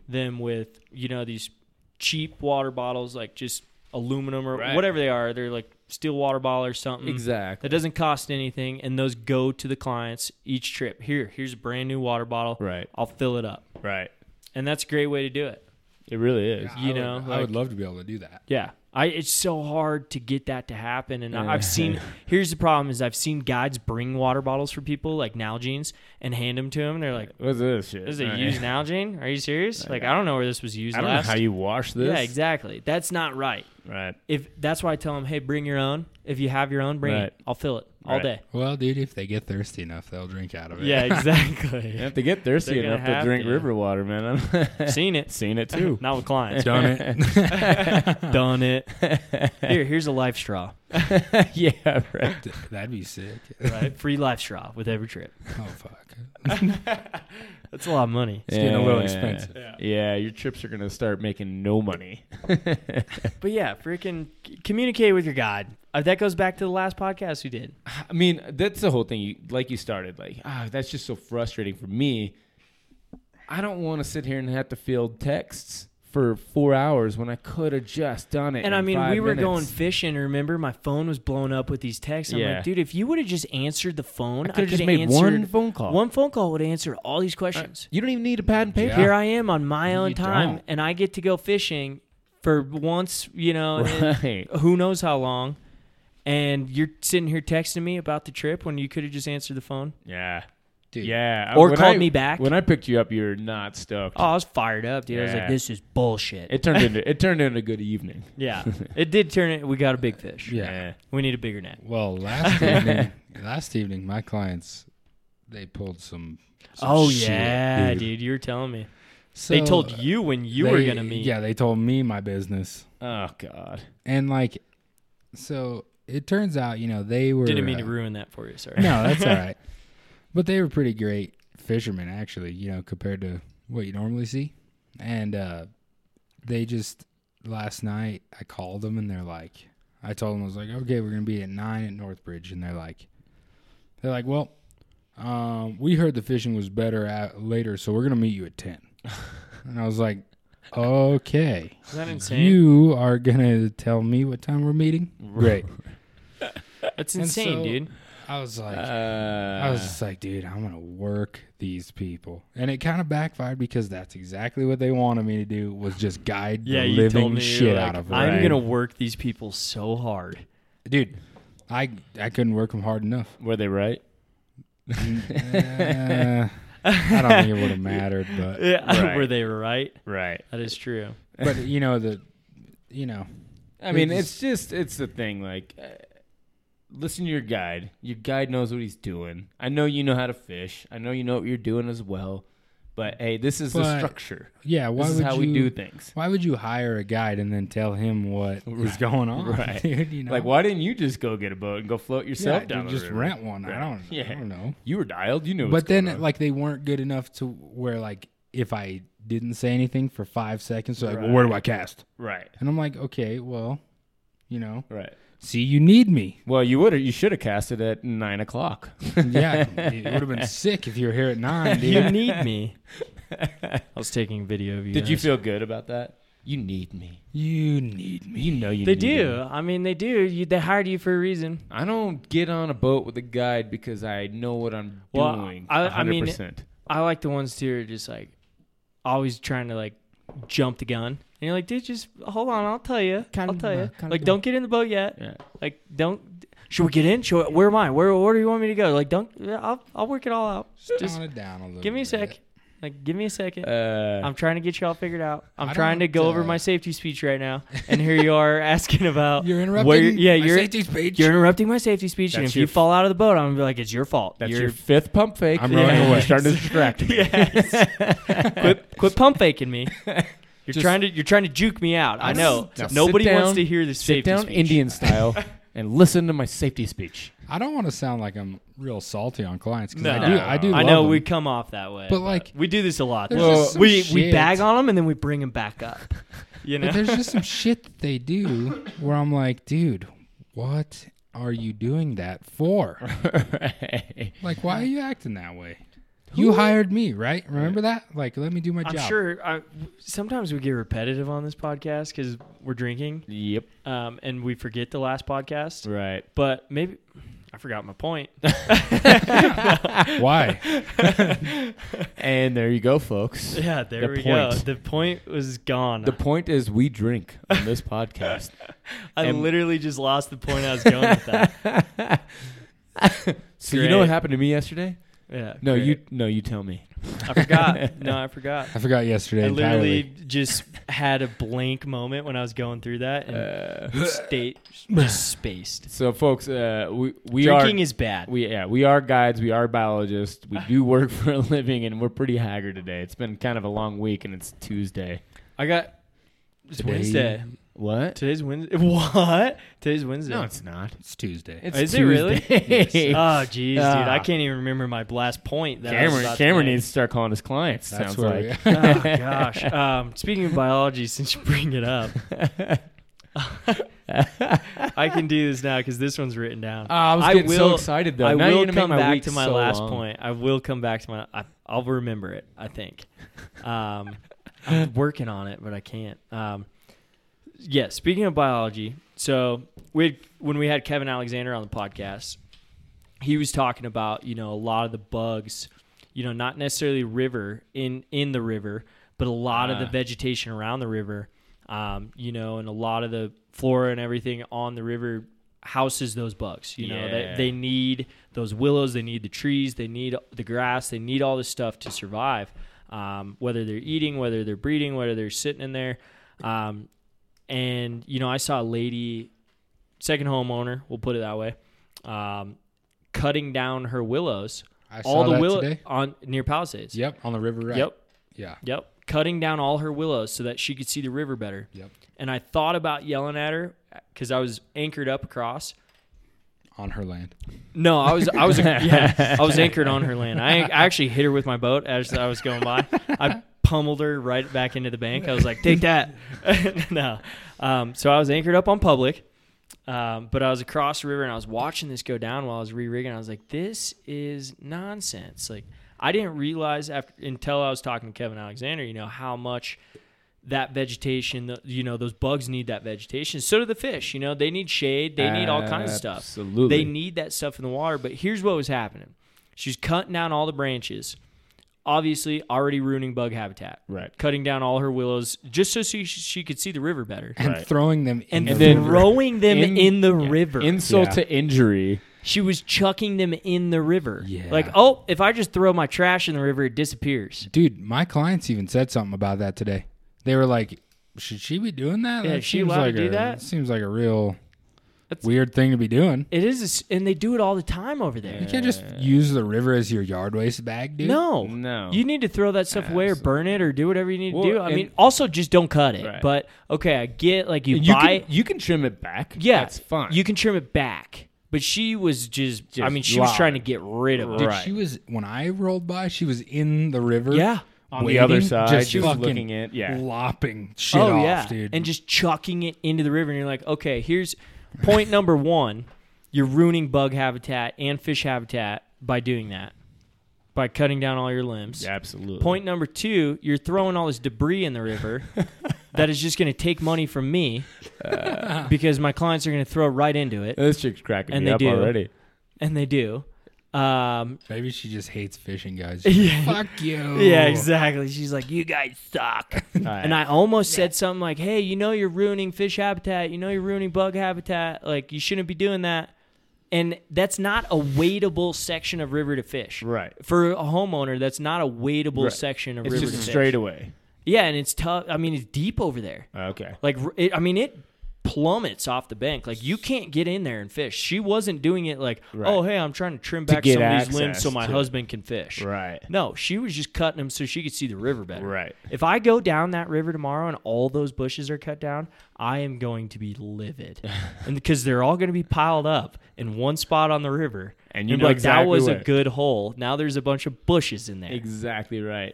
Speaker 3: them with, you know, these cheap water bottles like just aluminum or
Speaker 4: Right.
Speaker 3: whatever they are. They're like steel water bottle or something.
Speaker 4: [laughs] Exactly.
Speaker 3: That doesn't cost anything and those go to the clients each trip. Here, here's a brand new water bottle.
Speaker 4: Right.
Speaker 3: I'll fill it up.
Speaker 4: Right.
Speaker 3: And that's a great way to do it.
Speaker 4: It really is.
Speaker 2: I
Speaker 3: you
Speaker 2: would-
Speaker 3: know,
Speaker 2: I
Speaker 3: like-
Speaker 2: would love to be able to do that.
Speaker 3: Yeah. I it's so hard to get that to happen and I-
Speaker 4: Yeah.
Speaker 3: I've seen here's the problem is I've seen guides bring water bottles for people like Nalgene's and hand them to them and they're like
Speaker 4: What's this shit?
Speaker 3: this is a
Speaker 4: Right.
Speaker 3: used Nalgene? Are you serious? Like I don't know where this was used
Speaker 4: I don't know
Speaker 3: last.
Speaker 4: how you wash this.
Speaker 3: yeah, exactly. That's not right.
Speaker 4: Right.
Speaker 3: If that's why I tell them, hey, bring your own. If you have your own, bring
Speaker 4: Right.
Speaker 3: it. I'll fill it all
Speaker 4: Right.
Speaker 3: day.
Speaker 2: Well, dude, if they get thirsty enough, they'll drink out of it. [laughs]
Speaker 3: Yeah, exactly. [laughs]
Speaker 4: You have to get thirsty
Speaker 3: They're gonna
Speaker 4: enough to
Speaker 3: have
Speaker 4: drink
Speaker 3: to.
Speaker 4: river water, man. [laughs] I've
Speaker 3: Seen it.
Speaker 4: seen
Speaker 3: [laughs]
Speaker 4: it too.
Speaker 3: Not with clients.
Speaker 2: Done it.
Speaker 3: Done it. Here, here's a life straw.
Speaker 4: [laughs] yeah, right.
Speaker 2: That'd be sick.
Speaker 3: Right, free life straw with every trip.
Speaker 2: Oh fuck.
Speaker 3: That's a lot of money.
Speaker 2: It's getting a little expensive.
Speaker 3: Yeah.
Speaker 4: Yeah, your trips are gonna start making no money.
Speaker 3: But yeah, freaking c- communicate with your God. Uh, that goes back to the last podcast we did.
Speaker 4: I mean, that's the whole thing. You, like you started, like ah, that's just so frustrating for me. I don't want to sit here and have to field texts for four hours when I could have just done it.
Speaker 3: And I
Speaker 4: in
Speaker 3: mean,
Speaker 4: five
Speaker 3: we were
Speaker 4: minutes.
Speaker 3: going fishing. Remember, my phone was blown up with these texts. I'm
Speaker 4: Yeah.
Speaker 3: like, dude, if you would have just answered the phone,
Speaker 4: I could have just
Speaker 3: coulda
Speaker 4: made one
Speaker 3: answered-
Speaker 4: phone call.
Speaker 3: One phone call would answer all these questions.
Speaker 4: You don't even need a pad and paper.
Speaker 2: Yeah.
Speaker 3: Here I am on my own
Speaker 2: You
Speaker 3: time,
Speaker 2: don't.
Speaker 3: and I get to go fishing for once. You [laughs] know, in
Speaker 4: Right.
Speaker 3: who knows how long. And you're sitting here texting me about the trip when you could have just answered the phone.
Speaker 4: Yeah.
Speaker 2: Dude.
Speaker 4: Yeah.
Speaker 3: Or
Speaker 4: Uh, When
Speaker 3: called
Speaker 4: I-
Speaker 3: me back.
Speaker 4: When I picked you up, you were not stoked.
Speaker 3: Oh, I was fired up, dude. I was
Speaker 4: Yeah.
Speaker 3: like, this is bullshit.
Speaker 4: It turned into it turned into a good evening.
Speaker 2: [laughs]
Speaker 3: yeah, it did turn it. We got a big fish.
Speaker 2: Yeah.
Speaker 3: We need a bigger net.
Speaker 2: Well, last
Speaker 3: [laughs]
Speaker 2: evening, last evening, my clients they pulled some. some
Speaker 3: oh,
Speaker 2: shit,
Speaker 3: yeah, dude. You were telling me.
Speaker 2: So,
Speaker 3: they told you when you were
Speaker 2: they-
Speaker 3: going to meet.
Speaker 2: Yeah, they told me my business,
Speaker 4: Oh God.
Speaker 2: and like, so it turns out, you know, they were.
Speaker 3: Didn't mean to
Speaker 2: uh,
Speaker 3: ruin that for you. Sorry.
Speaker 2: No, that's all right. But they were pretty great fishermen, actually. You know, compared to what you normally see, and uh, they just last night I called them and they're like, I told them I was like, okay, we're gonna be at nine at Northbridge, and they're like, they're like, well, um, we heard the fishing was better at later, so we're gonna meet you at ten. and I was like, okay.
Speaker 3: [laughs] Is that insane?
Speaker 2: You are gonna tell me what time we're meeting? Great.
Speaker 3: That's
Speaker 2: And
Speaker 3: insane,
Speaker 2: so-
Speaker 3: dude.
Speaker 2: I was like, I
Speaker 4: I
Speaker 2: was just like, dude, I'm gonna work these people, and it kind of backfired because that's exactly what they wanted me to do was just guide
Speaker 3: Yeah,
Speaker 2: the
Speaker 3: you
Speaker 2: living
Speaker 3: told me. you were
Speaker 2: shit
Speaker 3: like,
Speaker 2: out of them.
Speaker 3: I'm going to work these people
Speaker 2: [laughs]
Speaker 3: so hard.
Speaker 2: dude. I I couldn't work them hard
Speaker 4: [laughs]
Speaker 2: enough.
Speaker 4: Were they right?
Speaker 2: Uh, eh, I don't think it would have mattered, but
Speaker 3: Yeah. [laughs]
Speaker 4: Right.
Speaker 3: were they right?
Speaker 4: Right.
Speaker 3: That
Speaker 2: [laughs]
Speaker 3: is true.
Speaker 2: but you know the, you know,
Speaker 4: I mean,
Speaker 2: It's-
Speaker 4: it's just it's the thing. Like, uh, listen to your guide. Your guide knows what he's doing. I know you know how to fish. I know you know what you're doing as well. But hey, this is the
Speaker 2: But
Speaker 4: structure.
Speaker 2: yeah. Why
Speaker 4: This is
Speaker 2: would
Speaker 4: how
Speaker 2: you,
Speaker 4: we do things.
Speaker 2: Why would you hire a guide and then tell him what is
Speaker 4: [laughs] Right.
Speaker 2: going on, [laughs]
Speaker 4: Right.
Speaker 2: dude? You know,
Speaker 4: Like, why didn't you just go get a boat and go float yourself
Speaker 2: Yeah,
Speaker 4: down
Speaker 2: dude,
Speaker 4: the
Speaker 2: just
Speaker 4: river?
Speaker 2: rent one. I
Speaker 4: Right.
Speaker 2: don't.
Speaker 4: Yeah.
Speaker 2: I don't know.
Speaker 4: You were dialed. You knew. what's
Speaker 2: but then
Speaker 4: going on.
Speaker 2: like they weren't good enough to where like if I didn't say anything for five seconds, they're like, well, where do I cast?
Speaker 4: right,
Speaker 2: And I'm like, okay, well, you know,
Speaker 4: right.
Speaker 2: see, you need me. [laughs]
Speaker 4: Well, you would. You should have cast it at nine o'clock.
Speaker 2: yeah, it would have
Speaker 3: [laughs]
Speaker 2: been sick if you were here at nine, dude.
Speaker 3: You
Speaker 2: [laughs]
Speaker 3: need me. I was taking a video of you.
Speaker 4: Did you
Speaker 3: guys.
Speaker 4: feel good about that? You need me.
Speaker 2: you need me.
Speaker 4: You know you.
Speaker 3: They
Speaker 4: need me.
Speaker 3: do. I mean, they do. You, they hired you for a reason.
Speaker 4: I don't get on a boat with a guide because I know what I'm
Speaker 3: Well,
Speaker 4: doing.
Speaker 3: I-
Speaker 4: 100%.
Speaker 3: I mean- I like the ones too who are just like always trying to like jump the gun. And you're like, dude, just hold on. I'll tell you. I'll tell you. Like, don't get in the boat yet.
Speaker 4: yeah.
Speaker 3: Like, don't. Should we get in? Should, where am I? Where Where do you want me to go? Like, don't. I'll I'll work it all out.
Speaker 2: Just
Speaker 3: Just
Speaker 2: tone it down a little.
Speaker 3: give me a
Speaker 2: bit.
Speaker 3: sec. Like, give me a second.
Speaker 4: Uh,
Speaker 3: I'm trying to get y'all figured out. I'm
Speaker 2: I
Speaker 3: trying to
Speaker 2: don't,
Speaker 3: go over
Speaker 2: uh,
Speaker 3: my safety speech right now, and here you are [laughs] asking about
Speaker 2: You're interrupting.
Speaker 3: Where, yeah,
Speaker 2: my
Speaker 3: you're
Speaker 2: safety speech.
Speaker 3: you're interrupting my safety speech, and
Speaker 4: That's
Speaker 3: if
Speaker 4: your-
Speaker 3: you fall out of the boat, I'm gonna be like, it's your fault.
Speaker 4: that's
Speaker 3: You're-
Speaker 4: your fifth pump fake.
Speaker 2: I'm running away.
Speaker 4: You're [laughs] starting
Speaker 3: [laughs]
Speaker 4: to distract me.
Speaker 3: quit, quit pump faking
Speaker 2: [laughs]
Speaker 3: me. You're
Speaker 4: Just-
Speaker 3: trying to you're trying to juke me out. I
Speaker 4: Just-
Speaker 3: know.
Speaker 4: now sit
Speaker 3: Nobody wants
Speaker 4: down-
Speaker 3: to hear this
Speaker 4: Sit
Speaker 3: safety
Speaker 4: down
Speaker 3: speech. [laughs]
Speaker 4: Indian style and listen to my safety speech.
Speaker 2: I don't want to sound like I'm real salty on clients because
Speaker 3: No.
Speaker 2: I do. I do.
Speaker 3: I
Speaker 2: love
Speaker 3: know
Speaker 2: them.
Speaker 3: we come off that way,
Speaker 2: But, like,
Speaker 3: we do this a lot.
Speaker 2: there's
Speaker 3: though.
Speaker 2: just some
Speaker 3: we we
Speaker 2: shit.
Speaker 3: bag on them and then we bring them
Speaker 2: [laughs]
Speaker 3: back up. You know,
Speaker 2: But there's just
Speaker 3: [laughs]
Speaker 2: some shit that they do where I'm like, dude, what are you doing that for?
Speaker 4: right.
Speaker 2: Like, why are you acting that way? You hired me, right? Remember that? Like, let me do my
Speaker 3: I'm
Speaker 2: job.
Speaker 3: sure. I, sometimes we get repetitive on this podcast because we're drinking
Speaker 4: Yep.
Speaker 3: um, and we forget the last podcast.
Speaker 4: Right.
Speaker 3: But maybe I forgot my [laughs] point. [laughs]
Speaker 2: Why?
Speaker 4: And there you go, folks.
Speaker 3: Yeah, there
Speaker 4: The
Speaker 3: we go.
Speaker 4: point.
Speaker 3: The point was gone.
Speaker 4: The point is, we drink on
Speaker 3: [laughs]
Speaker 4: this podcast.
Speaker 3: I
Speaker 4: and-
Speaker 3: literally just lost the point I was going with that.
Speaker 4: [laughs] so you know
Speaker 3: Great.
Speaker 4: what happened to me yesterday?
Speaker 3: Yeah.
Speaker 4: No,
Speaker 3: great.
Speaker 4: you no, you tell me.
Speaker 3: I
Speaker 4: [laughs]
Speaker 3: forgot. no, I forgot.
Speaker 2: I forgot yesterday.
Speaker 3: I
Speaker 2: entirely.
Speaker 3: literally just had a blank moment when I was going through that and
Speaker 4: Uh, [laughs]
Speaker 3: state just spaced.
Speaker 4: so, folks, uh, we we
Speaker 3: Drinking
Speaker 4: are
Speaker 3: is bad.
Speaker 4: we yeah we are guides. We are biologists. We do [laughs] work for a living, and we're pretty haggard today. It's been kind of a long week, and it's Tuesday.
Speaker 3: I got. It's
Speaker 2: Today-
Speaker 3: Wednesday.
Speaker 4: What?
Speaker 3: Today's Wednesday. [laughs] What? Today's Wednesday.
Speaker 4: No, it's not.
Speaker 2: It's Tuesday.
Speaker 4: It's
Speaker 3: Is it really? [laughs]
Speaker 4: Tuesday.
Speaker 3: oh, jeez, dude.
Speaker 4: Ah.
Speaker 3: I can't even remember my last point. That I was
Speaker 4: Cameron
Speaker 3: about
Speaker 4: Cameron
Speaker 3: to make.
Speaker 4: needs to start calling his clients.
Speaker 2: That's
Speaker 4: sounds
Speaker 2: where
Speaker 4: like.
Speaker 2: we-
Speaker 3: [laughs] oh
Speaker 4: [laughs]
Speaker 3: gosh. Um, speaking of biology, [laughs] since you bring it up,
Speaker 4: [laughs]
Speaker 3: I can do this now because this one's written down.
Speaker 4: Ah, I was
Speaker 3: I
Speaker 4: getting so
Speaker 3: will-
Speaker 4: excited though.
Speaker 3: I
Speaker 4: Now you're
Speaker 3: will
Speaker 4: gonna make
Speaker 3: come
Speaker 4: my
Speaker 3: back
Speaker 4: week
Speaker 3: to my
Speaker 4: so
Speaker 3: last
Speaker 4: long.
Speaker 3: point. I will come back to my. I, I'll remember it. I
Speaker 4: [laughs]
Speaker 3: think. Um, I'm working on it, but I can't. Um, yeah. Speaking of biology, so we had, when we had Kevin Alexander on the podcast, he was talking about you know a lot of the bugs, you know, not necessarily river in in the river, but a lot of the
Speaker 4: Ah.
Speaker 3: vegetation around the river, um, you know, and a lot of the flora and everything on the river houses those bugs. You know,
Speaker 4: Yeah.
Speaker 3: they, they need those willows, they need the trees, they need the grass, they need all this stuff to survive. Um, whether they're eating, whether they're breeding, whether they're sitting in there. Um, and you know, I saw a lady, second homeowner, we'll put it that way, um, cutting down her willows.
Speaker 2: I saw
Speaker 3: all the
Speaker 2: that
Speaker 3: willow
Speaker 2: today.
Speaker 3: on near
Speaker 2: [laughs]
Speaker 3: Palisades.
Speaker 2: Yep, on the river. Right.
Speaker 3: Yep.
Speaker 2: Yeah.
Speaker 3: Yep. Cutting down all her willows so that she could see the river better.
Speaker 2: Yep.
Speaker 3: And I thought about yelling at her because I was anchored up across.
Speaker 2: On her land.
Speaker 3: No, I was I was yeah, I was anchored on her land. I, I actually hit her with my boat as I was going by. I pummeled her right back into the bank. I was like, "Take that!" [laughs] no, um, so I was anchored up on public, um, but I was across the river and I was watching this go down while I was re-rigging. I was like, "This is nonsense!" Like I didn't realize after until I was talking to Kevin Alexander, you know, how much that vegetation, the, you know, those bugs need that vegetation. So do the fish. You know, they need shade. They need all kinds of stuff.
Speaker 4: Absolutely.
Speaker 3: They need that stuff in the water. But here's what was happening. She's cutting down all the branches, obviously already ruining bug habitat.
Speaker 4: Right.
Speaker 3: Cutting down all her willows just so she, she could see the river better.
Speaker 2: And
Speaker 4: Right.
Speaker 2: throwing them in
Speaker 3: And,
Speaker 2: the
Speaker 4: And then-
Speaker 2: river.
Speaker 3: throwing them in,
Speaker 4: In-
Speaker 3: the
Speaker 4: Yeah.
Speaker 3: river.
Speaker 4: Insult
Speaker 2: Yeah.
Speaker 4: to injury.
Speaker 3: she was chucking them in the river.
Speaker 2: Yeah.
Speaker 3: Like, oh, if I just throw my trash in the river, it disappears.
Speaker 2: Dude, my clients even said something about that today. They were like, "Should she be doing that?
Speaker 3: Yeah,
Speaker 2: that
Speaker 3: is she
Speaker 2: seems
Speaker 3: allowed to
Speaker 2: like
Speaker 3: do
Speaker 2: a,
Speaker 3: that?
Speaker 2: Seems like a real
Speaker 3: That's-
Speaker 2: weird thing to be doing.
Speaker 3: It is, a s- and they do it all the time over there.
Speaker 2: You can't just use the river as your yard waste bag, dude.
Speaker 3: Uh, No,
Speaker 4: No.
Speaker 3: You need to throw that stuff away or burn it or do whatever you need
Speaker 4: Well,
Speaker 3: to do. I
Speaker 4: and-
Speaker 3: mean, also just don't cut it.
Speaker 4: Right.
Speaker 3: But okay, I get like you,
Speaker 4: And You
Speaker 3: buy.
Speaker 4: can, you can trim it back.
Speaker 3: yeah,
Speaker 4: That's fine.
Speaker 3: You can trim it back. But she was just. I
Speaker 4: Just
Speaker 3: mean, she was
Speaker 4: lie.
Speaker 3: trying to get rid of it.
Speaker 2: dude,
Speaker 4: Right.
Speaker 2: she was when I rolled by, she was in the river.
Speaker 3: Yeah.
Speaker 4: on the other
Speaker 2: waiting,
Speaker 4: side,
Speaker 2: just,
Speaker 4: just,
Speaker 2: fucking
Speaker 4: looking at yeah.
Speaker 2: lopping shit
Speaker 3: oh
Speaker 2: off,
Speaker 3: yeah,
Speaker 2: dude.
Speaker 3: and just chucking it into the river. And you're like, okay, here's [laughs] point number one. You're ruining bug habitat and fish habitat by doing that, by cutting down all your limbs.
Speaker 4: Absolutely.
Speaker 3: Point number two, you're throwing all this debris in
Speaker 2: [laughs]
Speaker 3: the river that is just going to take money from me
Speaker 2: Uh.
Speaker 3: because my clients are going to throw right into it,
Speaker 4: This chick's cracking
Speaker 3: And
Speaker 4: me
Speaker 3: they
Speaker 4: up
Speaker 3: do.
Speaker 4: [laughs] already.
Speaker 3: and they do. Um,
Speaker 2: Maybe she just hates fishing,
Speaker 3: [laughs]
Speaker 2: guys.
Speaker 3: Yeah.
Speaker 2: Fuck you.
Speaker 3: yeah, exactly. She's like, "You guys suck," and I almost said something like, "Hey, you know you're ruining fish habitat. You know you're ruining bug habitat. Like you shouldn't be doing that." And that's not a wadeable section of river to fish.
Speaker 4: right.
Speaker 3: For a homeowner, that's not a wadeable
Speaker 4: Right.
Speaker 3: section of
Speaker 4: It's
Speaker 3: river
Speaker 4: just
Speaker 3: to
Speaker 4: straight
Speaker 3: fish.
Speaker 4: away.
Speaker 3: Yeah, and it's tough. I mean, it's deep over there.
Speaker 4: Okay.
Speaker 3: Like, r- it, I mean, it plummets off the bank. Like, you can't get in there and fish. She wasn't doing it like,
Speaker 4: Right.
Speaker 3: oh, hey, I'm trying to trim back
Speaker 4: get
Speaker 3: somebody's limbs
Speaker 4: access
Speaker 3: so my
Speaker 4: to it.
Speaker 3: husband can fish.
Speaker 4: Right.
Speaker 3: No, she was just cutting them so she could see the river better.
Speaker 4: Right.
Speaker 3: If I go down that river tomorrow and all those bushes are cut down, I am going to be
Speaker 4: [laughs]
Speaker 3: livid, and because they're all going to be piled up in one spot on the river.
Speaker 4: And you
Speaker 3: be
Speaker 4: know
Speaker 3: like
Speaker 4: exactly
Speaker 3: that was a
Speaker 4: where."
Speaker 3: good hole. Now there's a bunch of bushes in there.
Speaker 4: Exactly right.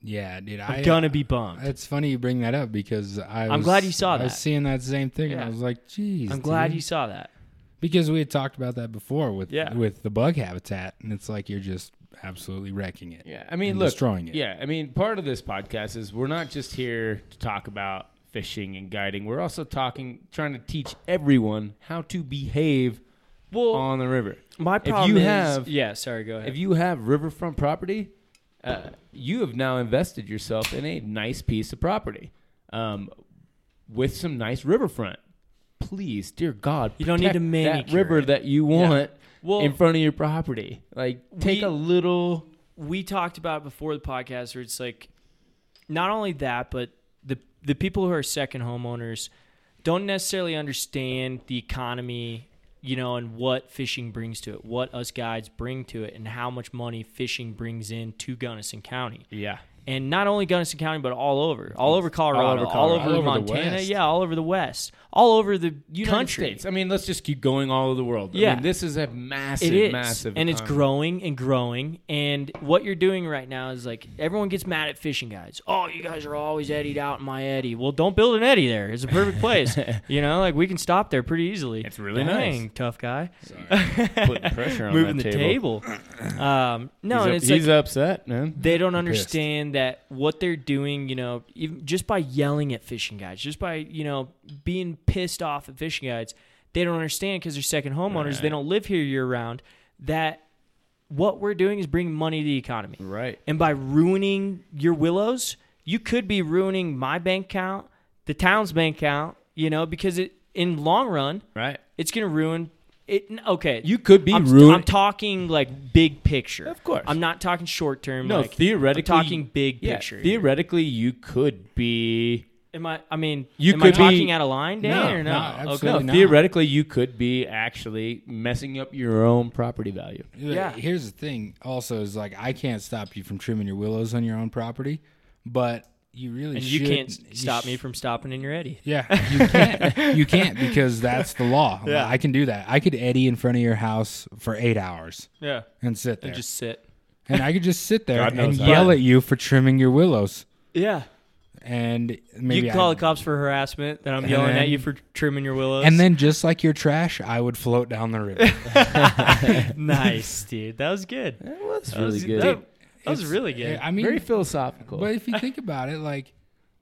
Speaker 2: Yeah, dude. I,
Speaker 3: I'm
Speaker 2: uh,
Speaker 3: gonna be bummed.
Speaker 2: It's funny you bring that up because I.
Speaker 3: I'm
Speaker 2: was-
Speaker 3: glad you saw
Speaker 2: I was
Speaker 3: that.
Speaker 2: seeing that same thing, and
Speaker 3: Yeah.
Speaker 2: I was like, "Geez."
Speaker 3: I'm glad
Speaker 2: dude.
Speaker 3: you saw that.
Speaker 2: because we had talked about that before with
Speaker 3: Yeah.
Speaker 2: with the bug habitat, and it's like you're just absolutely wrecking it.
Speaker 4: Yeah, I mean,
Speaker 2: and
Speaker 4: look,
Speaker 2: destroying it.
Speaker 4: Yeah, I mean, part of this podcast is we're not just here to talk about fishing and guiding. We're also talking, trying to teach everyone how to behave
Speaker 3: Well,
Speaker 4: on the river.
Speaker 3: My
Speaker 4: If you
Speaker 3: problem is,
Speaker 4: have-
Speaker 3: yeah. Sorry, go ahead.
Speaker 4: If you have riverfront property, uh, you have now invested yourself in a nice piece of property um, with some nice riverfront. please, dear God,
Speaker 3: You don't need to
Speaker 4: protect that
Speaker 3: manicure
Speaker 4: river
Speaker 3: it.
Speaker 4: that you want
Speaker 3: Well,
Speaker 4: in front of your property. Like, take
Speaker 3: We-
Speaker 4: a little.
Speaker 3: we talked about it before the podcast where it's like not only that but the the people who are second homeowners don't necessarily understand the economy you know and what fishing brings to it what us guides bring to it and how much money fishing brings in to gunnison county
Speaker 4: Yeah,
Speaker 3: and not only Gunnison County, but all over, all over Colorado, all over,
Speaker 4: Colorado.
Speaker 2: All over the
Speaker 3: Montana,
Speaker 2: West.
Speaker 3: yeah, all over the West, all over the United
Speaker 4: United
Speaker 3: country.
Speaker 4: States. I mean, let's just keep going all over the world. I
Speaker 3: Yeah.
Speaker 4: mean, this is a massive,
Speaker 3: it is
Speaker 4: massive,
Speaker 3: and it's
Speaker 4: economy.
Speaker 3: growing and growing and what you're doing right now is like everyone gets mad at fishing guides oh you guys are always eddied out in my eddy well don't build an eddy there it's a
Speaker 4: [laughs]
Speaker 3: perfect place you know like we can stop there pretty easily
Speaker 4: It's really
Speaker 3: Dang,
Speaker 4: nice.
Speaker 3: tough guy
Speaker 4: Putting pressure
Speaker 3: [laughs]
Speaker 4: on
Speaker 3: moving
Speaker 4: that
Speaker 3: the table, um, no
Speaker 4: he's
Speaker 3: and
Speaker 4: up-
Speaker 3: it's
Speaker 4: he's
Speaker 3: like
Speaker 4: upset, man.
Speaker 3: they don't
Speaker 2: pissed.
Speaker 3: understand that what they're doing you know even just by yelling at fishing guides just by you know being pissed off at fishing guides they don't understand because they're second homeowners they
Speaker 4: Right.
Speaker 3: don't live here year round that what we're doing is bringing money to the economy.
Speaker 4: Right.
Speaker 3: And by ruining your willows, you could be ruining my bank account, the town's bank account, you know, because it in long run,
Speaker 4: Right.
Speaker 3: it's going to ruin it okay.
Speaker 4: You could be
Speaker 3: I'm,
Speaker 4: ruining.
Speaker 3: I'm talking like big picture.
Speaker 4: Of course.
Speaker 3: I'm not talking short term
Speaker 4: no,
Speaker 3: like
Speaker 4: theoretically,
Speaker 3: I'm talking big
Speaker 4: yeah,
Speaker 3: picture. here.
Speaker 4: Theoretically, you could be.
Speaker 3: Am I I mean,
Speaker 4: You
Speaker 3: am
Speaker 4: could
Speaker 3: I
Speaker 4: be-
Speaker 3: talking out of line, Dan,
Speaker 4: No,
Speaker 3: or
Speaker 2: no,
Speaker 3: no?
Speaker 2: absolutely
Speaker 4: No,
Speaker 2: Really not.
Speaker 4: theoretically, you could be actually messing up your own property value.
Speaker 3: Yeah.
Speaker 2: Uh, Here's the thing. Also, is like I can't stop you from trimming your willows on your own property, but you really
Speaker 3: And
Speaker 2: should,
Speaker 3: you can't s-
Speaker 2: you
Speaker 3: stop
Speaker 2: sh-
Speaker 3: me from stopping in your eddy.
Speaker 2: Yeah, you can't. you can't because that's the law.
Speaker 3: Yeah.
Speaker 2: I can do that. I could eddy in front of your house for eight hours
Speaker 3: Yeah.
Speaker 2: and sit there,
Speaker 3: And just sit.
Speaker 2: and I could just sit there
Speaker 4: God
Speaker 2: and
Speaker 4: knows how.
Speaker 2: yell at you for trimming your willows.
Speaker 3: Yeah.
Speaker 2: And maybe
Speaker 3: you can call
Speaker 2: I,
Speaker 3: the cops for harassment. Then I'm yelling
Speaker 2: then-
Speaker 3: at you for trimming your willows.
Speaker 2: and then just like your trash, I would float down the river.
Speaker 3: [laughs] nice, dude. That was good. That
Speaker 4: That was
Speaker 3: was-
Speaker 4: really good.
Speaker 3: That, that was
Speaker 2: It's-
Speaker 3: really good.
Speaker 2: I mean,
Speaker 4: Very philosophical.
Speaker 2: But if you think about it, like,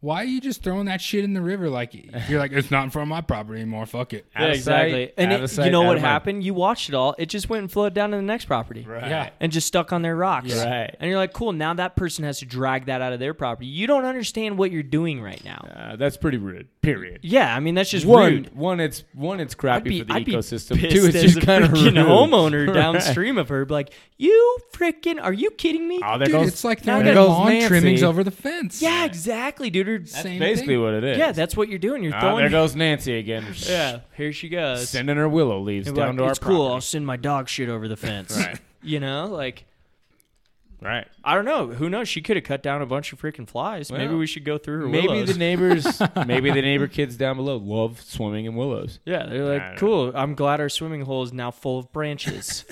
Speaker 2: why are you just throwing that shit in the river? Like, you're like, it's not in front of my property anymore. Fuck it.
Speaker 4: Out of sight,
Speaker 3: And
Speaker 4: out
Speaker 3: it-
Speaker 4: of sight,
Speaker 3: you know
Speaker 4: out
Speaker 3: what
Speaker 4: of mind.
Speaker 3: happened? You watched it all. It just went and floated down to the next property.
Speaker 4: Right.
Speaker 2: Yeah.
Speaker 3: And just stuck on their rocks.
Speaker 4: Yeah. Right.
Speaker 3: And you're like, cool, now that person has to drag that out of their property. You don't understand what you're doing right now. Yeah,
Speaker 4: Uh, that's pretty rude. Period.
Speaker 3: I mean, that's just
Speaker 4: one,
Speaker 3: rude.
Speaker 4: one, it's one, it's
Speaker 3: I'd
Speaker 4: crappy
Speaker 3: be,
Speaker 4: for the
Speaker 3: I'd be
Speaker 4: ecosystem.
Speaker 3: pissed
Speaker 4: Two, it's
Speaker 3: as
Speaker 4: just
Speaker 3: a
Speaker 4: kind of rude.
Speaker 3: freaking homeowner
Speaker 4: [laughs] Right.
Speaker 3: downstream of her. Be like, you freaking, are you kidding me?
Speaker 4: Oh, there
Speaker 2: Dude,
Speaker 4: goes.
Speaker 2: it's like
Speaker 3: now
Speaker 2: throwing
Speaker 3: there
Speaker 2: your
Speaker 4: goes
Speaker 2: lawn
Speaker 4: Nancy.
Speaker 2: trimmings over the fence. [laughs]
Speaker 3: yeah, exactly, dude. Or-
Speaker 2: That's same
Speaker 4: basically
Speaker 2: thing.
Speaker 4: what it is.
Speaker 3: yeah, that's what you're doing. You're
Speaker 4: Ah,
Speaker 3: throwing
Speaker 4: there goes Nancy again.
Speaker 3: [laughs] Yeah, here she goes.
Speaker 4: Sending her willow leaves
Speaker 3: And we're
Speaker 4: down
Speaker 3: like,
Speaker 4: to
Speaker 3: it's
Speaker 4: our
Speaker 3: cool. I'll
Speaker 4: property.
Speaker 3: send my dog shit over
Speaker 4: [laughs]
Speaker 3: the fence.
Speaker 4: Right.
Speaker 3: [laughs] You know, like
Speaker 4: Right.
Speaker 3: I don't know. Who knows? She could have cut down a bunch of freaking flies. maybe
Speaker 4: Well,
Speaker 3: we should go through her
Speaker 4: Maybe
Speaker 3: willows. [laughs]
Speaker 4: the neighbors, maybe the neighbor kids down below love swimming in willows.
Speaker 3: yeah, they're
Speaker 4: I don't
Speaker 3: like,
Speaker 4: know.
Speaker 3: cool. I'm glad our swimming hole is now full of
Speaker 4: [laughs]
Speaker 3: branches.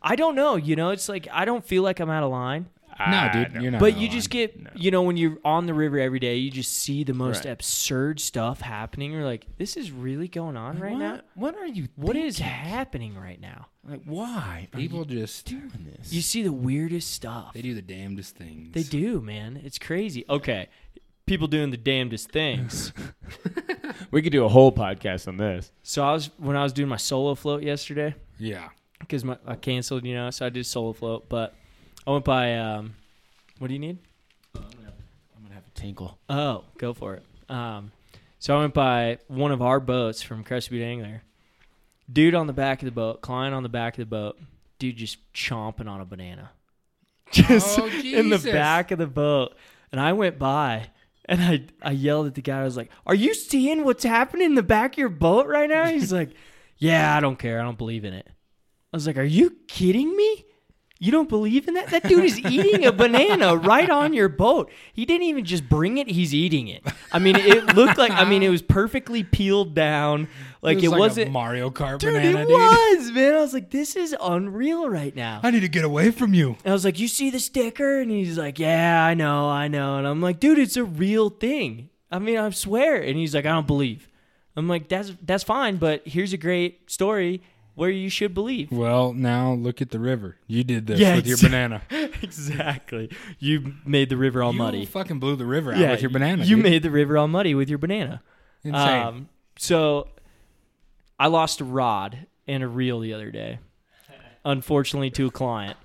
Speaker 3: I don't know. You know, it's like I don't feel like I'm out of line.
Speaker 2: No, dude, you're not.
Speaker 3: But
Speaker 2: out
Speaker 3: you
Speaker 2: of
Speaker 3: just
Speaker 2: line.
Speaker 3: get,
Speaker 4: No.
Speaker 3: you know, when you're on the river every day, you just see the most
Speaker 4: Right.
Speaker 3: absurd stuff happening. You're like, this is really going on right
Speaker 4: what,
Speaker 3: now.
Speaker 4: What are you?
Speaker 3: What
Speaker 4: thinking?
Speaker 3: is happening right now?
Speaker 4: like? Why are
Speaker 2: people
Speaker 4: you
Speaker 2: just
Speaker 4: doing this?
Speaker 3: You see the weirdest stuff.
Speaker 2: they do the damnedest things.
Speaker 3: They do, man. It's crazy. Okay. People doing the damnedest
Speaker 4: [laughs]
Speaker 3: things.
Speaker 4: we could do a whole podcast on this.
Speaker 3: so I was when I was doing my solo float yesterday
Speaker 2: Yeah.
Speaker 3: because my I canceled, you know, so I did solo float. But I went by. Um, what do you need?
Speaker 4: I'm gonna have a tinkle.
Speaker 3: Oh, go for it. Um, so I went by one of our boats from Crested Butte Angler. Dude on the back of the boat, client on the back of the boat. Dude just chomping on a banana, [laughs] just
Speaker 2: Oh,
Speaker 3: in the
Speaker 2: Jesus.
Speaker 3: back of the boat. And I went by and I I yelled at the guy. I was like, "Are you seeing what's happening in the back of your boat right now?" He's like, [laughs] "Yeah, I don't care. I don't believe in it." I was like, "Are you kidding me?" You don't believe in that? That dude is eating a banana right on your boat. He didn't even just bring it, he's eating it. I mean, it looked like I mean, it was perfectly peeled down. Like it,
Speaker 2: was
Speaker 3: was
Speaker 2: a
Speaker 3: not
Speaker 2: Mario Kart
Speaker 3: Dude,
Speaker 2: banana,
Speaker 3: it
Speaker 2: dude.
Speaker 3: was, man. I was like, this is unreal right now.
Speaker 2: I need to get away from you.
Speaker 3: And I was like, "You see the sticker?" And he's like, "Yeah, I know, I know." And I'm like, "Dude, it's a real thing. I mean, I swear." And he's like, "I don't believe." I'm like, "That's that's fine, but here's a great story where you should believe."
Speaker 2: Well, now look at the river. You did this
Speaker 3: Yeah,
Speaker 2: with your [laughs]
Speaker 3: exa-
Speaker 2: banana.
Speaker 3: [laughs] exactly. You made the river all
Speaker 2: you
Speaker 3: muddy.
Speaker 2: fucking blew the river out with your banana.
Speaker 3: You
Speaker 2: dude.
Speaker 3: made the river all muddy with your banana.
Speaker 2: insane.
Speaker 3: Um, so I lost a rod and a reel the
Speaker 2: [laughs]
Speaker 3: other day, unfortunately, to a client.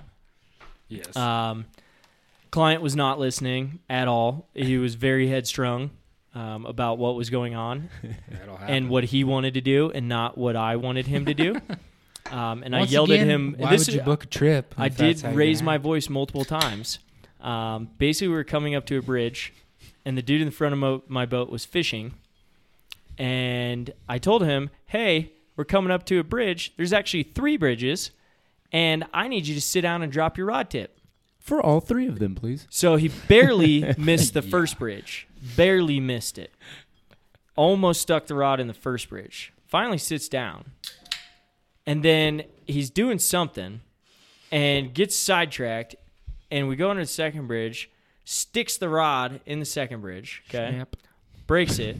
Speaker 2: yes.
Speaker 3: Um, client was not listening at all. He was very headstrong. um, about what was going on
Speaker 2: That'll happen.
Speaker 3: and what he wanted to do, and not what I wanted him
Speaker 2: [laughs]
Speaker 3: to do. Um, and
Speaker 2: Once
Speaker 3: I yelled
Speaker 2: again,
Speaker 3: at him. and
Speaker 2: Why
Speaker 3: this
Speaker 2: would
Speaker 3: is-
Speaker 2: you book a trip?
Speaker 3: I
Speaker 2: if that's
Speaker 3: did
Speaker 2: how you're
Speaker 3: raise
Speaker 2: gonna
Speaker 3: my
Speaker 2: act?
Speaker 3: voice multiple times. Um, basically, we were coming up to a bridge, and the dude in the front of mo- my boat was fishing. And I told him, "Hey, we're coming up to a bridge. There's actually three bridges, and I need you to sit down and drop your rod tip."
Speaker 4: For all three of them, please.
Speaker 3: So he barely missed the first bridge. Barely missed it. Almost stuck the rod in the first bridge. Finally sits down. And then he's doing something and gets sidetracked. And we go under the second bridge, sticks the rod in the second bridge. Okay.
Speaker 2: Yep.
Speaker 3: Breaks it.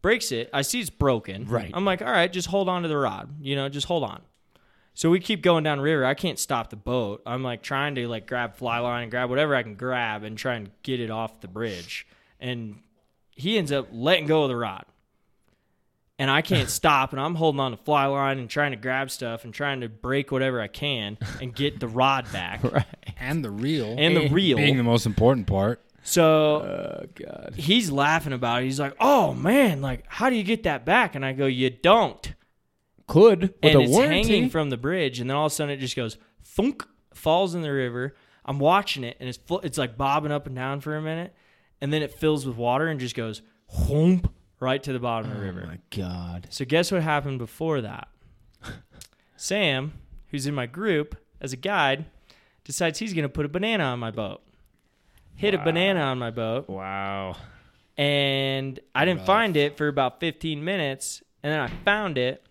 Speaker 3: breaks it. I see it's broken.
Speaker 4: Right.
Speaker 3: I'm like, all right, just hold on to the rod. You know, just hold on. So we keep going down river. I can't stop the boat. I'm like trying to like grab fly line and grab whatever I can grab and try and get it off the bridge. And he ends up letting go of the rod. And I can't stop and I'm holding on to fly line and trying to grab stuff and trying to break whatever I can and get the rod back
Speaker 2: And the reel.
Speaker 3: and the reel.
Speaker 2: being the most important part.
Speaker 3: so
Speaker 4: Oh God.
Speaker 3: he's laughing about it. He's like, "Oh man, like how do you get that back?" And I go, "You don't."
Speaker 4: Could with
Speaker 3: and
Speaker 4: a
Speaker 3: it's
Speaker 4: warranty.
Speaker 3: hanging from the bridge, and then all of a sudden it just goes thunk, falls in the river. I'm watching it, and it's fl- it's like bobbing up and down for a minute, and then it fills with water and just goes whoomp right to the bottom of the
Speaker 4: oh
Speaker 3: river.
Speaker 4: my God.
Speaker 3: So guess what happened before
Speaker 4: [laughs]
Speaker 3: that? Sam, who's in my group as a guide, decides he's going to put a banana on my boat. Hit a banana on my boat
Speaker 4: Wow.
Speaker 3: and I didn't
Speaker 2: Rough.
Speaker 3: find it for about 15 minutes, and then I found it.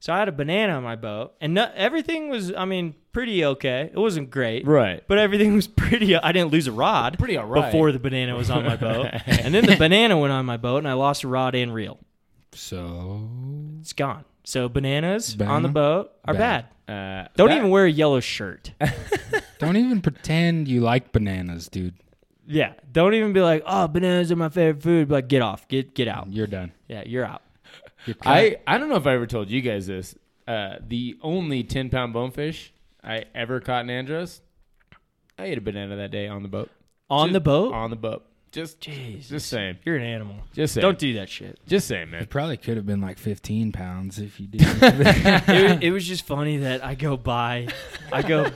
Speaker 3: So I had a banana on my boat, and no, everything was, I mean, pretty okay. It wasn't great,
Speaker 4: Right.
Speaker 3: but everything [laughs] was pretty. I didn't lose a rod
Speaker 4: Pretty alright.
Speaker 3: before the banana
Speaker 2: [laughs]
Speaker 3: was on my boat, and then the banana went on my boat, and I lost a rod and reel.
Speaker 2: So
Speaker 3: It's gone. So bananas on the
Speaker 2: Banana?
Speaker 3: boat are bad.
Speaker 2: Bad.
Speaker 4: Uh,
Speaker 3: Don't
Speaker 4: that-
Speaker 3: even wear a
Speaker 2: [laughs]
Speaker 3: yellow shirt.
Speaker 2: don't even pretend you like bananas, dude.
Speaker 3: yeah, don't even be like, oh, bananas are my favorite food. But get off, get get out.
Speaker 2: You're done.
Speaker 3: Yeah, you're out.
Speaker 2: You're cut.
Speaker 4: I I don't know if I ever told you guys this. Uh, the only ten pound bonefish I ever caught in Andros, I ate a banana that day on the boat.
Speaker 3: On
Speaker 4: Just-
Speaker 3: the boat.
Speaker 4: On the boat. Just
Speaker 3: Jesus.
Speaker 4: just saying.
Speaker 3: You're an animal.
Speaker 4: Just saying.
Speaker 3: Don't do that
Speaker 4: [laughs]
Speaker 3: shit.
Speaker 4: just saying,
Speaker 2: It
Speaker 3: [laughs]
Speaker 4: man.
Speaker 2: probably could have been like 15 pounds if you did.
Speaker 3: it, was, it was just funny that I go by, I go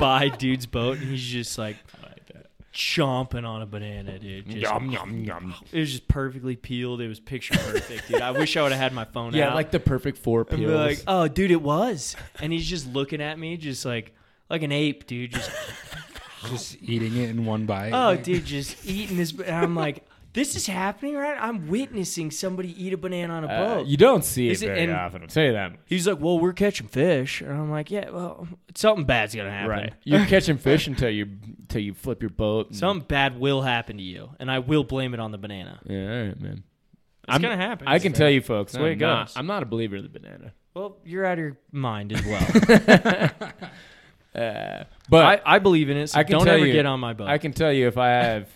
Speaker 3: by dude's boat and he's just like chomping on a banana, dude. Just,
Speaker 4: Yum yum yum.
Speaker 3: It was just perfectly peeled. It was picture perfect, dude. I wish I would have had my phone
Speaker 4: Yeah,
Speaker 3: out.
Speaker 4: like the perfect four
Speaker 3: and be
Speaker 4: peels.
Speaker 3: like, oh, dude, it was. And he's just looking at me, just like like an ape, dude.
Speaker 4: [laughs]
Speaker 3: Just
Speaker 2: just eating it in one bite.
Speaker 3: oh, dude, just eating this. ba-" And I'm like, this is happening, right? I'm witnessing somebody eat a banana on a
Speaker 4: Uh,
Speaker 3: "Oh, boat.
Speaker 4: you don't see it
Speaker 3: Is it-
Speaker 4: very
Speaker 3: and-
Speaker 4: often. I'll tell you that.
Speaker 3: He's like, well, we're catching fish, and I'm like, yeah, well, something bad's gonna happen.
Speaker 4: Right.
Speaker 3: [laughs]
Speaker 4: You're catching fish until you until you flip your boat. and-
Speaker 3: Mm. Something bad will happen to you, and I will blame it on the banana. It's
Speaker 4: Yeah, all right, man.
Speaker 3: gonna happen.
Speaker 4: I can tell you, folks.
Speaker 3: the way
Speaker 4: I'm
Speaker 3: it
Speaker 4: not,
Speaker 3: goes.
Speaker 4: I'm not a believer of the banana.
Speaker 3: Well, you're out of your mind as well.
Speaker 4: Uh, but
Speaker 3: [laughs] I, I believe in it. So
Speaker 4: I can
Speaker 3: don't
Speaker 4: tell
Speaker 3: ever
Speaker 4: you-
Speaker 3: get on my boat.
Speaker 4: I can tell you if I have,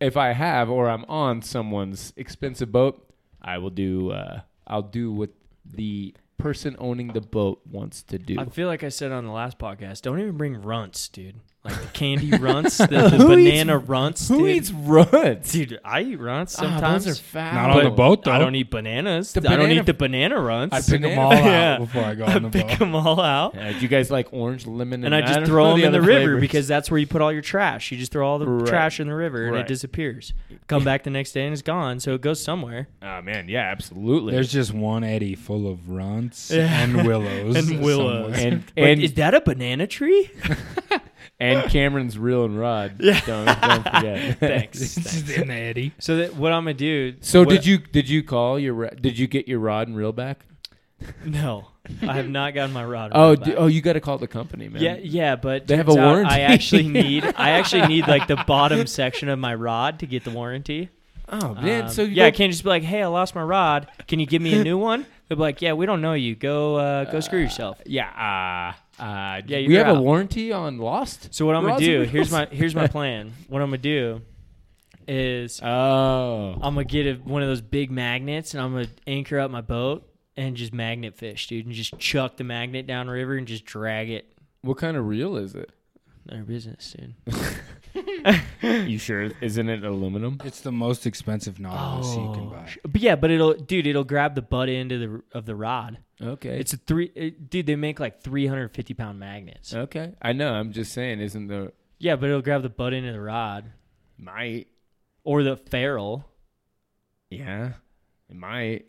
Speaker 4: if I have, or I'm on someone's expensive boat, I will do. Uh, I'll do what the person owning the boat wants to do.
Speaker 3: I feel like I said on the last podcast. Don't even bring runts, dude. Like the [laughs] candy runts, the, the banana runts.
Speaker 4: Who
Speaker 3: dude. [laughs]
Speaker 4: eats runts?
Speaker 3: Dude, I eat runts
Speaker 4: Ah,
Speaker 3: sometimes.
Speaker 4: those are foul.
Speaker 2: Not on the
Speaker 3: but
Speaker 2: boat,
Speaker 3: I
Speaker 2: though.
Speaker 3: don't eat bananas.
Speaker 4: The
Speaker 3: I don't
Speaker 4: banana-
Speaker 3: eat the banana runts.
Speaker 2: I pick them
Speaker 4: banana-
Speaker 2: all out
Speaker 3: Yeah.
Speaker 2: before I go
Speaker 3: [laughs] I
Speaker 2: on the
Speaker 3: pick
Speaker 2: boat.
Speaker 3: them all out.
Speaker 4: Uh, do you guys like orange, lemon,
Speaker 3: and
Speaker 4: and,
Speaker 3: I
Speaker 4: don't
Speaker 3: just
Speaker 4: know
Speaker 3: throw them in the
Speaker 4: other
Speaker 3: river
Speaker 4: flavors?
Speaker 3: because that's where you put all your trash. You just throw all the
Speaker 4: Right.
Speaker 3: trash in the river and
Speaker 4: Right.
Speaker 3: it disappears. Come back the next day and it's gone, so it goes somewhere.
Speaker 4: Oh man, yeah, absolutely.
Speaker 2: There's just one eddy full of runts
Speaker 3: Yeah.
Speaker 2: and willows.
Speaker 3: [laughs] And
Speaker 2: [laughs]
Speaker 3: willows.
Speaker 2: somewhere.
Speaker 4: and
Speaker 3: Wait,
Speaker 4: and,
Speaker 3: is that a banana tree? [laughs]
Speaker 4: and Cameron's reel and rod. Don't, don't forget.
Speaker 3: Thanks. thanks.
Speaker 2: Just in the eddy.
Speaker 3: So that what I'm gonna do?
Speaker 4: So
Speaker 3: what-
Speaker 4: did you did you call your ra- did you get your rod and reel back?
Speaker 3: [laughs] No, I have not gotten my rod.
Speaker 4: Oh,
Speaker 3: back.
Speaker 4: d- oh, you got to call the company, man.
Speaker 3: yeah, yeah, but
Speaker 4: They have
Speaker 3: turns
Speaker 4: a
Speaker 3: out
Speaker 4: warranty.
Speaker 3: I
Speaker 4: [laughs]
Speaker 3: actually need. I actually need like the bottom section of my rod to get the warranty.
Speaker 4: Oh
Speaker 2: Uh,
Speaker 4: man,
Speaker 3: Um,
Speaker 4: so you
Speaker 3: yeah, I
Speaker 4: go-
Speaker 3: can't just be like, "Hey, I lost my rod. Can you give me a new one?" They'll be like, "Yeah, we don't know you. Go, uh, go screw yourself."
Speaker 4: Yeah. Uh, uh,
Speaker 3: Yeah,
Speaker 4: we
Speaker 3: you're
Speaker 4: have a
Speaker 3: out.
Speaker 4: warranty on Lost.
Speaker 3: So what I'm gonna
Speaker 4: Rods
Speaker 3: do?
Speaker 4: and
Speaker 3: Here's my
Speaker 4: reels.
Speaker 3: here's my plan. What I'm gonna do is
Speaker 4: [laughs] Oh.
Speaker 3: I'm gonna get a, one of those big magnets and I'm gonna anchor up my boat and just magnet fish, dude, and just chuck the magnet down river and just drag it.
Speaker 4: What kind of reel is it?
Speaker 3: Their business, dude.
Speaker 4: you sure? Isn't it aluminum?
Speaker 2: It's the most expensive Nautilus Oh, you can buy.
Speaker 3: sh- but yeah, but it'll, dude, it'll grab the butt end of the of the rod.
Speaker 4: Okay.
Speaker 3: It's a three, it, dude. They make like 350 pound magnets.
Speaker 4: okay. I know. I'm just saying. Isn't the
Speaker 3: Yeah, but it'll grab the butt end of the rod
Speaker 4: might?
Speaker 3: or the ferrule.
Speaker 4: Yeah. It might.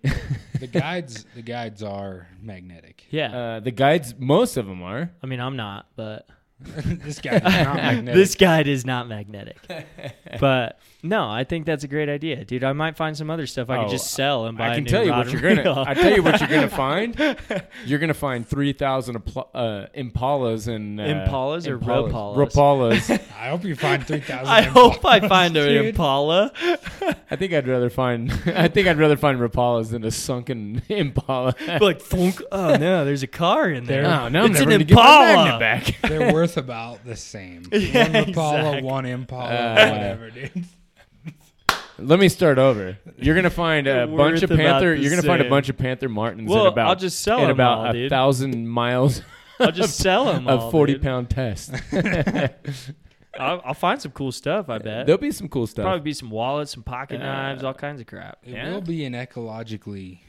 Speaker 2: The guides, the guides are magnetic. [laughs]
Speaker 3: Yeah,
Speaker 4: uh, the guides, most of them are.
Speaker 3: I mean, I'm not, but
Speaker 2: this
Speaker 3: [laughs]
Speaker 2: guy is not magnetic.
Speaker 3: this guy is not
Speaker 4: [laughs]
Speaker 3: magnetic. but no, I think that's a great idea, dude. I might find some other stuff I
Speaker 4: Oh,
Speaker 3: could just sell and buy.
Speaker 4: I
Speaker 3: a
Speaker 4: can
Speaker 3: new
Speaker 4: tell you
Speaker 3: rod
Speaker 4: what
Speaker 3: and
Speaker 4: you're gonna.
Speaker 3: reel. [laughs]
Speaker 4: I tell you what you're gonna find. You're gonna find three thousand uh, Impalas and uh,
Speaker 3: Impalas or Ropalas? [laughs]
Speaker 4: Ropalas.
Speaker 2: I hope you find three thousand.
Speaker 4: [laughs]
Speaker 3: I hope I find an Impala.
Speaker 4: I think I'd rather find. [laughs] I think I'd rather find Rapalas than a sunken [laughs] Impala.
Speaker 3: like,
Speaker 4: [laughs]
Speaker 3: thunk. Oh no, there's a car in there.
Speaker 4: No, no, I'm
Speaker 3: it's
Speaker 4: never
Speaker 3: an
Speaker 4: gonna get my
Speaker 3: Impala. [laughs]
Speaker 4: magnet back.
Speaker 2: They're worth about the same.
Speaker 3: Yeah,
Speaker 2: one Impala,
Speaker 3: exactly.
Speaker 2: one Impala,
Speaker 4: Uh,
Speaker 2: whatever, dude.
Speaker 4: Let me start over. You're gonna find a
Speaker 3: Worth
Speaker 4: bunch of
Speaker 3: about
Speaker 4: Panther.
Speaker 3: the
Speaker 4: You're gonna find a
Speaker 3: same.
Speaker 4: bunch of Panther Martins
Speaker 3: Well,
Speaker 4: in about
Speaker 3: I'll just sell
Speaker 4: in
Speaker 3: them
Speaker 4: about
Speaker 3: all,
Speaker 4: a
Speaker 3: dude.
Speaker 4: thousand
Speaker 3: [laughs]
Speaker 4: miles
Speaker 3: I'll just sell
Speaker 4: [laughs]
Speaker 3: them.
Speaker 4: of forty pound test.
Speaker 3: I'll, I'll find some cool stuff. I [laughs] bet.
Speaker 4: There'll be some cool stuff.
Speaker 3: Probably be some wallets, some
Speaker 4: Uh,
Speaker 3: pocket knives, all kinds of crap.
Speaker 2: It
Speaker 4: yeah.
Speaker 2: will be an ecologically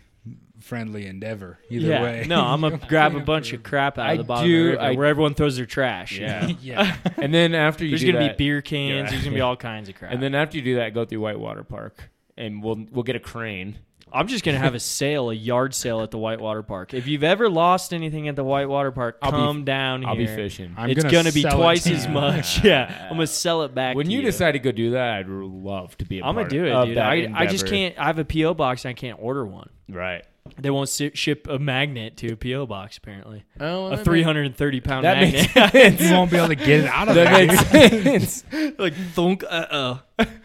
Speaker 2: friendly endeavor either way.
Speaker 3: No, I'm
Speaker 4: [laughs]
Speaker 3: gonna grab a bunch of crap out
Speaker 4: I
Speaker 3: of the bottom
Speaker 4: do-
Speaker 3: of the river
Speaker 4: I-
Speaker 3: where everyone throws their trash. [laughs]
Speaker 4: Yeah.
Speaker 2: [laughs] yeah,
Speaker 4: and then after you
Speaker 3: There's
Speaker 4: do
Speaker 3: gonna
Speaker 4: that-
Speaker 3: be beer cans.
Speaker 4: Yeah.
Speaker 3: There's gonna be all kinds of crap.
Speaker 4: [laughs] And then after you do that, go through Whitewater Park, and we'll we'll get a crane.
Speaker 3: I'm just gonna have a sale, a yard sale at the Whitewater Park. If you've ever lost anything at the Whitewater Park,
Speaker 4: I'll be-
Speaker 3: come down
Speaker 4: I'll be
Speaker 3: here.
Speaker 4: fishing.
Speaker 2: I'm
Speaker 3: it's gonna, be
Speaker 2: sell it
Speaker 3: twice
Speaker 2: to
Speaker 3: as
Speaker 2: you.
Speaker 3: much. [laughs] Yeah, I'm gonna sell it back.
Speaker 4: when
Speaker 3: to
Speaker 4: you decide to go do that, I'd love to be. i
Speaker 3: I'm gonna do it, dude. I, I just can't. I have a PO box and I can't order one.
Speaker 4: Right.
Speaker 3: They won't si- ship a magnet to a PO box apparently.
Speaker 4: Oh,
Speaker 3: A 330 pound
Speaker 4: That
Speaker 3: magnet.
Speaker 4: makes sense.
Speaker 2: You won't be able to get it out of there.
Speaker 4: that
Speaker 2: dude.
Speaker 4: makes sense.
Speaker 3: [laughs]
Speaker 4: [laughs]
Speaker 3: like thunk. Uh oh.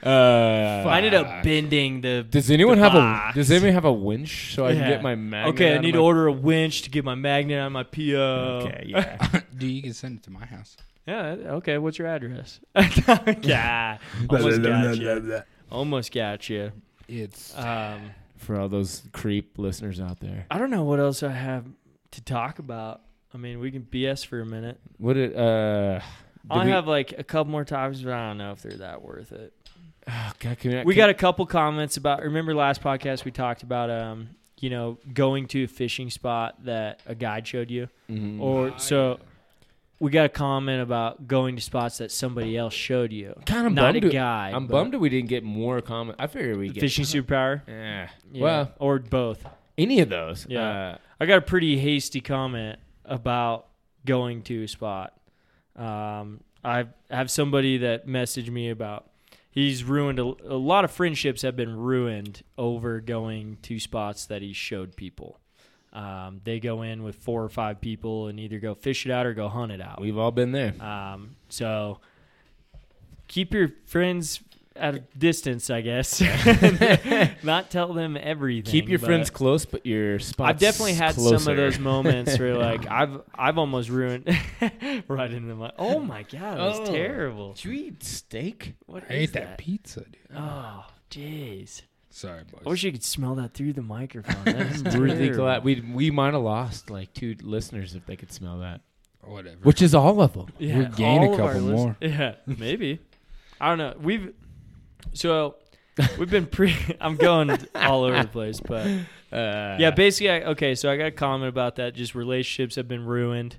Speaker 4: Uh,
Speaker 3: I ended up
Speaker 2: Fuck.
Speaker 3: bending the.
Speaker 4: Does anyone
Speaker 3: the
Speaker 4: have
Speaker 3: box.
Speaker 4: a Does anyone have a winch so I can
Speaker 3: Yeah.
Speaker 4: get my magnet?
Speaker 3: Okay,
Speaker 4: out
Speaker 3: I
Speaker 4: of
Speaker 3: need
Speaker 4: my-
Speaker 3: to order a winch to get my magnet on my PO.
Speaker 4: Okay,
Speaker 3: [laughs]
Speaker 4: yeah.
Speaker 2: [laughs] Dude, you can send it to my house.
Speaker 3: Yeah. Okay. What's your
Speaker 4: [laughs]
Speaker 3: address? [laughs] yeah. Almost got you. Almost got you.
Speaker 2: It's
Speaker 3: Um,
Speaker 4: For all those creep listeners out there,
Speaker 3: I don't know what else I have to talk about. I mean, we can BS for a minute.
Speaker 4: what it? Uh, did
Speaker 3: I
Speaker 4: we-
Speaker 3: have like a couple more topics, but I don't know if they're that worth it.
Speaker 4: Oh, God, can I-
Speaker 3: We
Speaker 4: can-
Speaker 3: got a couple comments about. Remember last podcast we talked about, um, you know, going to a fishing spot that a guide showed you,
Speaker 4: Mhm.
Speaker 3: or so. We got a comment about going to spots that somebody else showed you.
Speaker 4: Kinda
Speaker 3: not
Speaker 4: bummed
Speaker 3: a
Speaker 4: it-
Speaker 3: guy.
Speaker 4: I'm
Speaker 3: but
Speaker 4: bummed that we didn't get more comment. I figured we get [laughs]
Speaker 3: Fishing superpower.
Speaker 4: Yeah.
Speaker 3: Yeah,
Speaker 4: Well,
Speaker 3: or both.
Speaker 4: any of those.
Speaker 3: Yeah.
Speaker 4: Uh,
Speaker 3: I got a pretty hasty comment about going to a spot. Um, I have somebody that messaged me about he's ruined a, a lot of friendships have been ruined over going to spots that he showed people. Um, they go in with four or five people and either go fish it out or go hunt it out.
Speaker 4: we've all been there.
Speaker 3: Um, so keep your friends at a distance, I
Speaker 4: [laughs]
Speaker 3: guess. [laughs] Not tell them everything.
Speaker 4: Keep your
Speaker 3: but-
Speaker 4: friends close, but your spots.
Speaker 3: I've definitely had some
Speaker 4: closer.
Speaker 3: of
Speaker 4: [laughs]
Speaker 3: those moments
Speaker 2: [laughs]
Speaker 3: where like I've I've almost ruined [laughs] right into the mic. Oh my god, that was
Speaker 4: Oh.
Speaker 3: terrible.
Speaker 4: Did you eat steak?
Speaker 3: What is
Speaker 2: I ate that,
Speaker 3: that?
Speaker 2: pizza, dude.
Speaker 3: Oh, jeez.
Speaker 2: Sorry, boys.
Speaker 3: I wish you could smell that through the microphone. That's
Speaker 2: [laughs]
Speaker 4: I'm really
Speaker 3: terrible.
Speaker 4: glad we we might have lost like two listeners if they could smell that,
Speaker 2: Whatever.
Speaker 4: which is all of them.
Speaker 3: Yeah,
Speaker 2: We'll gain a
Speaker 3: all of our
Speaker 2: couple
Speaker 3: listen-
Speaker 2: more.
Speaker 3: [laughs]
Speaker 2: [laughs]
Speaker 3: Yeah, maybe. I don't know. We've so we've been pre. [laughs] I'm going all over the place, but
Speaker 4: Uh,
Speaker 3: yeah, basically. I, okay, so I got a comment about that. Just relationships have been ruined.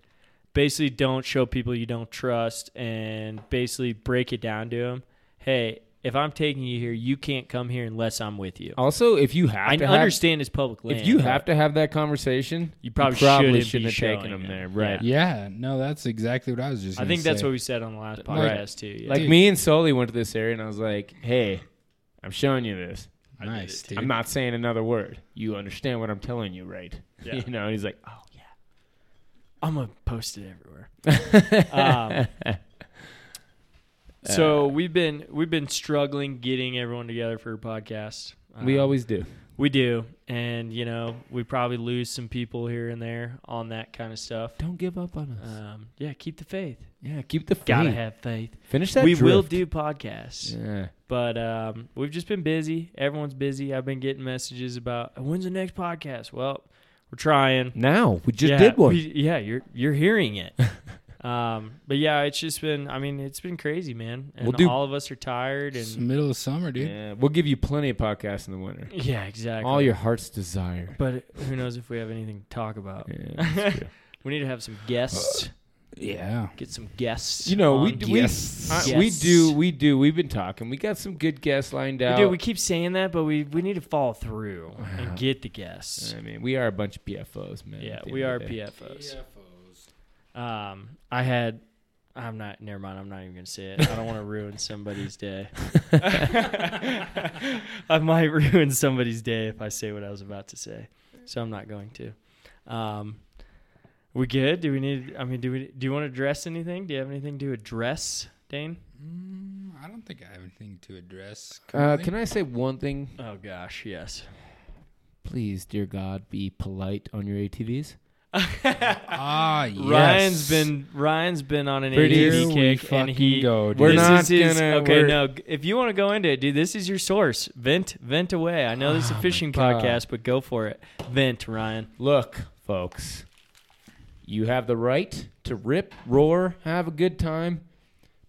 Speaker 3: Basically, don't show people you don't trust, and basically break it down to them. Hey, if I'm taking you here, you can't come here unless I'm with you.
Speaker 4: also, if you have
Speaker 3: I
Speaker 4: to have-
Speaker 3: understand it's public land.
Speaker 4: if you
Speaker 3: but
Speaker 4: have to have that conversation,
Speaker 3: you probably, shouldn't, be
Speaker 4: have taken
Speaker 3: showing
Speaker 4: them
Speaker 3: it.
Speaker 4: there, right?
Speaker 3: Yeah.
Speaker 2: yeah, no, that's exactly what I was just.
Speaker 3: I
Speaker 2: gonna
Speaker 3: think that's
Speaker 2: say.
Speaker 3: what we said on the last
Speaker 4: Like-
Speaker 3: podcast too. Yeah.
Speaker 4: Like
Speaker 2: Dude.
Speaker 4: me and Sully went to this area, and I was like, "Hey, I'm showing you this.
Speaker 3: I did
Speaker 2: nice,
Speaker 3: it,
Speaker 2: dude.
Speaker 4: I'm not saying another word. You understand what I'm telling you, right?
Speaker 3: Yeah.
Speaker 4: [laughs] you know." And he's like, "Oh,
Speaker 3: I'm gonna post it everywhere. [laughs] um, so we've been we've been struggling getting everyone together for a podcast.
Speaker 4: [laughs] we
Speaker 3: Um,
Speaker 4: always do."
Speaker 3: we do, and you know we probably lose some people here and there on that kind of stuff.
Speaker 4: Don't give up on us.
Speaker 3: Um, yeah, keep the faith.
Speaker 4: yeah, keep the faith.
Speaker 3: Gotta have faith.
Speaker 4: Finish that.
Speaker 3: we will
Speaker 4: drift.
Speaker 3: do podcasts,
Speaker 4: Yeah.
Speaker 3: but um, we've just been busy. Everyone's busy. I've been getting messages about when's the next podcast. Well, we're trying.
Speaker 4: Now we just
Speaker 3: Yeah,
Speaker 4: did one. [laughs]
Speaker 3: we- yeah, you're you're hearing it. Um, but yeah, it's just been. I mean, it's been crazy, man. And
Speaker 4: We'll do-
Speaker 3: all of us are tired.
Speaker 2: It's the
Speaker 3: And
Speaker 2: middle of summer, dude.
Speaker 4: Yeah, we'll give you plenty of podcasts in the winter.
Speaker 3: [laughs] yeah, exactly.
Speaker 4: All your heart's
Speaker 3: [laughs]
Speaker 4: desire.
Speaker 3: But who knows if we have anything to talk about?
Speaker 4: Yeah, that's true.
Speaker 3: We need to have some guests.
Speaker 2: Yeah.
Speaker 3: Get some guests.
Speaker 4: you know, we
Speaker 3: on.
Speaker 4: do,
Speaker 2: Yes.
Speaker 4: we, uh, we
Speaker 3: Yes.
Speaker 4: do, we do. We've been talking. We got some good guests lined
Speaker 3: We
Speaker 4: out.
Speaker 3: do. We keep saying that, but we we need to follow through and get the guests.
Speaker 4: I mean, we are a bunch of PFOs, man.
Speaker 3: Yeah,
Speaker 4: at the
Speaker 3: we
Speaker 4: end
Speaker 3: are
Speaker 4: of the day.
Speaker 3: PFOs. Um, I had. I'm not. Never mind. I'm not even gonna say it. I [laughs] don't want to ruin somebody's [laughs] day. I might ruin somebody's day if I say what I was about to say, so I'm not going to. Um, we good? Do we need? I mean, do we? Do you want to address anything? Do you have anything to address, Dane?
Speaker 2: Mm, I don't think I have anything to address.
Speaker 4: Uh,
Speaker 2: currently.
Speaker 4: can I say one thing?
Speaker 3: Oh gosh, yes.
Speaker 4: Please, dear God, be polite on your ATVs.
Speaker 2: Ah, yes.
Speaker 3: Ryan's been Ryan's been on an
Speaker 4: Pretty
Speaker 2: Here
Speaker 3: ADD
Speaker 2: we
Speaker 3: kick, and
Speaker 2: fucking
Speaker 3: he.
Speaker 2: go.
Speaker 4: We're
Speaker 2: dude.
Speaker 3: this
Speaker 4: not
Speaker 3: is his-
Speaker 4: gonna-
Speaker 3: Okay,
Speaker 4: we're-
Speaker 3: no. If you want to go into it, dude, this is your source. Vent, vent away. I know this is
Speaker 4: Oh,
Speaker 3: a
Speaker 4: my
Speaker 3: fishing
Speaker 4: God.
Speaker 3: podcast, but go for it. Vent, Ryan.
Speaker 4: Look, folks, you have the right to rip, roar, have a good time,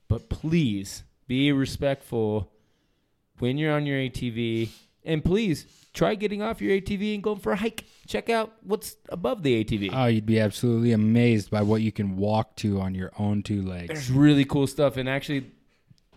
Speaker 4: but please be respectful when you're on your ATV. And please try getting off your ATV and going for a hike. Check out what's above the ATV.
Speaker 2: Oh, you'd be absolutely amazed by what you can walk to on your own two legs.
Speaker 4: There's really cool stuff. And actually,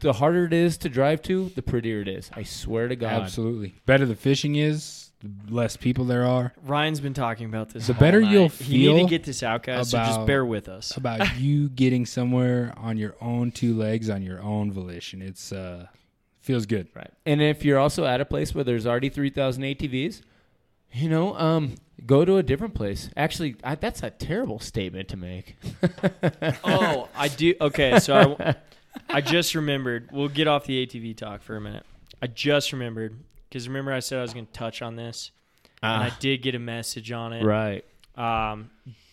Speaker 4: the harder it is to drive to, the prettier it is. I swear to God.
Speaker 2: Absolutely. Better the fishing is, the less people there are.
Speaker 3: Ryan's been talking about this.
Speaker 2: The
Speaker 3: all
Speaker 2: better
Speaker 3: night.
Speaker 2: you'll
Speaker 3: You need
Speaker 2: feel
Speaker 3: to get this out, guys. so just
Speaker 2: about-
Speaker 3: bear with
Speaker 2: [laughs]
Speaker 3: us.
Speaker 2: About
Speaker 3: [laughs]
Speaker 2: you getting somewhere on your own two legs, on your own volition. It's uh, feels good.
Speaker 4: Right. And if you're also at a place where there's already 3,000 ATVs, you know, um, go to a different place. Actually, I, that's a terrible statement to make.
Speaker 3: oh, I do. Okay, so
Speaker 2: [laughs]
Speaker 3: I, I just remembered. We'll get off the ATV talk for a minute. I just remembered because remember I said I was going to touch on this,
Speaker 2: Ah.
Speaker 3: and I did get a message on it.
Speaker 4: right.
Speaker 3: Um,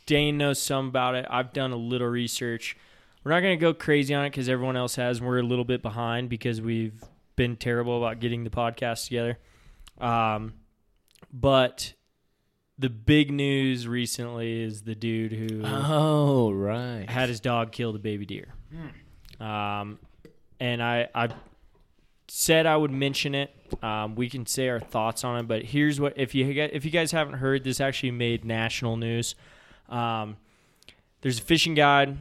Speaker 3: Dane knows some about it. I've done a little research. We're not going to go crazy on it because everyone else has. And we're a little bit behind because we've been terrible about getting the podcast together. Um, but the big news recently is the dude who
Speaker 4: Oh, right.
Speaker 3: had his dog kill the baby deer.
Speaker 2: Hmm.
Speaker 3: Um, and I, I said I would mention it. Um, we can say our thoughts on it, but here's what if you if you guys haven't heard, this actually made national news. Um, there's a fishing guide.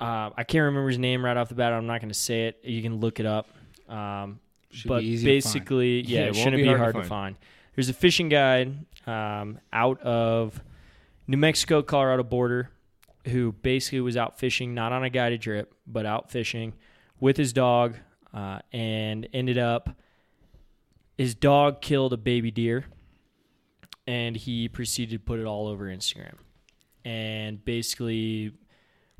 Speaker 3: Uh, I can't remember his name right off the bat. I'm not going to say it. You can look it up. Um,
Speaker 2: Should
Speaker 3: but
Speaker 2: be easy to find.
Speaker 3: basically, yeah,
Speaker 4: Yeah, it
Speaker 3: it
Speaker 4: won't
Speaker 3: shouldn't
Speaker 4: be
Speaker 3: be hard,
Speaker 4: hard to
Speaker 3: to, find. There's a fishing guide um, out of New Mexico Colorado border who basically was out fishing, not on a guided trip, but out fishing with his dog, uh, and ended up his dog killed a baby deer, and he proceeded to put it all over Instagram, and basically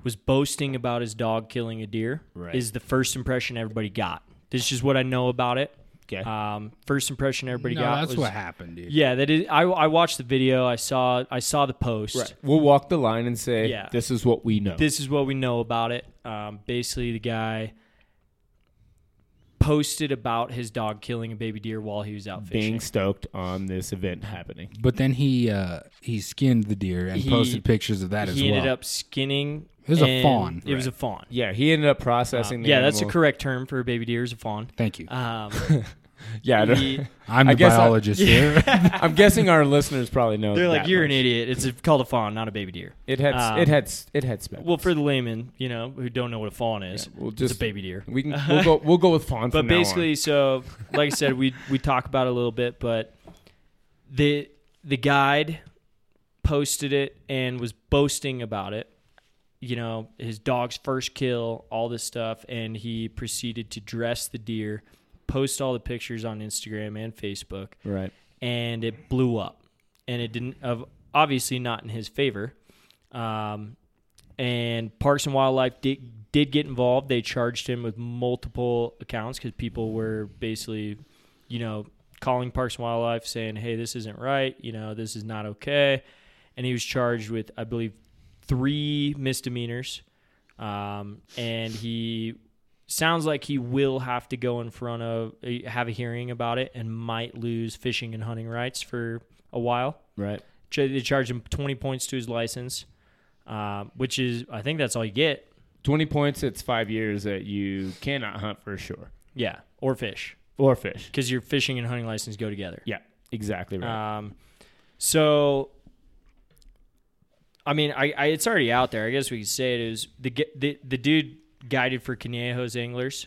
Speaker 3: was boasting about his dog killing a deer.
Speaker 4: Right.
Speaker 3: Is the first impression everybody got. This is what I know about it.
Speaker 4: Okay.
Speaker 3: Um, first impression everybody
Speaker 2: no,
Speaker 3: got.
Speaker 2: that's
Speaker 3: was-
Speaker 2: what happened, dude.
Speaker 3: Yeah, that is. I, I watched the video. I saw I saw the post
Speaker 4: right. We'll walk the line and say,
Speaker 3: Yeah.
Speaker 4: this is what we know.
Speaker 3: this is what we know about it. Um, basically, the guy posted about his dog killing a baby deer while he was out
Speaker 4: Being
Speaker 3: fishing.
Speaker 4: stoked on this event happening.
Speaker 2: But then he uh, he skinned the deer and
Speaker 3: He-
Speaker 2: posted pictures of that as
Speaker 3: he
Speaker 2: well.
Speaker 3: ended up skinning.
Speaker 2: It was a
Speaker 3: and-
Speaker 2: fawn.
Speaker 3: It was a fawn. Um,
Speaker 4: Yeah, he ended up processing the
Speaker 3: yeah, that's the
Speaker 4: animal.
Speaker 3: correct term for a baby deer is a fawn.
Speaker 2: Thank you.
Speaker 3: Um,
Speaker 4: [laughs] Yeah, I don't-
Speaker 3: [laughs]
Speaker 4: [laughs]
Speaker 3: he-
Speaker 2: I'm
Speaker 4: I
Speaker 2: the
Speaker 4: guess I-
Speaker 2: biologist
Speaker 3: [laughs]
Speaker 2: here.
Speaker 4: I'm guessing our listeners probably know.
Speaker 3: they're like,
Speaker 4: that
Speaker 3: you're
Speaker 4: much.
Speaker 3: an idiot. It's a, called a fawn, not a baby deer.
Speaker 4: It had,
Speaker 3: Um,
Speaker 4: it had, it had specs.
Speaker 3: Well, for the layman, you know, who don't know what a fawn is,
Speaker 4: we'll
Speaker 3: it's
Speaker 4: just
Speaker 3: a baby deer. [laughs]
Speaker 4: we can we'll go we'll go with font.
Speaker 3: but basically so like i said we we talk about it a little bit but the the guide posted it and was boasting about it you know his dog's first kill all this stuff and he proceeded to dress the deer post all the pictures on instagram and facebook
Speaker 4: right.
Speaker 3: and it blew up and it didn't of obviously not in his favor um, and parks and wildlife did, did get involved they charged him with multiple accounts because people were basically you know calling parks and wildlife saying hey this isn't right you know this is not okay and he was charged with i believe three misdemeanors um, and he sounds like he will have to go in front of eh, have a hearing about it and might lose fishing and hunting rights for a while.
Speaker 4: Right.
Speaker 3: Ch- They charge him 20 points to his license. uh, which is I think that's all you get.
Speaker 4: 20 points, it's five years that you cannot hunt for shore
Speaker 3: Yeah, or fish
Speaker 4: or fish.
Speaker 3: because your fishing and hunting license go together.
Speaker 4: Yeah, exactly right.
Speaker 3: Um, so, I mean, I, I it's already out there. I guess we could say it is the gu- the the dude guided for Canejos anglers,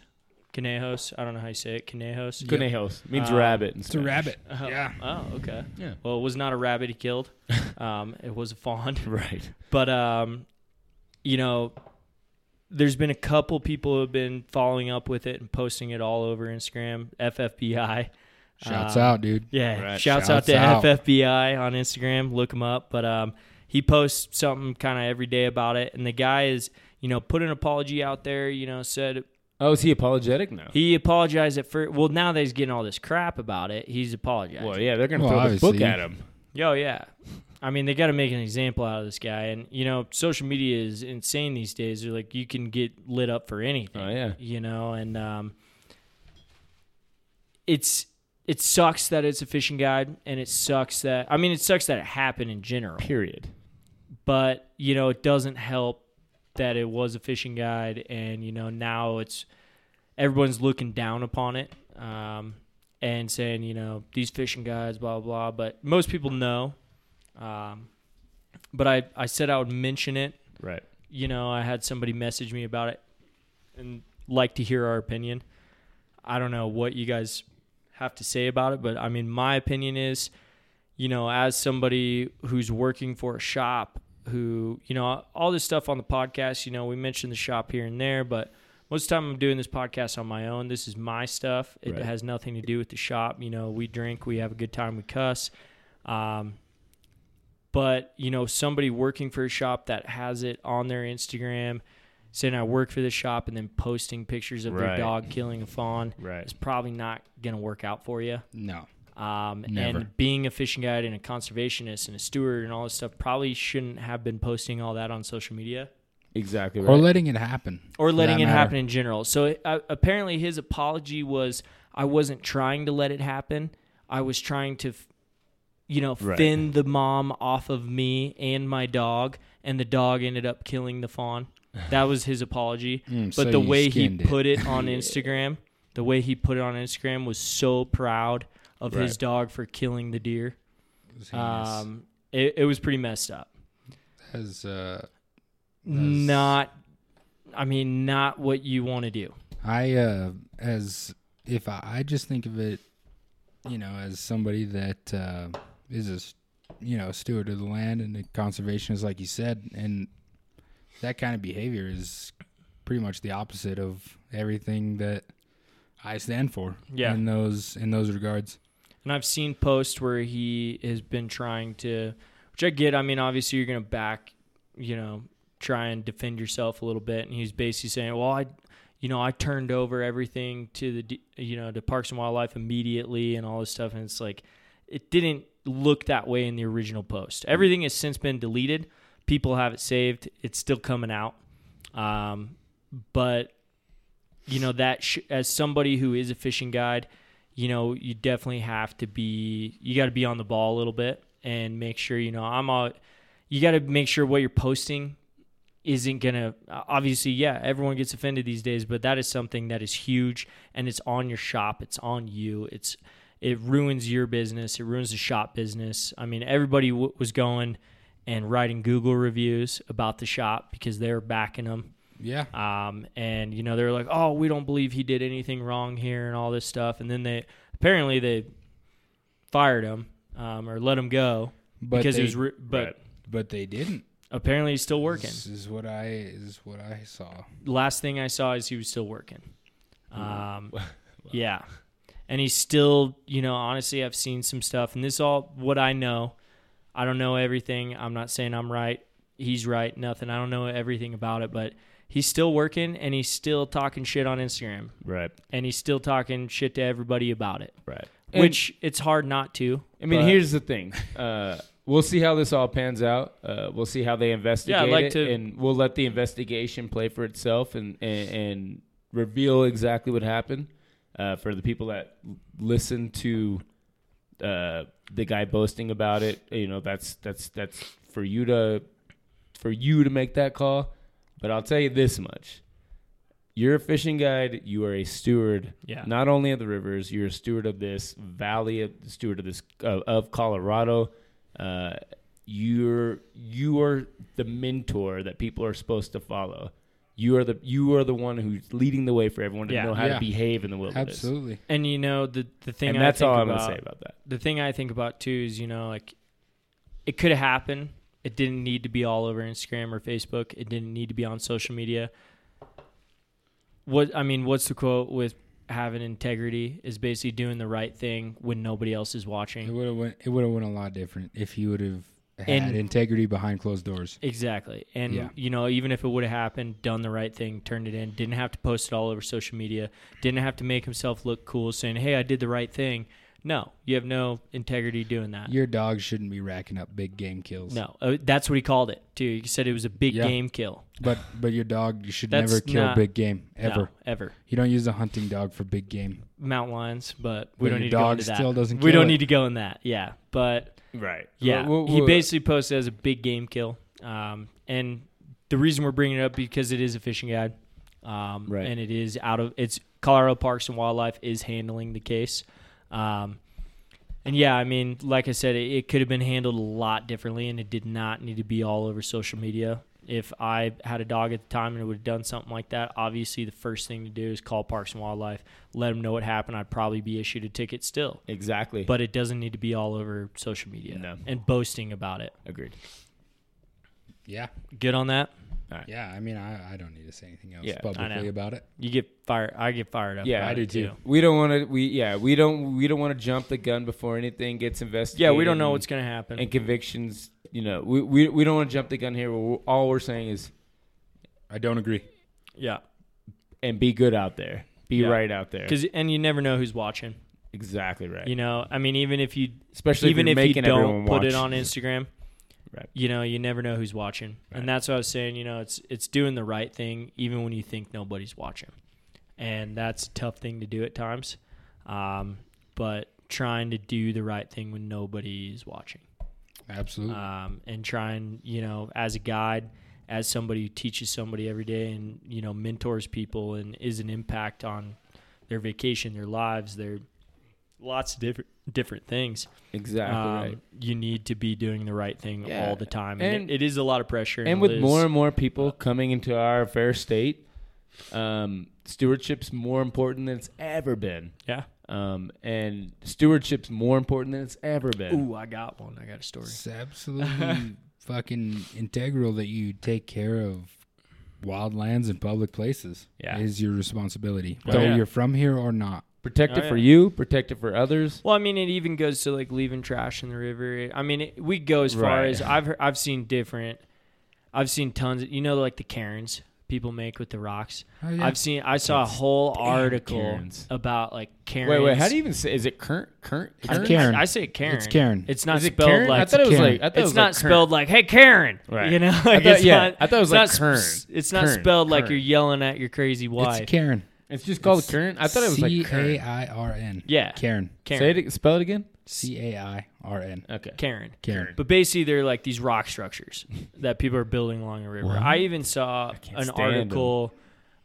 Speaker 3: Canejos. I don't know how you say it, Canejos.
Speaker 4: Conejos means
Speaker 3: Uh,
Speaker 4: rabbit. In
Speaker 2: It's a rabbit.
Speaker 3: [laughs] Oh,
Speaker 2: yeah.
Speaker 3: Oh, okay.
Speaker 4: Yeah.
Speaker 3: Well, it was not a rabbit he
Speaker 4: [laughs]
Speaker 3: killed. Um, it was a fawn.
Speaker 4: [laughs] Right.
Speaker 3: But um, you know, there's been a couple people who have been following up with it and posting it all over Instagram. FFBI.
Speaker 2: Shouts
Speaker 3: Um,
Speaker 2: out, dude.
Speaker 3: Yeah.
Speaker 4: Right.
Speaker 3: Shouts,
Speaker 2: Shouts
Speaker 3: out to
Speaker 2: out.
Speaker 3: FFBI on Instagram. Look him up. But um, he posts something kind of every day about it, and the guy is you know put an apology out there. You know, said
Speaker 4: Oh, is he apologetic now?
Speaker 3: he apologized at first. Well, now that he's getting all this crap about it, he's apologized.
Speaker 4: well, yeah, they're going to
Speaker 2: Well,
Speaker 4: throw
Speaker 2: obviously.
Speaker 4: the book at him.
Speaker 3: Yo, Oh, yeah. I mean, they got to make an example out of this guy. And, you know, social media is insane these days. They're like, you can get lit up for anything.
Speaker 4: Oh, yeah.
Speaker 3: You know, and um, it's it sucks that it's a fishing guide and it sucks that, I mean, it sucks that it happened in general.
Speaker 4: Period.
Speaker 3: But, you know, it doesn't help that it was a fishing guide and, you know, now it's everyone's looking down upon it um, and saying, you know, these fishing guides, blah, blah, blah. But most people know. Um, but I, I said I would mention it.
Speaker 4: Right.
Speaker 3: You know, I had somebody message me about it and like to hear our opinion. I don't know what you guys have to say about it, but I mean, my opinion is, you know, as somebody who's working for a shop who, you know, all this stuff on the podcast, you know, we mentioned the shop here and there, but most of the time I'm doing this podcast on my own. This is my stuff. It
Speaker 4: Right.
Speaker 3: has nothing to do with the shop. You know, we drink, we have a good time, we cuss. Um, but, you know, somebody working for a shop that has it on their Instagram saying I work for the shop and then posting pictures of
Speaker 4: Right.
Speaker 3: their dog killing a fawn
Speaker 4: Right.
Speaker 3: it's probably not going to work out for you.
Speaker 2: No.
Speaker 3: Um,
Speaker 2: Never.
Speaker 3: and being a fishing guide and a conservationist and a steward and all this stuff probably shouldn't have been posting all that on social media
Speaker 4: Exactly
Speaker 2: Or
Speaker 4: right.
Speaker 2: letting it happen.
Speaker 3: or
Speaker 2: for
Speaker 3: letting
Speaker 2: that
Speaker 3: it
Speaker 2: matter.
Speaker 3: happen in general. So it, uh, apparently his apology was I wasn't trying to let it happen. I was trying to f- you know
Speaker 4: Right.
Speaker 3: fend the mom off of me and my dog and the dog ended up killing the fawn. That was his apology.
Speaker 2: [laughs] Mm,
Speaker 3: but
Speaker 2: so
Speaker 3: the
Speaker 2: you
Speaker 3: way he
Speaker 2: skinned it.
Speaker 3: put
Speaker 2: [laughs]
Speaker 3: it on Instagram, the way he put it on Instagram was so proud of his
Speaker 4: Right.
Speaker 3: dog for killing the deer.
Speaker 2: It was heinous.
Speaker 3: Um, it, it was pretty messed up.
Speaker 2: That is, uh, That's-
Speaker 3: Not, I mean, not what you want to do.
Speaker 2: I uh as if I, I just think of it, you know, as somebody that uh is a s- you know steward of the land and a conservationist, like you said, and that kind of behavior is pretty much the opposite of everything that I stand for.
Speaker 3: Yeah.
Speaker 2: In those in those regards,
Speaker 3: And I've seen posts where he has been trying to, which I get. I mean, obviously, you're going to back, you know, try and defend yourself a little bit. And he's basically saying, well, I, you know, I turned over everything to the, D- you know, to Parks and Wildlife immediately and all this stuff. And it's like, it didn't look that way in the original post. Everything has since been deleted. People have it saved. It's still coming out. Um, but you know that sh- as somebody who is a fishing guide you know you definitely have to be you got to be on the ball a little bit and make sure you know i'm a you got to make sure what you're posting isn't gonna obviously yeah everyone gets offended these days but that is something that is huge and it's on your shop it's on you it's it ruins your business it ruins the shop business i mean everybody w- was going and writing google reviews about the shop because they're backing them
Speaker 2: yeah,
Speaker 3: um, and you know they're like, "Oh, we don't believe he did anything wrong here," and all this stuff. And then they apparently they fired him um, or let him go
Speaker 2: but
Speaker 3: because
Speaker 2: they,
Speaker 3: he was. Re- but
Speaker 4: right.
Speaker 2: but they didn't.
Speaker 3: apparently he's still working.
Speaker 2: This is what I is what I saw.
Speaker 3: Last thing I saw is he was still working.
Speaker 2: Mm. [laughs]
Speaker 3: Um, Yeah, and he's still. You know, honestly, I've seen some stuff, and this is all what I know. I don't know everything. I'm not saying I'm right. He's right. Nothing. I don't know everything about it, but he's still working and he's still talking shit on Instagram.
Speaker 4: Right.
Speaker 3: and he's still talking shit to everybody about it,
Speaker 4: Right.
Speaker 3: which it's hard not to.
Speaker 4: I mean,
Speaker 3: but-
Speaker 4: here's the thing. Uh, we'll see how this all pans out. Uh, we'll see how they investigate
Speaker 3: like
Speaker 4: it,
Speaker 3: to-
Speaker 4: and we'll let the investigation play for itself and and, and reveal exactly what happened. Uh, for the people that l- listen to uh, the guy boasting about it, you know, that's that's that's for you to for you to make that call. But I'll tell you this much. You're a fishing guide, you are a steward
Speaker 3: Yeah.
Speaker 4: not only of the rivers, you're a steward of this valley, a steward of this uh, of Colorado. Uh, you're you are the mentor that people are supposed to follow. You are the you are the one who's leading the way for everyone to
Speaker 3: Yeah.
Speaker 4: know how
Speaker 2: Yeah.
Speaker 4: to behave in the wilderness.
Speaker 2: Absolutely.
Speaker 3: And you know the the thing
Speaker 4: and
Speaker 3: I
Speaker 4: that's
Speaker 3: think
Speaker 4: all I'm
Speaker 3: about,
Speaker 4: gonna say about that.
Speaker 3: The thing I think about too is you know like it could have happened. It didn't need to be all over Instagram or Facebook. It didn't need to be on social media. What I mean, what's the quote with having integrity is basically doing the right thing when nobody else is
Speaker 2: It
Speaker 3: watching.
Speaker 2: would have went. It would have went a lot different if he would have had
Speaker 3: And-
Speaker 2: integrity behind closed doors.
Speaker 3: Exactly. And
Speaker 2: Yeah.
Speaker 3: you know, even if it would have happened, done the right thing, turned it in, didn't have to post it all over social media, didn't have to make himself look cool saying, "Hey, I did the right thing." No, you have no integrity doing that.
Speaker 2: Your dog shouldn't be racking up big game kills.
Speaker 3: No, uh, that's what he called it too. He said it was a big
Speaker 2: Yeah.
Speaker 3: game kill.
Speaker 2: But but your dog you should
Speaker 3: That's
Speaker 2: never kill
Speaker 3: not-
Speaker 2: big game
Speaker 3: No,
Speaker 2: ever.
Speaker 3: ever.
Speaker 2: You don't use a hunting dog for big game.
Speaker 3: Mountain lions, but
Speaker 2: But
Speaker 3: we
Speaker 2: your
Speaker 3: don't need to go
Speaker 2: dog
Speaker 3: into that.
Speaker 2: still doesn't
Speaker 3: we
Speaker 2: kill
Speaker 3: don't
Speaker 2: it.
Speaker 3: need to go in that. Yeah, but
Speaker 4: Right.
Speaker 3: yeah,
Speaker 2: Well, well,
Speaker 3: he
Speaker 2: well-
Speaker 3: basically posted it as a big game kill. Um, and the reason we're bringing it up because it is a fishing guide, um,
Speaker 4: Right.
Speaker 3: and it is out of it's Colorado Parks and Wildlife is handling the case. Um, and yeah, I mean, like I said, it, it could have been handled a lot differently, and it did not need to be all over social media. If I had a dog at the time and it would have done something like that, obviously the first thing to do is call Parks and Wildlife, let them know what happened. I'd probably be issued a ticket still,
Speaker 4: Exactly.
Speaker 3: but it doesn't need to be all over social media
Speaker 4: No.
Speaker 3: and boasting about it.
Speaker 4: agreed.
Speaker 2: Yeah.
Speaker 3: Good on that.
Speaker 2: Yeah. I mean I, I don't need to say anything else
Speaker 4: Yeah, I
Speaker 2: publicly
Speaker 3: know.
Speaker 2: about it.
Speaker 3: You get fired. I get fired up.
Speaker 4: Yeah,
Speaker 3: about
Speaker 4: I
Speaker 3: it,
Speaker 2: do too.
Speaker 4: We don't want to. We yeah. We don't. We don't want to jump the gun before anything gets investigated.
Speaker 3: Yeah, we don't know
Speaker 4: and-
Speaker 3: what's gonna happen.
Speaker 4: and convictions. You know, we we, we don't want to jump the gun here. We're, all we're saying is
Speaker 2: I don't agree.
Speaker 3: yeah,
Speaker 4: and be good out there. Be
Speaker 3: Yeah.
Speaker 4: right out there.
Speaker 3: because and you never know who's watching.
Speaker 4: Exactly right.
Speaker 3: You know, I mean, even if you
Speaker 4: Especially
Speaker 3: even
Speaker 4: if,
Speaker 3: if
Speaker 4: you're
Speaker 3: you
Speaker 4: making
Speaker 3: don't
Speaker 4: everyone
Speaker 3: put it
Speaker 4: watch.
Speaker 3: on Instagram,
Speaker 4: Right.
Speaker 3: you know, you never know who's watching,
Speaker 4: Right.
Speaker 3: and that's what I was saying. You know, it's it's doing the right thing even when you think nobody's watching, and that's a tough thing to do at times. Um, but trying to do the right thing when nobody's watching.
Speaker 2: Absolutely.
Speaker 4: Uh, Mm-hmm.
Speaker 3: um, and try and you know as a guide as somebody who teaches somebody every day and you know mentors people and is an impact on their vacation their lives their lots of different different things
Speaker 4: Exactly
Speaker 3: um,
Speaker 4: right.
Speaker 3: you need to be doing the right thing
Speaker 4: Yeah,
Speaker 3: all the time and,
Speaker 4: and-
Speaker 3: it, it is a lot of pressure
Speaker 4: And with
Speaker 3: it is-
Speaker 4: more and more people coming into our fair state, um, stewardship's more important than it's ever been.
Speaker 3: yeah
Speaker 4: Um, and stewardship's more important than it's ever been.
Speaker 3: ooh i got one i got a story
Speaker 2: It's absolutely
Speaker 4: [laughs]
Speaker 2: fucking integral that you take care of wildlands and public places.
Speaker 4: Yeah.
Speaker 2: Is your responsibility.
Speaker 4: Oh,
Speaker 2: Whether
Speaker 4: yeah.
Speaker 2: you're from here or not.
Speaker 4: Protect
Speaker 3: Oh,
Speaker 4: it for
Speaker 3: yeah.
Speaker 4: you. Protect it for others.
Speaker 3: Well, I mean, it even goes to like leaving trash in the river. I mean, it, we go as far
Speaker 4: Right.
Speaker 3: as I've heard, I've seen different. I've seen tons. Of, you know, like the Karens people make with the rocks.
Speaker 2: Oh, yeah.
Speaker 3: I've seen. I saw a whole article
Speaker 4: Karens.
Speaker 3: about like Karens.
Speaker 4: Wait, wait. How do you even say? Is it current? Current?
Speaker 3: I,
Speaker 2: Karen.
Speaker 3: I, I say Karen.
Speaker 2: It's Karen.
Speaker 3: It's not
Speaker 4: Is it
Speaker 3: spelled
Speaker 4: Karen?
Speaker 3: like.
Speaker 4: I thought it was
Speaker 2: Karen.
Speaker 4: like. I thought it
Speaker 3: it's
Speaker 4: was
Speaker 3: not
Speaker 4: like current.
Speaker 3: spelled like "Hey Karen,"
Speaker 4: Right.
Speaker 3: you know. [laughs]
Speaker 4: I
Speaker 3: Like,
Speaker 4: thought-
Speaker 3: it's
Speaker 4: yeah,
Speaker 3: not,
Speaker 4: I thought it was
Speaker 3: it's
Speaker 4: like
Speaker 3: not s-
Speaker 4: Kern.
Speaker 3: It's not
Speaker 4: Kern.
Speaker 3: spelled like
Speaker 4: Kern.
Speaker 3: you're yelling at your crazy wife.
Speaker 2: It's Karen.
Speaker 4: It's just called current. I thought it was like
Speaker 2: C A
Speaker 4: current.
Speaker 2: I R N.
Speaker 3: Yeah.
Speaker 2: Karen.
Speaker 3: Karen.
Speaker 4: Say it. Spell it again.
Speaker 2: C A I R N.
Speaker 4: Okay.
Speaker 3: Karen.
Speaker 2: Karen.
Speaker 3: But basically, they're like these rock structures
Speaker 4: [laughs]
Speaker 3: that people are building along the river.
Speaker 2: What?
Speaker 3: I even saw
Speaker 4: can't
Speaker 3: an
Speaker 4: stand
Speaker 3: article.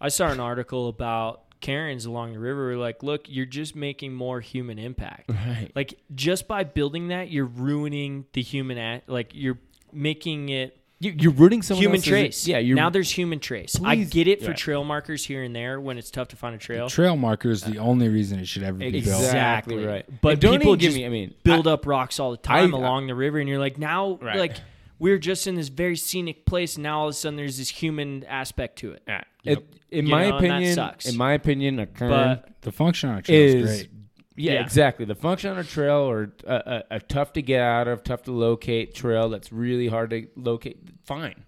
Speaker 3: I saw an article about Karens along the river. Like, look, you're just making more human impact.
Speaker 4: Right.
Speaker 3: Like, just by building that, you're ruining the human act. Like, you're making it
Speaker 4: You, you're rooting someone
Speaker 3: human
Speaker 4: else's-
Speaker 3: trace.
Speaker 4: Yeah, you're
Speaker 3: now there's human trace. I
Speaker 4: Please-
Speaker 3: get it for
Speaker 4: Yeah.
Speaker 3: trail markers here and there when it's tough to find a trail.
Speaker 2: Trail marker is
Speaker 3: Uh,
Speaker 2: the only reason it should ever be built.
Speaker 4: Exact- Exactly right.
Speaker 3: But
Speaker 4: And don't
Speaker 3: people
Speaker 4: even give
Speaker 3: just
Speaker 4: me- I mean,
Speaker 3: build up rocks all the time
Speaker 4: I- uh,
Speaker 3: along the river, and you're like, now,
Speaker 4: Right.
Speaker 3: like, we're just in this very scenic place, and now all of a sudden there's this human aspect to it.
Speaker 4: It- in
Speaker 3: You
Speaker 4: my
Speaker 3: know, and that
Speaker 4: opinion,
Speaker 3: sucks.
Speaker 4: in my opinion, a kern
Speaker 3: But
Speaker 2: The function on a trail is,
Speaker 4: is
Speaker 2: great.
Speaker 4: Yeah,
Speaker 3: Yeah.
Speaker 4: exactly. The function on a trail or a, a, a tough to get out of, tough to locate trail that's really hard to locate. Fine,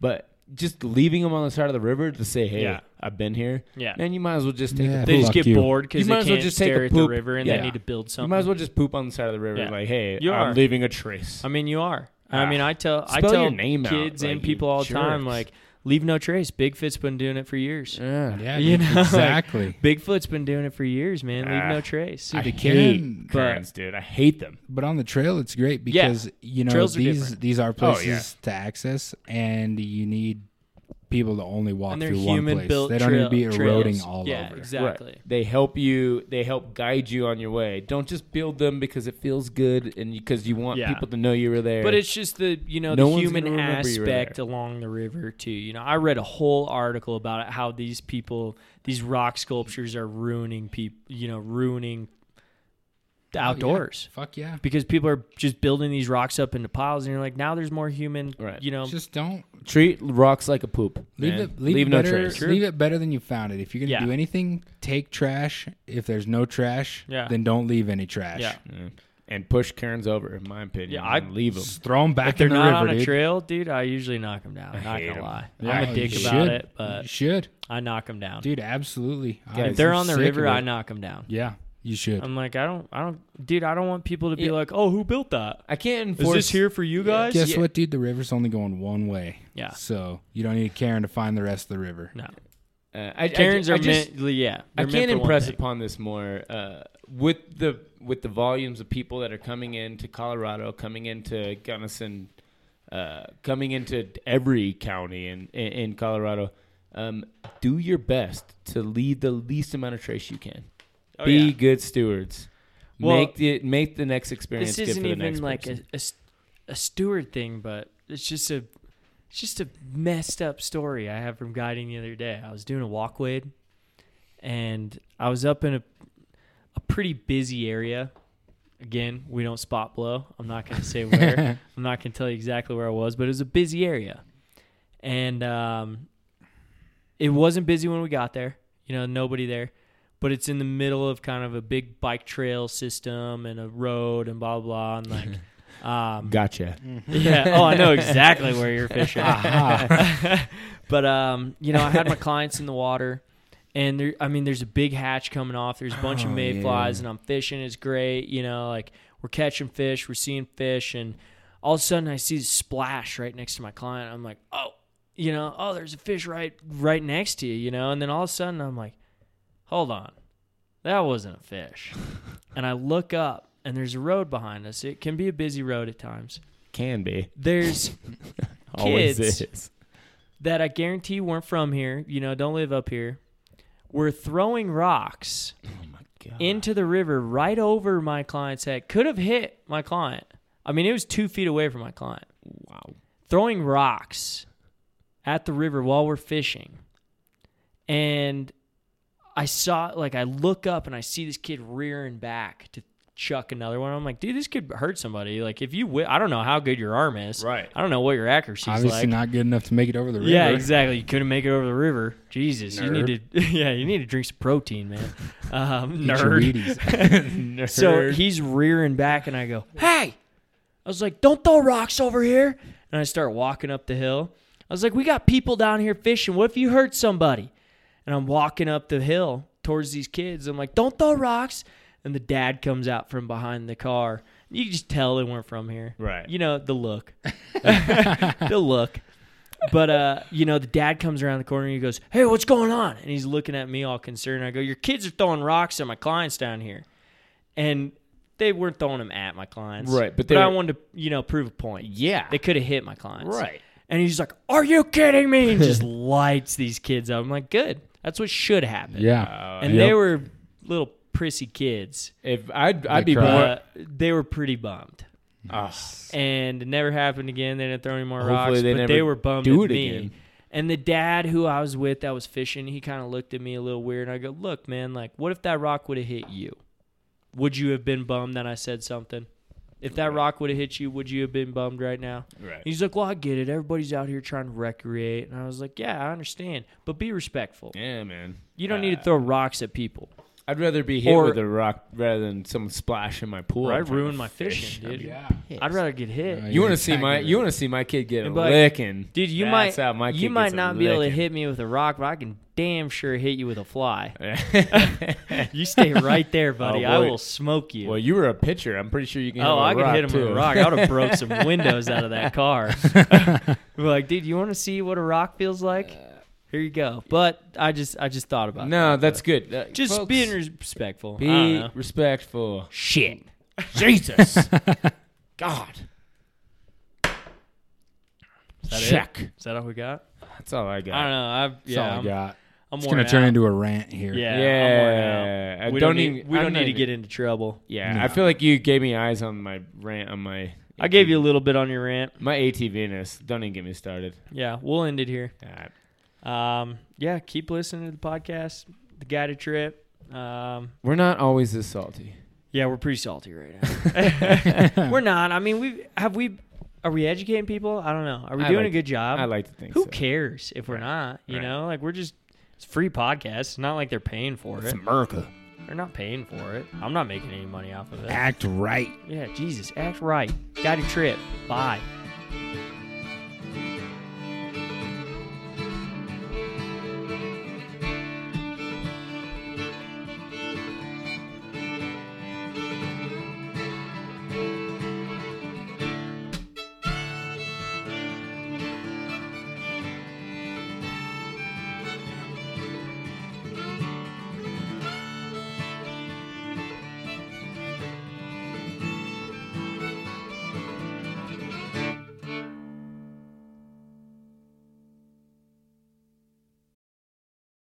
Speaker 4: but just leaving them on the side of the river to say, "Hey,
Speaker 3: Yeah.
Speaker 4: I've been here."
Speaker 3: Yeah.
Speaker 4: man, you might as well just take.
Speaker 2: Yeah.
Speaker 4: A
Speaker 3: they
Speaker 4: poop.
Speaker 3: just
Speaker 2: Fuck
Speaker 3: get
Speaker 2: you.
Speaker 3: bored
Speaker 4: You
Speaker 3: because
Speaker 4: might
Speaker 3: they
Speaker 4: as well
Speaker 3: can't
Speaker 4: just take
Speaker 3: stare
Speaker 4: a
Speaker 3: at the
Speaker 4: poop.
Speaker 3: river, and
Speaker 4: Yeah.
Speaker 3: they need to build
Speaker 4: you
Speaker 3: something.
Speaker 4: might as well just poop on the side of the river.
Speaker 3: Yeah.
Speaker 4: Like, hey,
Speaker 3: You
Speaker 4: I'm
Speaker 3: are.
Speaker 4: leaving a trace.
Speaker 3: I mean, you are. I
Speaker 4: Ah.
Speaker 3: mean, I tell I
Speaker 4: Spell
Speaker 3: tell
Speaker 4: your name out,
Speaker 3: kids
Speaker 4: like,
Speaker 3: and
Speaker 4: you
Speaker 3: people all the time,
Speaker 4: jerks.
Speaker 3: like, Leave no trace. Bigfoot's been doing it for years.
Speaker 4: Yeah.
Speaker 2: Yeah,
Speaker 3: You
Speaker 2: dude,
Speaker 3: know, like-
Speaker 2: exactly.
Speaker 3: Bigfoot's been doing it for years, man. Leave
Speaker 4: Ah.
Speaker 3: no trace.
Speaker 2: Dude,
Speaker 4: I
Speaker 2: the
Speaker 4: hate
Speaker 2: Karen-
Speaker 4: crayons, dude. I hate them.
Speaker 2: But on the trail, it's great
Speaker 3: Yeah.
Speaker 2: because you know
Speaker 3: Trails are
Speaker 2: these
Speaker 3: different.
Speaker 2: these are
Speaker 4: Oh,
Speaker 2: places to access, and you need people to only walk
Speaker 3: and they're
Speaker 2: through one place.
Speaker 3: human-built
Speaker 2: They don't need to be
Speaker 3: trail-
Speaker 2: eroding
Speaker 3: trails.
Speaker 2: all
Speaker 3: yeah,
Speaker 2: over.
Speaker 3: exactly.
Speaker 4: Right. They help you. They help guide you on your way. Don't just build them because it feels good and because you want
Speaker 3: Yeah.
Speaker 4: people to know you were there.
Speaker 3: But it's just the you know
Speaker 4: No
Speaker 3: the
Speaker 4: one's
Speaker 3: human
Speaker 4: gonna remember you were
Speaker 3: aspect
Speaker 4: there.
Speaker 3: along the river too. You know, I read a whole article about it, how these people, these rock sculptures, are ruining people. You know, ruining the
Speaker 2: Oh, yeah.
Speaker 3: outdoors
Speaker 2: Fuck yeah.
Speaker 3: because people are just building these rocks up into piles, and you're like, now there's more human.
Speaker 4: Right.
Speaker 3: You know,
Speaker 2: Just don't
Speaker 4: treat rocks like a poop.
Speaker 2: leave
Speaker 4: man.
Speaker 2: it. Leave, it
Speaker 4: no
Speaker 2: better,
Speaker 4: trace.
Speaker 2: Leave it better than you found it. If you're gonna
Speaker 3: Yeah.
Speaker 2: do anything, take trash. If there's no trash,
Speaker 3: Yeah.
Speaker 2: then don't leave any trash.
Speaker 3: yeah.
Speaker 4: Yeah. And push Cairns over, in my opinion.
Speaker 3: Yeah, I-
Speaker 4: and leave them.
Speaker 2: Just throw them back
Speaker 3: If they're
Speaker 2: in the
Speaker 3: not
Speaker 2: river,
Speaker 3: on a
Speaker 2: dude.
Speaker 3: trail, dude, I usually knock them down. not
Speaker 4: hate
Speaker 3: gonna
Speaker 4: 'em.
Speaker 3: lie,
Speaker 2: Yeah,
Speaker 3: I'm a dick
Speaker 2: you
Speaker 3: about
Speaker 2: should.
Speaker 3: it, but
Speaker 2: You should,
Speaker 3: I knock them down.
Speaker 2: dude. Absolutely.
Speaker 4: Guys,
Speaker 3: if they're
Speaker 2: I'm
Speaker 3: on the
Speaker 2: sick
Speaker 3: river,
Speaker 2: of
Speaker 3: I Um,
Speaker 2: it.
Speaker 3: knock them down.
Speaker 2: Yeah, you should.
Speaker 3: I'm like, I don't, I don't, dude, I don't want people to be
Speaker 4: Yeah.
Speaker 3: like, oh, who built that?
Speaker 4: I can't
Speaker 3: Is
Speaker 4: enforce
Speaker 3: this here for you
Speaker 4: Yeah.
Speaker 3: guys?
Speaker 2: Guess
Speaker 4: yeah.
Speaker 2: what, dude? The river's only going one way.
Speaker 3: Yeah.
Speaker 2: So you don't need Karen to find the rest of the river.
Speaker 3: No.
Speaker 4: Uh, I,
Speaker 3: Karens
Speaker 4: I, ju-
Speaker 3: are
Speaker 4: I just,
Speaker 3: meant, yeah.
Speaker 4: I
Speaker 3: they're meant
Speaker 4: can't
Speaker 3: for one
Speaker 4: impress
Speaker 3: thing.
Speaker 4: upon this more uh, with the with the volumes of people that are coming into Colorado, coming into Gunnison, uh, coming into every county in in, in Colorado. Um, do your best to leave the least amount of trace you can.
Speaker 3: Oh,
Speaker 4: Be
Speaker 3: yeah.
Speaker 4: good stewards.
Speaker 3: Well,
Speaker 4: make the make the next experience.
Speaker 3: This
Speaker 4: good for
Speaker 3: isn't
Speaker 4: the next
Speaker 3: even like a,
Speaker 4: person.
Speaker 3: a s- a steward thing, but it's just a, it's just a messed up story I have from guiding the other day. I was doing a walk wade, and I was up in a, a pretty busy area. Again, we don't spot blow. I'm not going to say where. I'm not gonna tell you exactly where I was, but it was a busy area, and um, it wasn't busy when we got there. You know, nobody there, but it's in the middle of kind of a big bike trail system and a road and blah blah, blah and like, um,
Speaker 4: gotcha.
Speaker 3: [laughs] yeah. Oh, I know exactly where you're fishing.
Speaker 2: Aha.
Speaker 3: [laughs] but um, you know, I had my clients in the water, and there, I mean, there's a big hatch coming off. There's a bunch of
Speaker 4: Oh,
Speaker 3: mayflies, and I'm fishing. It's great, you know, like we're catching fish, we're seeing fish, and all of a sudden I see this splash right next to my client. I'm like, oh, you know, oh, there's a fish right right next to you, you know, and then all of a sudden I'm like, hold on, that wasn't a fish, and I look up. And there's a road behind us. It can be a busy road at times.
Speaker 4: Can be.
Speaker 3: There's
Speaker 4: Always
Speaker 3: Kids.
Speaker 4: is.
Speaker 3: that I guarantee weren't from here, you know, don't live up here, were throwing rocks
Speaker 4: Oh my god.
Speaker 3: into the river right over my client's head. Could have hit my client. I mean, it was two feet away from my client.
Speaker 4: wow.
Speaker 3: Throwing rocks at the river while we're fishing. And I saw, like, I look up and I see this kid rearing back to chuck another one. I'm like, dude, this could hurt somebody. Like, if you, whi I don't know how good your arm is.
Speaker 4: Right.
Speaker 3: I don't know what your accuracy is
Speaker 2: Obviously
Speaker 3: like.
Speaker 2: not good enough to make it over the river.
Speaker 3: Yeah, exactly. You couldn't make it over the river. Jesus, you
Speaker 2: Nerd.
Speaker 3: need to. [laughs] Yeah, you need to drink some protein, man.
Speaker 2: [laughs]
Speaker 3: Um,
Speaker 2: Eat your
Speaker 3: nerd. [laughs]
Speaker 2: Wheaties.
Speaker 4: [laughs]
Speaker 3: So he's rearing back, and I go, "Hey!" I was like, "Don't throw rocks over here!" And I start walking up the hill. I was like, "We got people down here fishing. What if you hurt somebody?" And I'm walking up the hill towards these kids. I'm like, "Don't throw rocks!" And the dad comes out from behind the car. You can just tell they weren't from here,
Speaker 4: Right.
Speaker 3: You know the look, [laughs] the look. But uh, you know, the dad comes around the corner and he goes, "Hey, what's going on?" And he's looking at me all concerned. I go, "Your kids are throwing rocks at my clients down here," and they weren't throwing them at my clients,
Speaker 4: Right, but
Speaker 3: But I
Speaker 4: they're-
Speaker 3: wanted to, you know, prove a point.
Speaker 4: yeah.
Speaker 3: They could have hit my clients,
Speaker 4: Right.
Speaker 3: And he's like, "Are you kidding me?" And
Speaker 4: [laughs]
Speaker 3: just lights these kids up. I'm like, "Good, that's what should happen."
Speaker 2: yeah.
Speaker 3: and
Speaker 2: Yep.
Speaker 3: they were little prissy kids,
Speaker 4: If I'd I'd be
Speaker 2: cry.
Speaker 4: more
Speaker 3: but they were pretty bummed. and it never happened again. They didn't throw any more
Speaker 4: Hopefully
Speaker 3: rocks,
Speaker 4: they
Speaker 3: but
Speaker 4: never
Speaker 3: they were bummed
Speaker 4: do
Speaker 3: at
Speaker 4: it
Speaker 3: me.
Speaker 4: again.
Speaker 3: And the dad who I was with that was fishing, he kind of looked at me a little weird. And I go, "Look, man, like, what if that rock would have hit you? Would you have been bummed that I said something? If that rock would have hit you, would you have been bummed right now?"
Speaker 4: right.
Speaker 3: He's like, "Well, I get it. Everybody's out here trying to recreate," and I was like, "Yeah, I understand, but be respectful.
Speaker 4: Yeah, man. Uh,
Speaker 3: You don't need to throw rocks at people."
Speaker 4: I'd rather be hit
Speaker 3: Or-
Speaker 4: with a rock rather than someone splash in my pool.
Speaker 3: Or I'd
Speaker 4: I'm trying to
Speaker 3: ruin my
Speaker 4: fish.
Speaker 3: fishing,
Speaker 4: I'd be
Speaker 3: dude.
Speaker 2: Yeah.
Speaker 4: pissed.
Speaker 3: I'd rather get hit.
Speaker 2: Right.
Speaker 4: You want to
Speaker 2: Exactly
Speaker 4: see my you
Speaker 2: right.
Speaker 4: want to see my kid get a
Speaker 3: And be like,
Speaker 4: licking,
Speaker 3: Dude, you
Speaker 4: That's
Speaker 3: might
Speaker 4: how my kid
Speaker 3: you might
Speaker 4: gets a
Speaker 3: not be able to
Speaker 4: licking.
Speaker 3: hit me with a rock, but I can damn sure hit you with a fly.
Speaker 4: [laughs] might.
Speaker 3: You stay right
Speaker 4: [laughs]
Speaker 3: there, buddy. I
Speaker 4: Oh, boy.
Speaker 3: will smoke you.
Speaker 4: well, you were a pitcher. I'm pretty sure you can.
Speaker 3: oh, I could
Speaker 4: hit with a
Speaker 3: hit
Speaker 4: rock,
Speaker 3: him with
Speaker 4: too.
Speaker 3: a rock. I would have broke
Speaker 4: [laughs]
Speaker 3: some windows out of that car. [laughs] like, dude, you want to see what a rock feels like? Here you go. But I just I just thought about
Speaker 4: no,
Speaker 3: that,
Speaker 4: that's good. Uh,
Speaker 3: but- just
Speaker 4: folks,
Speaker 3: being respectful. I don't
Speaker 4: be
Speaker 3: know.
Speaker 4: respectful.
Speaker 3: shit.
Speaker 4: Jesus,
Speaker 3: [laughs]
Speaker 4: God,
Speaker 3: Is that it?
Speaker 4: check.
Speaker 3: Is that all we got?
Speaker 4: That's all I got.
Speaker 3: I don't know. I've
Speaker 2: That's
Speaker 3: yeah.
Speaker 2: all I
Speaker 3: I'm,
Speaker 2: got.
Speaker 3: I'm
Speaker 2: It's
Speaker 3: worn
Speaker 2: gonna turn
Speaker 3: out.
Speaker 2: into a rant here.
Speaker 3: yeah. I'm worn out.
Speaker 4: Yeah, I
Speaker 3: We don't, need,
Speaker 4: even-
Speaker 3: we
Speaker 4: I'm
Speaker 3: don't
Speaker 4: not
Speaker 3: need to
Speaker 4: even-
Speaker 3: get into trouble.
Speaker 4: Yeah,
Speaker 2: No.
Speaker 4: I feel like you gave me eyes on my rant on my.
Speaker 3: I gave you a little bit on your rant.
Speaker 4: my ATVness. Don't even get me started.
Speaker 3: Yeah, we'll end it here.
Speaker 4: Uh,
Speaker 3: Um, yeah, keep listening to the podcast, the guided trip. Um,
Speaker 4: we're not always this salty.
Speaker 3: yeah, we're pretty salty right now. [laughs] we're not. I mean, we have we are we educating people? I don't know. Are we
Speaker 4: I
Speaker 3: doing a
Speaker 4: like-
Speaker 3: good job?
Speaker 4: I like to think.
Speaker 3: Who
Speaker 4: so.
Speaker 3: cares if we're not? You
Speaker 4: Right.
Speaker 3: know, like we're just it's free podcast. It's not like they're paying for
Speaker 4: It's
Speaker 3: it.
Speaker 4: America.
Speaker 3: They're not paying for it. I'm not making any money off of it.
Speaker 2: Act right.
Speaker 3: Yeah, Jesus, act right. Guided trip. Bye.